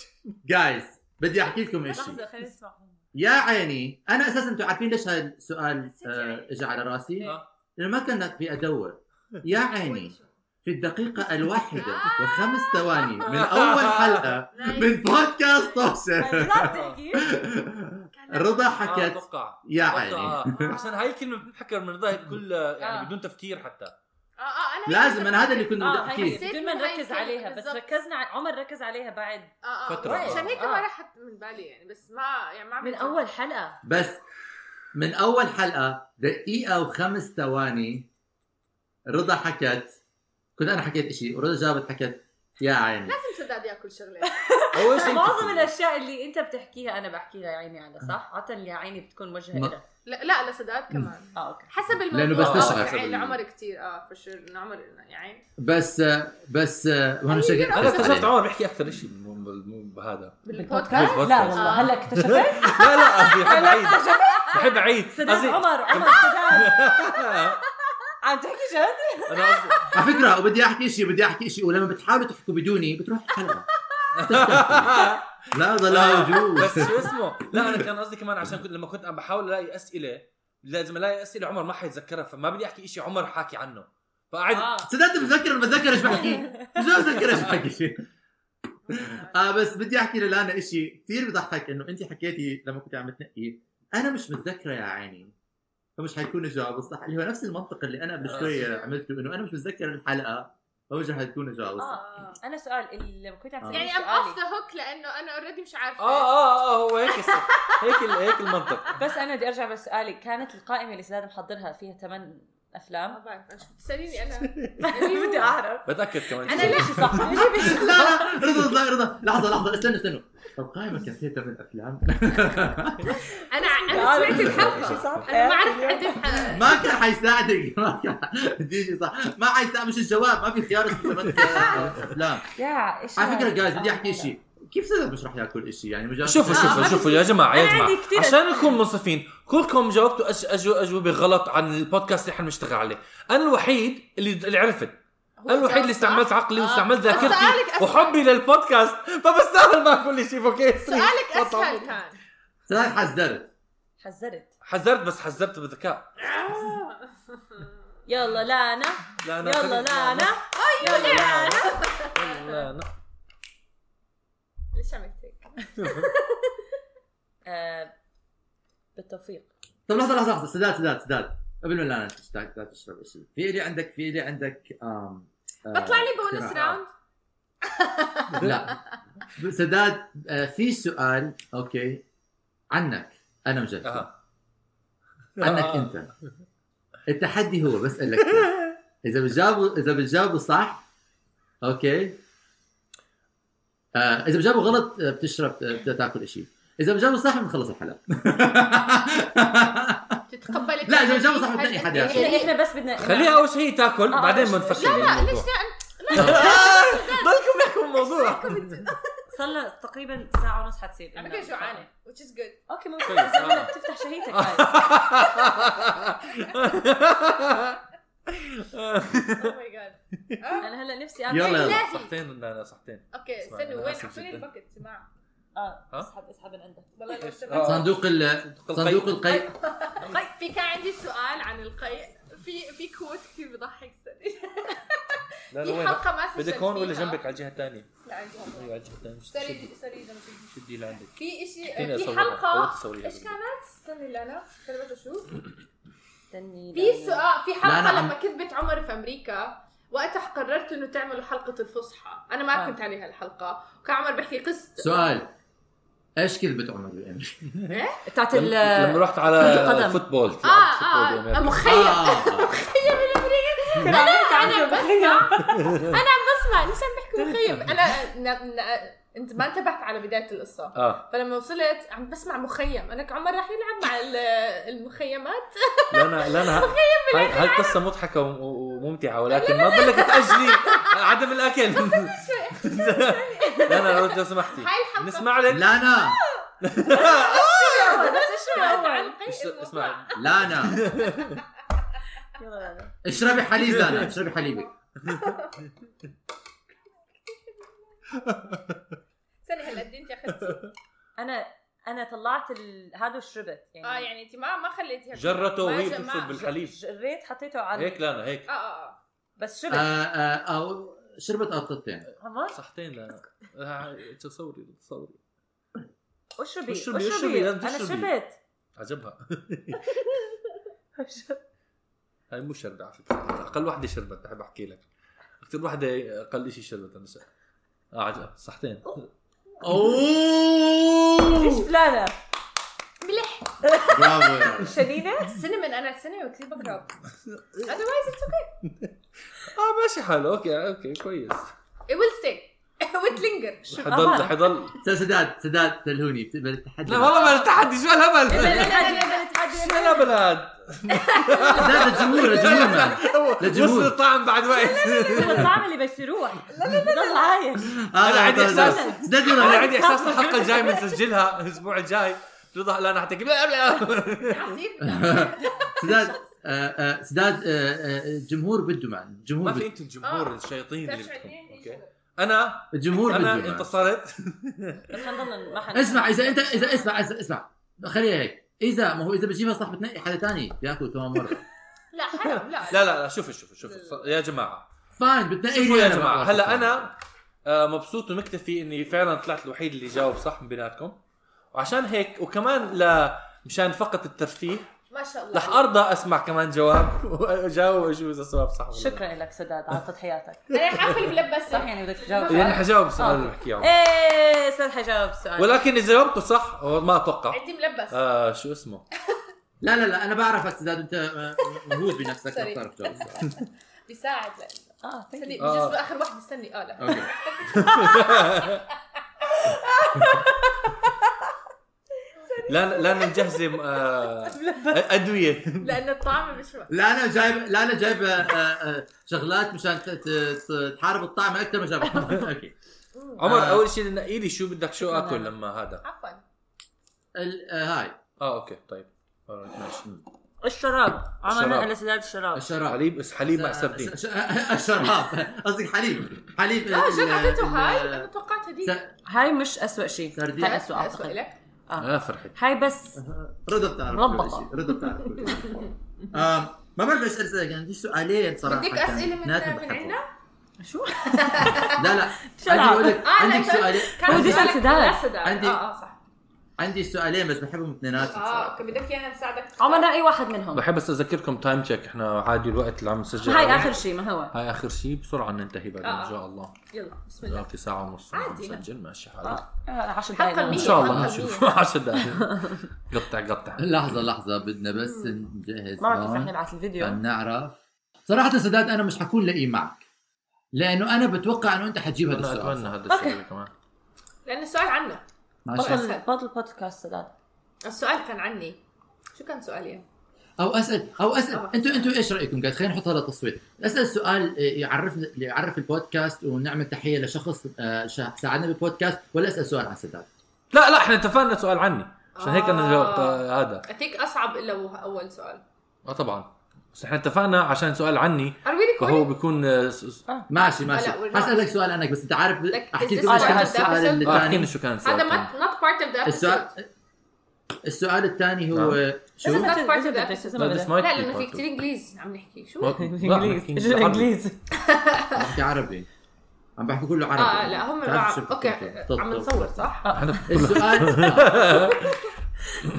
B: جايز بدي احكي لكم شيء
C: لحظه خلينا (laughs) نسمع
B: يا عيني انا اساسا انتم عارفين ليش هذا السؤال آه، اجى على راسي
D: آه.
B: لانه ما كان بدي ادور يا عيني في الدقيقة
D: (laughs)
B: الواحدة وخمس ثواني من أول حلقة من بودكاست
D: (laughs)
B: طوشة
C: لا تحكي
B: رضا
D: آه،
B: حكت
D: اتوقع
B: يا
D: أتوقع،
B: عيني
D: آه. عشان هاي الكلمة بتنحكى من رضا كل
C: آه.
D: يعني بدون تفكير
C: (laughs)
D: حتى
A: اه اه انا
B: لازم أنا هذا اللي
D: آه،
B: كنت بدي
C: اه هي
B: أحكيه
A: أكيد.
C: بدون ما نركز عليها بس
A: بالضبط.
C: ركزنا على عمر ركز عليها بعد
A: اه اه
D: فترة.
A: بس عشان هيك
C: آه.
A: ما راحت من بالي يعني بس ما يعني ما عم
C: من
A: بتذكر.
C: اول (laughs) حلقه
B: بس من أول حلقة دقيقة وخمس ثواني رضا حكت كنت أنا حكيت إشي ورضا جابت حكت يا عيني
A: لازم سداد ياكل شغله
D: أول شيء
C: معظم الاشياء اللي انت بتحكيها انا بحكيها يا عيني على صح عاده يا عيني بتكون وجهه
B: ما-
C: لها
A: لا لا لسداد كمان
C: اه اوكي
A: حسب الموضوع
B: لأنه بس
A: آه،
B: تشعر.
A: يعني
D: حسب ال-
A: لعمر كثير اه فشر إنه عمر يعني
B: بس آه، بس هون شكل
D: أنا اكتشفت عمر بيحكي أكثر شيء بالم- بالم-
C: (laughs)
D: بهذا
A: بالبودكاست
D: بالبودكاست.
C: لا والله هلا (laughs) اكتشفت
D: لا لا قصدي بحب أعيد بحب أعيد
C: سداد
D: قصدي-
C: عمر
B: (laughs)
C: عمر سداد (laughs) عم تحكي جد؟
D: أنا قصدي
B: على فكرة وبدي أحكي شيء بدي أحكي شيء ولما بتحاولوا تحكوا بدوني بتروح الحلقة لا هذا لا يجوز
D: بس شو اسمه لا انا كان قصدي كمان عشان كنت لما كنت عم بحاول الاقي اسئله لازم الاقي اسئله عمر ما حيتذكرها فما بدي احكي شيء عمر حاكي عنه فقعد
C: اه
B: صدقت بتذكر بتذكر ايش بحكي مش عم بتذكر ايش بحكي (laughs) اه بس بدي احكي للانا شيء كثير بضحك انه انت حكيتي لما كنت عم تنقي انا مش متذكره يا عيني فمش حيكون الجواب الصح اللي هو نفس المنطق اللي انا قبل شوي عملته انه انا مش متذكر الحلقه فمش رح تكون الجواب الصح
C: اه انا سؤال اللي كنت
B: آه.
C: عم تسألني
A: يعني ام
C: سؤالي.
A: اوف ذا هوك لانه انا اوريدي مش عارفه
D: اه اه اه هو هيك الس- هيك ال- هيك المنطق
C: بس انا بدي ارجع بسؤالي كانت القائمه اللي سداد محضرها فيها ثمان
A: ما
C: افلام
A: بعرف أنا آه، شو بتساليني
D: (laughs)
A: انا
C: يعني بدي اعرف
D: بتاكد كمان
C: انا ليش صح
B: (laughs) لا لا رضا لا رضا لحظه لحظه استنوا استنوا القائمه كان فيها ثمان افلام
A: انا انا سمعت الحلقه
C: صح
A: انا ما عرفت عد الحلقه
B: ما كان حيساعدك (laughs) ما كان بدي شيء صح ما حيساعد مش الجواب ما في خيار اسمه ثمان افلام
C: يا ايش
B: على فكره
C: هاد؟
B: جايز بدي احكي
C: آه،
B: شيء كيف سبب مش رح ياكل شيء يعني مجرد
D: شوفوا
B: آه،
D: شوفوا
B: ما-
D: شوفوا يا جماعه يا
C: أنا
D: جماعه
C: عندي كتير
D: عشان نكون منصفين كلكم جاوبتوا أج- أج- اجوبه غلط عن البودكاست اللي احنا بنشتغل عليه انا الوحيد اللي اللي عرفت
A: هو
D: انا الوحيد
A: صح؟
D: اللي استعملت عقلي واستعملت
A: سؤالك
D: ذاكرتي
A: أسهل.
D: وحبي للبودكاست فبستاهل ما اقول شيء اوكي
A: سؤالك اسهل كان
B: سؤال حذرت
C: حذرت
D: حذرت بس حذرت بذكاء
C: يلا لا انا
D: لا
C: يلا لا انا
A: يلا يا أنا.
D: لا انا
A: ليش عملت هيك؟
C: آه، بالتوفيق
B: طب لحظه لحظه لحظه سداد سداد سداد قبل ما لا أنا تشتاق- لا تشرب شيء في لي عندك في لي عندك آم، آه،
A: بطلع لي بونس
B: اقتراحات.
A: راوند
B: لا سداد آه، في سؤال اوكي عنك انا مجرد
D: أها.
B: عنك
D: آه.
B: انت التحدي هو بسالك إياه. اذا بتجاوبوا اذا بتجاوبوا صح اوكي آه اذا بتجاوبوا غلط آه، بتشرب آه، بتاكل شيء اذا بتجاوبوا صح بنخلص الحلقه
A: تتقبل
B: لا، إذا جاوب صح بتنقي حدا يا
C: احنا احنا بس بدنا
D: خليها اول شيء تاكل
C: آه،
D: بعدين
C: آه،
D: بنفكر
A: لا لا ليش
D: بالموضوع.
A: لا
D: ضلكم يحكوا الموضوع
C: صار تقريبا ساعه ونص حتصير
A: على فكره جوعانه which is good
C: اوكي ممكن
D: كويس،
C: إذا
D: آه.
C: بدك تفتح
D: (laughs)
C: شهيتك هاي
A: oh my god آه.
C: انا هلا نفسي
B: يلا،
C: انا
B: يلا.
A: بالله
D: صحتين لا لا صحتين (laughs)
A: اوكي
D: اسمع،
A: استنوا
D: أنا
A: وين
D: آسف
A: اعطوني
D: جداً.
A: الباكت جماعه
C: اه
D: ها؟
C: اسحب اسحب من عندك
A: والله لو
D: آه.
A: اشتغلت
B: صندوق ال صندوق القيء
A: طيب في كان عندي سؤال عن القيء في في كوت كثير بضحك
D: (laughs)
A: استني.
D: لا لا
A: في
D: وين
A: حلقه ما سجلت
D: بدك هون ولا
A: فيها.
D: جنبك على الجهه الثانيه
A: لا عندي هون.
D: ايوه على الجهه الثانيه
A: سوري
D: شدي
A: سوري إذا ما شفت.
D: شدي لعندك
A: في اشي
D: فيني
A: في
D: أصورها. أو
A: حلقه
D: تصوريها
A: ايش
D: بدي.
A: كانت؟ استني لنا خليني بس اشوف
C: استني
A: في
C: لأني-
A: سؤال في
B: لا، أنا
A: حلقه
B: عم-
A: لما كذبت عمر في امريكا وقتها قررت انه تعملوا حلقه الفصحى انا
C: آه.
A: ما كنت عليها الحلقه وكان عمر بحكي قصه
B: سؤال ايش كذبة عمر بالامريكا؟
C: بتاعت ال
D: لما لما رحت على
C: القدم. آه،
D: فوتبول
A: اه
D: لعبت فوتبول
A: اه
D: بأمريكا.
A: مخيم
B: آه.
A: انا انا عم بسمع انا عم بسمع ليش عم بحكي مخيم انا ن- ن- انت ما انتبهت على بدايه القصه
D: اه
A: فلما وصلت عم بسمع مخيم انا عمر راح يلعب مع ال- المخيمات
D: لا انا
C: (laughs)
D: لا انا هاي هاي القصه مضحكه وم- وممتعه ولكن ما
C: (laughs)
D: بضلك تاجلي عدم الاكل (laughs) لا انا لو لو سمحتي
A: هاي الحلقه
D: نسمع لك
B: لا لا
C: الاول (laughs) بس
A: (laughs)
C: اشرب الاول
D: إش- اسمع
B: لانا
C: يلا لا
B: اشربي حليب لانا اشربي حليبك
A: استني هلا قد إيه انت
D: (laughs)
A: اخذتي
C: انا انا طلعت ال... هذا وشربت يعني
A: اه يعني انت ما ما خليتيها
D: جرته
A: ما
D: وهي
A: ج- ما-
D: بتصب بالحليب
C: جريت حطيته على
D: هيك لانا هيك
A: اه اه اه
C: بس
B: آه،
C: شربت آه.
B: آه، او شربت قطتين
D: صحتين لانا آه، تصوري تصوري
C: اشربي اشربي,
D: اشربي، اشربي، لازم
C: انا
D: تشربي.
C: شربت
D: عجبها هاي مو شربة على فكرة أقل وحدة شربت بحب أحكي لك أكثر وحدة أقل شيء شربت أنا س- آه عجب صحتين
C: ايش
B: اوه
C: فلانة
A: ملح
B: برافو
D: (laughs)
C: شنينة
A: السينمون انا السينمون كثير بكره
D: آه ماشي حاله أوكي أوكي كويس
A: it will stay (laughs) it will
D: (laughs)
A: linger
D: حضل
A: آه.
D: حضل
B: أستاذ سداد سداد تلهوني بتقبل التحدي
D: لا والله ما التحدي شو هالهبل
A: إيه، لا لا لا لا
D: شو هالهبل هاد
B: سداد الجمهور الجمهور مان.
D: (laughs)
B: للجمهور.
D: وصل الطعم بعد وقت
C: الطعم اللي بس يروح ضل عايش
B: هذا
D: عندي
B: هذا- هذا.
D: إحساس.
B: سداد
D: انا
B: الجمهور.
D: عندي احساس الحلقه الجايه بنسجلها الاسبوع الجاي رضا لا انا حتكب لا لا (laughs)
A: عصير
B: سداد آه، آه، سداد آه، آه، الجمهور بده مان الجمهور
D: ما في
B: بده
D: انتم الجمهور
A: آه.
D: الشياطين اللي
A: بتعرف شو
D: بدكم
A: عندي؟
D: اوكي انا
B: الجمهور بده
D: انا
B: مان.
D: انتصرت
C: بس حنضل ما حن
B: اسمع اذا انت اذا اسمع اسمع, اسمع. خليها هيك اذا ما هو اذا بتجيبها صح بتنقي حدا تاني بياكل كمان
D: (laughs)
B: مره
A: لا حرام لا
D: لا لا لا شوفوا شوفوا شوفوا يا جماعه
B: فاين بتنقي
D: شوفوا
B: لي
D: يا
B: أنا
D: جماعه
B: بأكل
D: هلا
B: كمان.
D: انا آه، مبسوط ومكتفي اني فعلا طلعت الوحيد اللي جاوب صح من بيناتكم وعشان هيك وكمان ل مشان فقط الترفيه
A: ما شاء الله
D: رح ارضى اسمع كمان جواب (laughs) واجاوب واشوف اذا الجواب صح ولا لا.
C: شكرا لك سداد على تضحياتك
A: انا رح اكل ملبس
C: صح يعني بدك تجاوب
D: لاني
C: سؤال؟
D: حجاوب السؤال
A: آه.
D: اللي بحكيه
C: ايه استاذ حجاوب السؤال
D: ولكن اذا جاوبته صح هو ما اتوقع
A: عندي ملبس
D: آه شو اسمه
B: لا لا لا انا بعرف استاذ انت آه، مهووس بنفسك
A: Sorry.
B: بتعرف تجاوب السؤال.
A: بيساعد لأ.
C: اه thank
A: استني
C: you.
D: آه.
A: جزء اخر واحد استني اه لا
B: أوكي.
D: لا لا نجهزم آه، ادويه
A: (laughs) لان الطعم مش
B: لا انا جايب لا انا جايب آه، آه، آه، شغلات مشان ت- ت- ت- تحارب الطعم اكثر من جايب (laughs) اوكي
D: عمر
B: آه.
D: اول شيء نقي لي شو بدك شو اكل لما هذا
A: عفوا
B: ال- آه، هاي
D: اه اوكي طيب Alright، ماشي
C: الشراب
D: الشراب.
C: عمر انا سداد الشراب
B: الشراب
D: حليب بس حليب مع
B: س-
D: سردين
B: س- (laughs) الشراب قصدي آه، حليب حليب
A: اه
B: ال-
A: جد
B: ال-
A: عطيته هاي انا توقعت هديك
B: س-
C: هاي مش اسوء شيء
B: سردين.
C: هاي اسوء
A: اسوء
C: اعتقد
A: لك
D: انا آه، فرحت
C: هاي بس
B: رضا بتعرف كل
C: ربطة.
B: شيء رضا بتعرف كل شيء آم، ما بعرف ايش اسالك يعني عندي سؤالين صراحه
A: بدك
B: كان
A: اسئله من
B: اثنيناتهم
A: من
B: بحبهم.
A: عنا؟
C: شو
B: لا
A: (laughs)
B: لا
C: شو
B: عندي
C: العب؟
B: اقول لك
A: آه، لا،
B: عندك
A: أنت-
B: سؤالين
C: هو دي
A: كان سؤالك
C: سداد.
A: لا سداد
B: عندي- آه،
A: اه اه صح
B: عندي سؤالين بس بحبهم اثنيناتهم
A: اه
B: صراحه
A: أوكي، بدك اياها نساعدك
C: عمرنا اي واحد منهم
D: بحب بس اذكركم تايم تشيك احنا عادي الوقت اللي عم نسجل
C: هاي
D: عليه.
C: اخر شيء ما هو
D: هاي اخر شيء بسرعه ننتهي بعدين
A: آه.
D: ان شاء الله
A: يلا بسم الله
D: إذا في ساعه ونص عم
A: عادي. آه.
D: نسجل ماشي حالك
C: آه، 10
A: حلقة
C: دقائق
D: ان
A: مية.
D: شاء الله
A: حلقة
D: (laughs) نشوف
A: مية. (laughs)
D: 10 دقائق قطع قطع
B: لحظه لحظه بدنا بس نجهز
C: ما بعرف كيف
B: هون.
D: آه.
C: رح نبعث الفيديو
B: عشان نعرف صراحة سداد أنا مش حكون لئيم معك لأنه أنا بتوقع إنه أنت حتجيب هذا
D: انا
B: السؤال
D: اتمنى هذا الشيء كمان
A: لان السؤال عنه
B: ماشي؟
C: بطل بطل بودكاست سداد
A: السؤال كان عني شو كان سؤالي؟
B: أو أسأل أو أسأل
A: طبعا.
B: أنتوا أنتوا إيش رأيكم قاعد خلينا نحط هذا التصويت أسأل سؤال إيه، يعرفنا يعرف البودكاست ونعمل تحية لشخص آه، شا- ساعدنا بالبودكاست ولا أسأل سؤال عن سداد
D: لا لا احنا اتفقنا سؤال عني عشان هيك انا
A: آه.
D: جاوبت آه، هذا
A: اتيك اصعب الا هو اول سؤال
D: اه طبعا بس احنا اتفقنا عشان سؤال عني
A: Are we recording؟
D: فهو بيكون آه، س- س-
B: ماشي ماشي
A: لا، ولا-
B: حسألك سؤال أنك بس أنت عارف
A: لك، is
B: أحكي
A: this
B: لكم إيش
C: part
B: كان
C: of the
B: السؤال
A: episode؟
B: اللي
D: آه،
B: الثاني
D: احكينا شو كان السؤال
A: هذا
D: التاني.
A: ما not part of the
B: السؤال
A: episode
B: السؤال الثاني هو
A: This is
B: شو
A: not part of the episode.
D: No, this
A: لا
D: might be
A: لانه
D: part
A: في
D: of-
A: كثير انجليز عم نحكي شو؟ (laughs)
D: ما-
C: (laughs)
A: اه
D: لا، نحكي
C: انجليزي
D: بالعربي.
C: انجليزي
B: بحكي عربي عم بحكي كله عربي
A: آه، لا هم
B: تعرف شو
A: عم-
B: بحكي
A: اوكي
B: طب،
A: عم
B: طب.
A: نصور صح؟
D: احنا
B: السؤال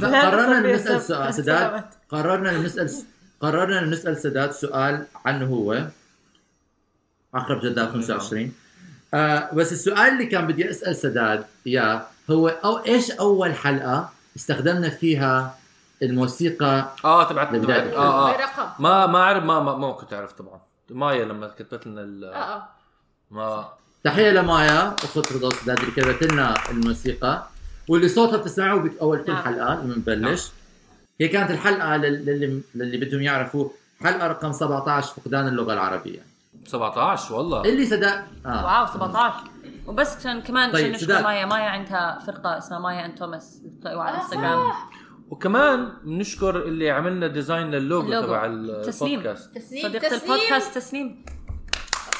C: لا،
B: قررنا إنه
C: صفية،
B: نسال
C: صفية،
B: سؤال سداد
C: سلامات.
B: قررنا إنه نسال قررنا إنه نسال سداد سؤال عنه هو اقرب جدال 25 آه بس السؤال اللي كان بدي اسال سداد يا هو أو ايش اول حلقه استخدمنا فيها الموسيقى
D: اه تبعت
B: بالبداية.
D: اه اه
A: رقم
D: ما ما اعرف ما ما, ما كنت اعرف طبعا مايا لما كتبت لنا
A: اه
D: ال-
A: اه
D: ما
B: تحيه لمايا اخت رضا سداد اللي كتبت لنا الموسيقى واللي صوتها بتسمعوه باول كل
C: نعم.
B: حلقه لما نبلش هي كانت الحلقه لل- للي للي بدهم يعرفوا حلقه رقم 17 فقدان اللغه العربيه
D: 17
A: إيه.
D: والله
B: اللي صدق اه
C: واو 17 وبس عشان كمان
B: طيب،
C: عشان نشكر
B: سداد.
C: مايا مايا عندها فرقه اسمها مايا اند توماس بتلاقوها على
A: آه،
C: انستغرام
A: صح.
D: وكمان بنشكر اللي عملنا ديزاين للوجو
C: اللوجو.
D: تبع
C: تسليم.
D: البودكاست
A: تسليم
C: صديقة
A: تسليم.
C: البودكاست تسليم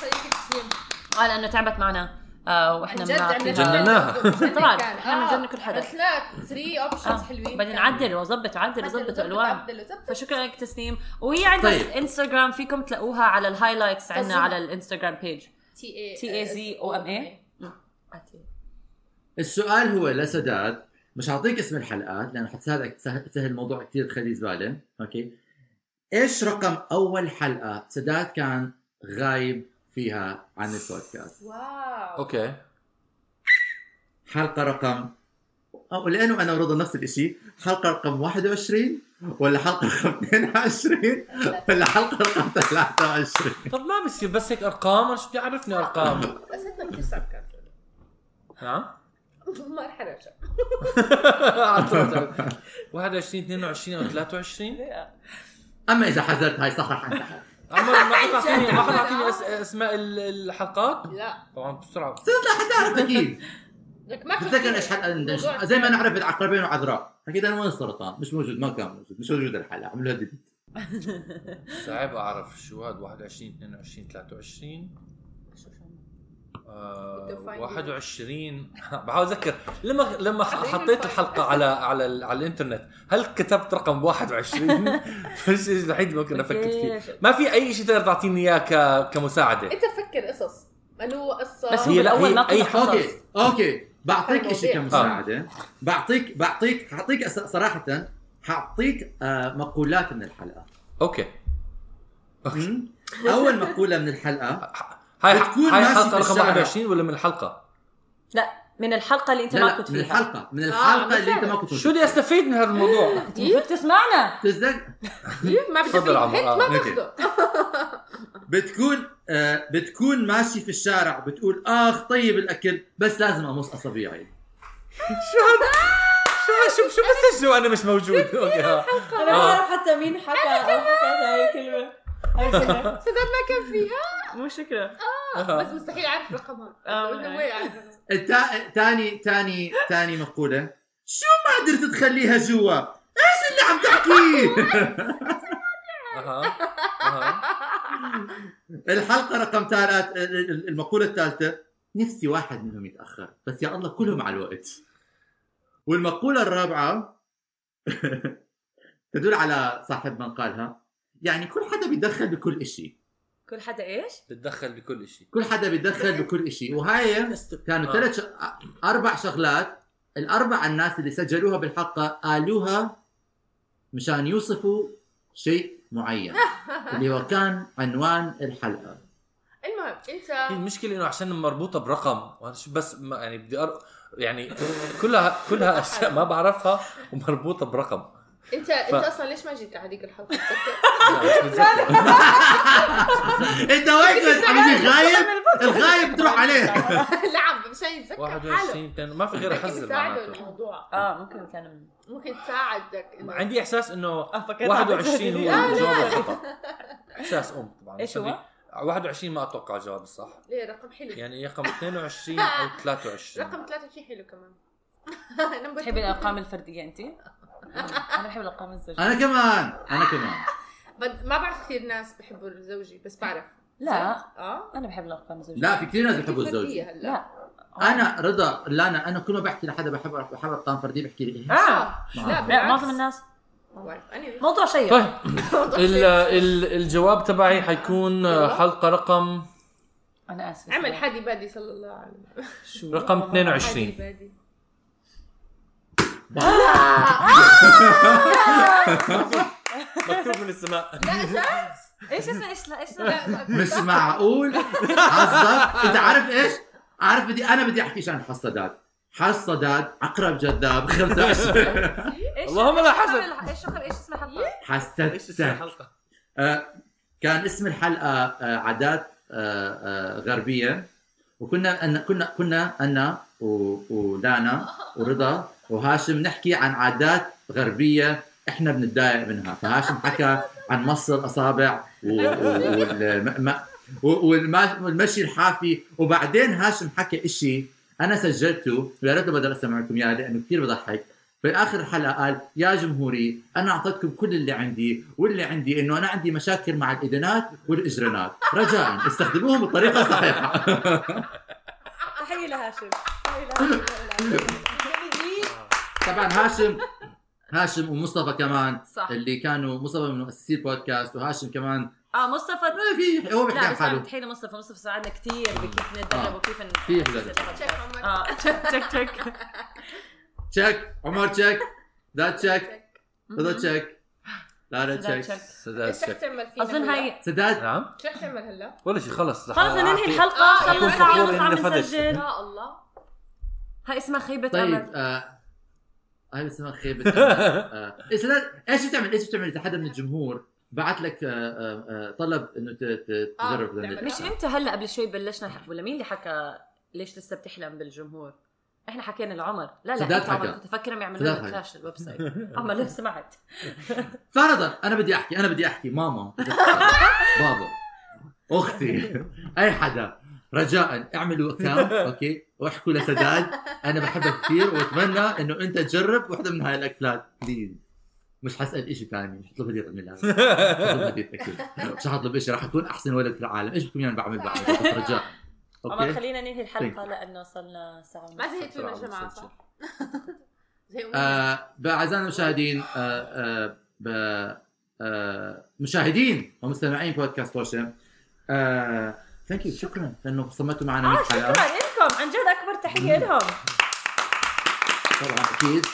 A: صديقة تسليم
C: قال انه تعبت معنا آه
A: عن
C: واحنا
A: جد عملت
C: بنعطيها-
A: (laughs)
D: جننا. جنناها.
C: طبعاً،
A: كان.
C: إحنا
A: آه.
C: بنجنن كل حدا.
A: قلت لك 3 اوبشنز
C: آه.
A: حلوين يعني.
C: بدنا
A: كانوا.
C: نعدل وظبط عدل وظبط
A: عدل،
C: الوان
A: عدل، وظبط.
C: فشكرا لك تسنيم وهي عندها
B: طيب.
C: انستغرام فيكم تلاقوها على الهايلايتس عندنا
A: تظن.
C: على الانستغرام بيج
A: تي
C: تي اي
A: E
C: زي او ام اي
B: السؤال هو لسداد مش حاعطيك اسم الحلقات لانه حتساعدك تسهل سهل الموضوع كثير تخليه زباله اوكي ايش رقم اول حلقه سداد كان غايب فيها عن البودكاست
A: واو
D: اوكي
B: حلقه رقم أو لانه انا ورضا نفس الشيء حلقه رقم 21 ولا حلقه رقم 22 ولا حلقه رقم 23
D: طب ما بصير بس هيك ارقام انا شو بدي اعرفني ارقام
A: بس بدنا نكسر كان (laughs)
D: (laughs) نعم
A: ما رح نرجع
D: (laughs) 21 22 او 23
B: اما اذا حذرت هاي صح رح انسحب
D: عمر ما حد اعطيني ما حد اعطيني أس- اسماء ال- الحلقات
A: لا
D: طبعا بسرعه
B: حتعرف اكيد
A: لك ما
B: بتذكر ايش حلقه زي ما نعرف العقربين وعذراء اكيد انا وين السرطان مش موجود ما كان موجود مش موجود الحلقه عملوها ديليت
D: صعب اعرف شو هاد 21 22 23 آه،
A: Define it.
D: (laughs) 21 بحاول اذكر لما لما
A: define
D: حطيت
A: it.
D: الحلقه على على ال- على الانترنت هل كتبت رقم (laughs) 21 فالشيء الوحيد اللي ممكن افكر فيه ما في اي شيء تقدر تعطيني اياه ك- كمساعده
A: انت فكر قصص الو قصه
C: بس
D: هي
C: هو
D: لا
C: بالأول
D: هي
C: ما
D: أي
C: طلع
D: حق-
C: قصص.
B: اوكي اوكي بعطيك شيء
A: الموضوع.
B: كمساعده بعطيك بعطيك حاعطيك أس- صراحه حاعطيك آه، مقولات من الحلقه
D: اوكي
B: م? اول مقوله من الحلقه
D: هاي
B: بتكون
D: هاي
B: ماشي في
D: الحلقه رقم
B: الشارع.
D: 21 ولا من الحلقه؟
C: لا من الحلقه اللي انت
B: لا
C: ما
B: لا
C: كنت
B: من
C: فيها
B: الحلقه من الحلقه اللي انت ما كنت
D: شو بدي استفيد من هذا الموضوع؟
C: المفروض تسمعنا
B: بتتذكر
A: ما بدي
D: تفضل
A: فيه.
D: عمر،
A: هيك
D: آه،
A: ما
B: ممكن.
A: باخده
B: بتكون آه، بتكون ماشي في الشارع بتقول اخ طيب الاكل بس لازم امص اصابعي
D: شو هذا؟ شو هذا؟ شو شو بسجله وانا مش موجود؟ اوكي ها.
C: انا ما بعرف حتى مين حكى او حكى هاي الكلمه هاي الكلمة.
A: (laughs) صدق ما كان فيها
C: مو شكرا
A: بس مستحيل اعرف رقمها
C: (laughs) آه،
A: بدنا
C: آه.
A: وين اعرف رقمها
B: التا- تاني تاني تاني مقولة شو ما قدرت تخليها جوا ايش اللي عم تحكيه
D: اها اها
B: الحلقة رقم ثلاث المقولة الثالثة نفسي واحد منهم يتأخر بس يا الله كلهم على الوقت والمقولة الرابعة (laughs) تدل على صاحب من قالها يعني كل حدا بيتدخل بكل إشي
C: كل حدا ايش؟
D: بتدخل بكل شيء
B: كل حدا بيتدخل بكل إشي وهاي كانوا
D: آه.
B: ثلاث ش... اربع شغلات الاربع الناس اللي سجلوها بالحلقه قالوها مشان يوصفوا شيء معين اللي هو كان عنوان الحلقه
A: المهم انت
D: هي (laughs) المشكله انه عشان مربوطه برقم وأنا شو- بس ما يعني بدي أر... يعني كلها كلها اشياء ما بعرفها ومربوطه برقم
A: انت انت اصلا ليش ما جيت على هذيك الحلقه بتذكر؟
D: لا، مش متذكر.
B: انت وين كنت حبيبي غايب الغايب تروح عليه
A: (laughs) لا عم مشان يتذكر حاله
D: 21 تاني- ما في غير
A: ممكن
D: احذر
A: تساعده
D: معناته
A: الموضوع
C: اه ممكن كان من-
A: ممكن تساعدك إنه-
D: عندي احساس انه
C: اه فكرت
D: 21 هو
C: (laughs) لا، لا.
D: الجواب الخطا احساس ام طبعا
C: إيش هو؟
D: 21 ما اتوقع الجواب الصح
A: ليه إيه، رقم حلو
D: يعني رقم 22 او 23
A: رقم ثلاثة شيء حلو كمان (laughs) نمبر
C: بتحبي الارقام الفرديه انت؟ انا بحب الارقام الزوجيه
B: انا كمان انا كمان
A: بد- ما بعرف كثير ناس بحبوا زوجي بس بعرف
C: لا
A: اه
C: انا بحب الارقام الزوجيه
B: لا في كثير ناس
A: كيف
B: بيحبوا الزوجي
A: فردية هلا
C: لا
B: انا رضا لا انا انا كل ما بحكي لحدا بحب بحب ارقام فرديه بحكي لي إيه؟
C: اه
A: آه. لا
C: لا
A: بالعكس Oh,
C: معظم الناس
A: ما بعرف أنا-
C: موضوع شيق
D: طيب ال ال الجواب تبعي حيكون
A: أيوة.
D: حلقه رقم
C: انا اسف
A: عمل حادي بادي صلى الله عليه وسلم
C: شو
D: رقم 22
A: حادي بادي
D: مكتوب من (laughs) السماء
A: لا جد
C: ايش اسمه ايش لا ايش اسمه؟
A: لا ما-
B: مش معقول حظك انت عارف ايش؟ عارف بدي انا بدي احكي شان حظ سداد حظ سداد عقرب جذاب 25
C: إيش-
D: اللهم لا
C: إيش
D: حزن.
C: اسمه- ايش شغل ايش اسمه الحلقه؟
B: حسدتك آه، كان اسم الحلقه آه، عادات آه، آه، غربيه وكنا أن كنا كنا انا و- ولانا ورضا وهاشم نحكي عن عادات غربيه احنا بنتضايق منها فهاشم حكى عن مص الاصابع و- و- والم- ما- و- والما- والمشي الحافي وبعدين هاشم حكى إشي انا سجلته ويا ريت بدل اسمعكم اياه لانه كثير بضحك باخر حلقه قال يا جمهوري انا اعطيتكم كل اللي عندي واللي عندي انه انا عندي مشاكل مع الاذنات والاجرانات رجاء استخدموهم بالطريقه الصحيحه
E: تحيه لهاشم تحية لهاشم. جميل.
B: طبعا هاشم هاشم ومصطفى كمان
C: صح.
B: اللي كانوا مصطفى من مؤسسي البودكاست وهاشم كمان
C: اه مستفى
B: ما في هو بيحكي
C: لا
B: عن
C: بس عم
B: حاله
C: تحيي لمصطفى مصطفى ساعدنا كثير بكيف نتدرب
B: آه.
C: وكيف ن...
B: في إحدى.
A: شيك عمر
C: اه تشك
B: (laughs)
C: تشك
B: تشيك عمر تشيك ذات تشيك رضا تشيك لارا
C: سداد
B: تشيك
C: تشيك.
D: سداد
A: ايش رح
D: شك
A: تعمل فينا
C: اظن
A: هلا؟
C: هاي
B: سداد
D: نعم
A: شو رح تعمل هلا؟
D: ولا شيء خلص
C: خلص ننهي
D: (laughs)
C: الحلقه
A: آه،
C: صار
A: أكون
C: لنا ساعه
D: فخور
C: ونص عم
D: إني فدشت.
C: نسجل
A: يا الله
C: هاي اسمها خيبه
B: طيب
C: امل
B: آه، هاي بسمها خيبة
D: (laughs)
B: آه، إيه سداد ايش بتعمل ايش بتعمل اذا حدا من الجمهور بعت لك آه، آه، آه، طلب انه ت- ت-
A: آه،
B: تجرب
A: تعمل.
B: تعمل.
C: مش انت هلا قبل شوي بلشنا نحكي ولا مين اللي حكى ليش لسه بتحلم بالجمهور؟ احنا حكينا لعمر لا لا
B: سداد
C: انت عمر
B: حكى.
C: كنت افكرهم يعملوا
B: سداد
C: لنا
B: حكى.
C: كراش الويب سايت
B: (laughs)
C: عمر لو سمعت
B: فرضا انا بدي احكي انا بدي احكي
A: (laughs)
B: ماما بابا اختي اي حدا رجاء اعملوا اكتاب اوكي واحكوا لسداد انا بحبك كثير واتمنى انه انت تجرب وحده من هاي الاكلات بليز مش حسال شيء ثاني مش حطلب هديه من العالم. مش حطلب هديه اكيد مش حطلب شيء راح اكون احسن ولد في العالم ايش بدكم يعني بعمل بعمل بس رجاء
C: عمر
B: اوكي
C: خلينا ننهي
B: Thank
C: الحلقه لانه صار لنا ساعه ونص
A: ما زهقتوا من الجماعه صح؟ (laughs) زهقوا مني.
B: آه اعزائنا المشاهدين آه آه ب- آه مشاهدين ومستمعين بودكاست توشن آه ثانك يو شكرا لانه صمتوا معنا 100
C: اه
B: حلقه
C: شكرا لكم عن جد اكبر تحيه لهم
B: طبعا اكيد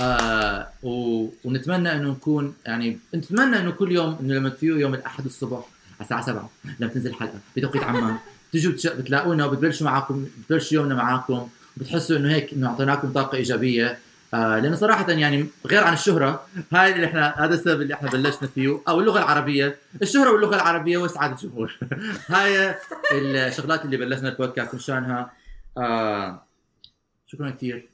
B: آه و... ونتمنى انه نكون يعني نتمنى انه كل يوم انه لما تجوا يوم الاحد الصبح على الساعه 7 لما تنزل حلقه بتوقيت عمان بتجوا بتش... بتلاقونا وبتبلشوا معاكم بتبلش يومنا معاكم بتحسوا انه هيك انه اعطيناكم طاقه ايجابيه آه لانه صراحه يعني غير عن الشهره هاي اللي احنا هذا السبب اللي احنا بلشنا فيه او اللغه العربيه الشهره واللغه العربيه وسعاده الجمهور (laughs) هاي الشغلات اللي بلشنا البودكاست مشانها آه شكرا كثير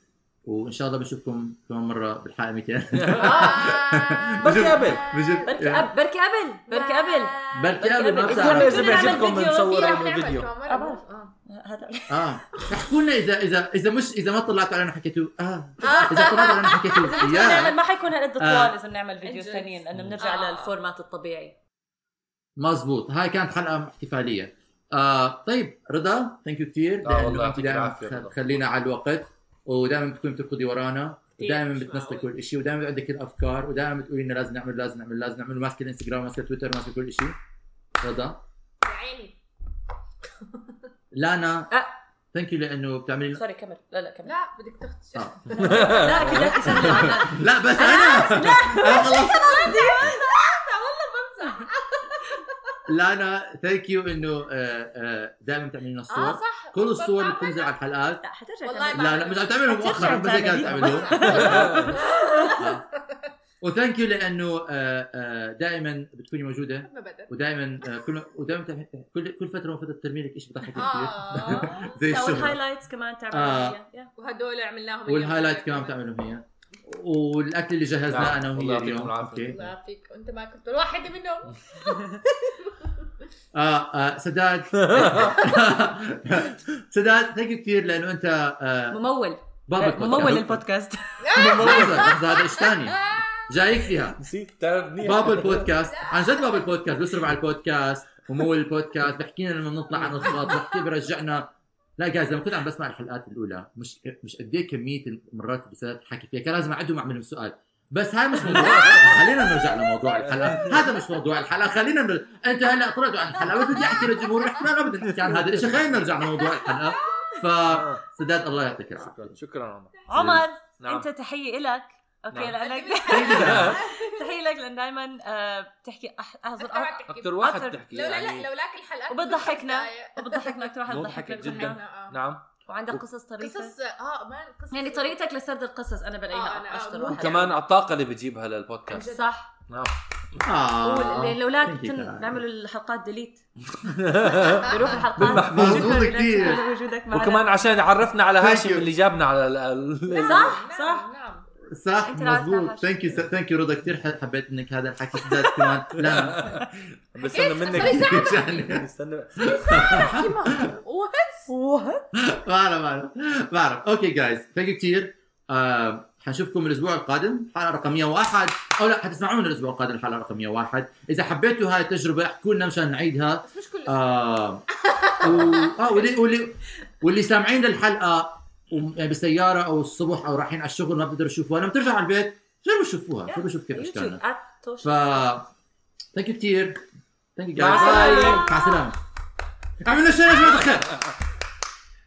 B: وان شاء الله بنشوفكم كمان مره بالحلقه (laughs) 200
A: آه، باي.
D: بركي (laughs) قبل.
B: بجد-
C: بركي قبل بركي قبل بركي قبل
B: بركي قبل ما
C: قبل.
B: بتعرف
C: إذا بدنا نعمل
D: بيعجبكم
C: فيديو
D: بنصور
C: رح
A: رح
D: له
A: نعمل
D: فيديو
A: كمان.
C: أبا.
A: آه.
C: هذا
B: اه احكوا لنا اذا اذا اذا مش اذا ما طلعتوا علينا حكيتوا اه اذا طلعتوا علينا حكيتوا
C: بدنا (laughs) نعمل
B: يا
C: ما حيكون هالقد
B: آه.
C: طوال اذا بنعمل فيديو
A: عن جد.
C: ثانيين لانه بنرجع
A: آه.
C: للفورمات الطبيعي
B: مزبوط هاي كانت حلقه احتفاليه آه طيب رضا ثانك يو كثير
D: آه، والله يعطيك العافية، رضا.
B: خلينا على الوقت ودائما بتكوني بتركضي ورانا
A: كتير،
B: ودائما
A: مش
B: بتنسلي
A: معقول.
B: كل شيء ودائما عندك الافكار ودائما بتقولي لنا لازم نعمل لازم نعمل لازم نعمل ماسكه الانستغرام ماسكه تويتر ماسكه كل شيء رضا
A: يا عيني
B: لانا
C: آه.
B: ثانك يو لانه بتعملي لنا
C: سوري كمل لا لا كمل
A: لا بدك تاخذ
B: آه.
C: لا اكيد لا تسمع.
B: لا بس انا انا خلاص لانا ثانك يو انه دائما بتعملي لنا
A: اه
B: آه، الصور
A: صح
B: كل الصور اللي
A: بس
B: بتنزل على الحلقات
C: لا حترجع
A: والله
C: تعمل.
B: لا لا مش عم تعملهم مؤخرا بس هيك كانت تعملهم
A: (laughs)
B: آه. وثانك يو لانه دائما آه، بتكوني موجوده
A: ما بدأت
B: ودائما آه، كل ودائما بتعمل- كل كل فتره وفتره بترمي لك شيء بضحك كثير
A: اه
B: زي
C: لا،
B: الشهره
C: والهايلايتس كمان تعمل
B: آه.
C: فيها. يا.
A: وهدول عملناهم اليوم.
B: والهايلايت كمان بتعملهم هي والاكل اللي جهزناه
D: نعم.
B: انا
D: الله
B: وهي
D: يعطيكم
B: اليوم
D: العافية.
B: اوكي
A: الله يعافيك انت ما كنت ولا واحده
C: (laughs)
A: منهم
B: آه آه سداد سداد ثانك يو كثير لانه انت آه
C: ممول
B: بابك
C: ممول البودكاست
B: ممول لحظه هذا ايش ثاني جايك فيها
D: نسيت تعرف منيح
B: بابا البودكاست عن جد بابا البودكاست بيصرف على البودكاست ومول البودكاست بحكي لنا لما بنطلع عن الخط بحكي برجعنا لا جايز لما كنت عم بسمع الحلقات الاولى مش مش قد ايه كميه المرات اللي سداد حكي فيها كان لازم اعدهم واعمل لهم سؤال بس هاي مش موضوع خلينا نرجع لموضوع الحلقه هذا مش موضوع الحلقه خلينا نر... انت هلا طلعتوا عن الحلقه بس بدي احكي للجمهور نحن ما بدنا نحكي عن هذا الشيء خلينا نرجع لموضوع الحلقه
D: آه.
B: فسداد الله يعطيك العافيه
D: شكرا شكرا عمر
C: عمر
D: نعم.
C: انت تحيه لك اوكي
D: نعم.
C: لانك (laughs)
D: (laughs)
C: تحيه لك لان دائما آه، بتحكي أح-
B: (laughs)
C: احزر
A: أنت ما
C: أح-
A: بتحكي.
D: اكثر واحد
C: أكتر.
D: تحكي
A: لولا
D: يعني
A: لا لولاك الحلقه
C: وبتضحكنا.
A: كنت خمس
C: وبتضحكنا اكثر واحد
D: مضحكة
C: ضحكنا
A: دقايق.
D: جدا.
C: جدا
A: آه.
D: نعم
C: وعندك قصص طريفه
A: قصص اه مان قصص
C: يعني
A: (laughs)
C: طريقتك لسرد القصص انا
A: آه، أنا-
C: بلاقيها اشطر
A: آه،
C: واحد
D: وكمان الطاقه اللي بتجيبها للبودكاست
C: صح
D: نعم
B: آه.
C: ول- لولاك
B: Thank you,
C: بتن-
B: guys.
C: بنعمل الحلقات ديليت بروح الحلقات
D: بالمحفوظ.
B: مظبوط
C: شكراً لك
B: كتير.
C: على وجودك معنا
D: وكمان عشان عرفنا على
B: Thank
D: هاشم
B: you.
D: اللي جابنا على ال- ال-
C: صح صح
A: نعم نعم
B: (laughs)
A: (laughs)
B: صح
C: أنت رأيت
B: مزبوط
C: لها
B: ثانك يو ثانك يو رضا كثير ح- حبيت انك هذا الحكي سداد
C: (laughs)
B: كمان لا
D: بستنى منك
A: صار
B: يعني
D: بستنى
A: وات
B: بعرف بعرف بعرف اوكي جايز ثانك يو كثير آه، حنشوفكم الاسبوع القادم حلقه رقم 101 او لا حتسمعونا الاسبوع القادم الحلقه رقم 101 اذا حبيتوا هاي التجربه احكوا لنا مشان نعيدها
A: بس مش كل
B: آه و... آه واللي واللي واللي سامعين للحلقه وم- يعني بالسياره او الصبح او رايحين على الشغل ما بتقدروا يشوفوها لما ترجعوا على البيت جربوا شوفوها جربوا شوف كيف
C: يوتيوب
B: اشكالنا
C: @توش
B: ف ثانك يو كثير ثانك يو
D: مع
B: مع السلامه عملنا شيء يا جماعه الخير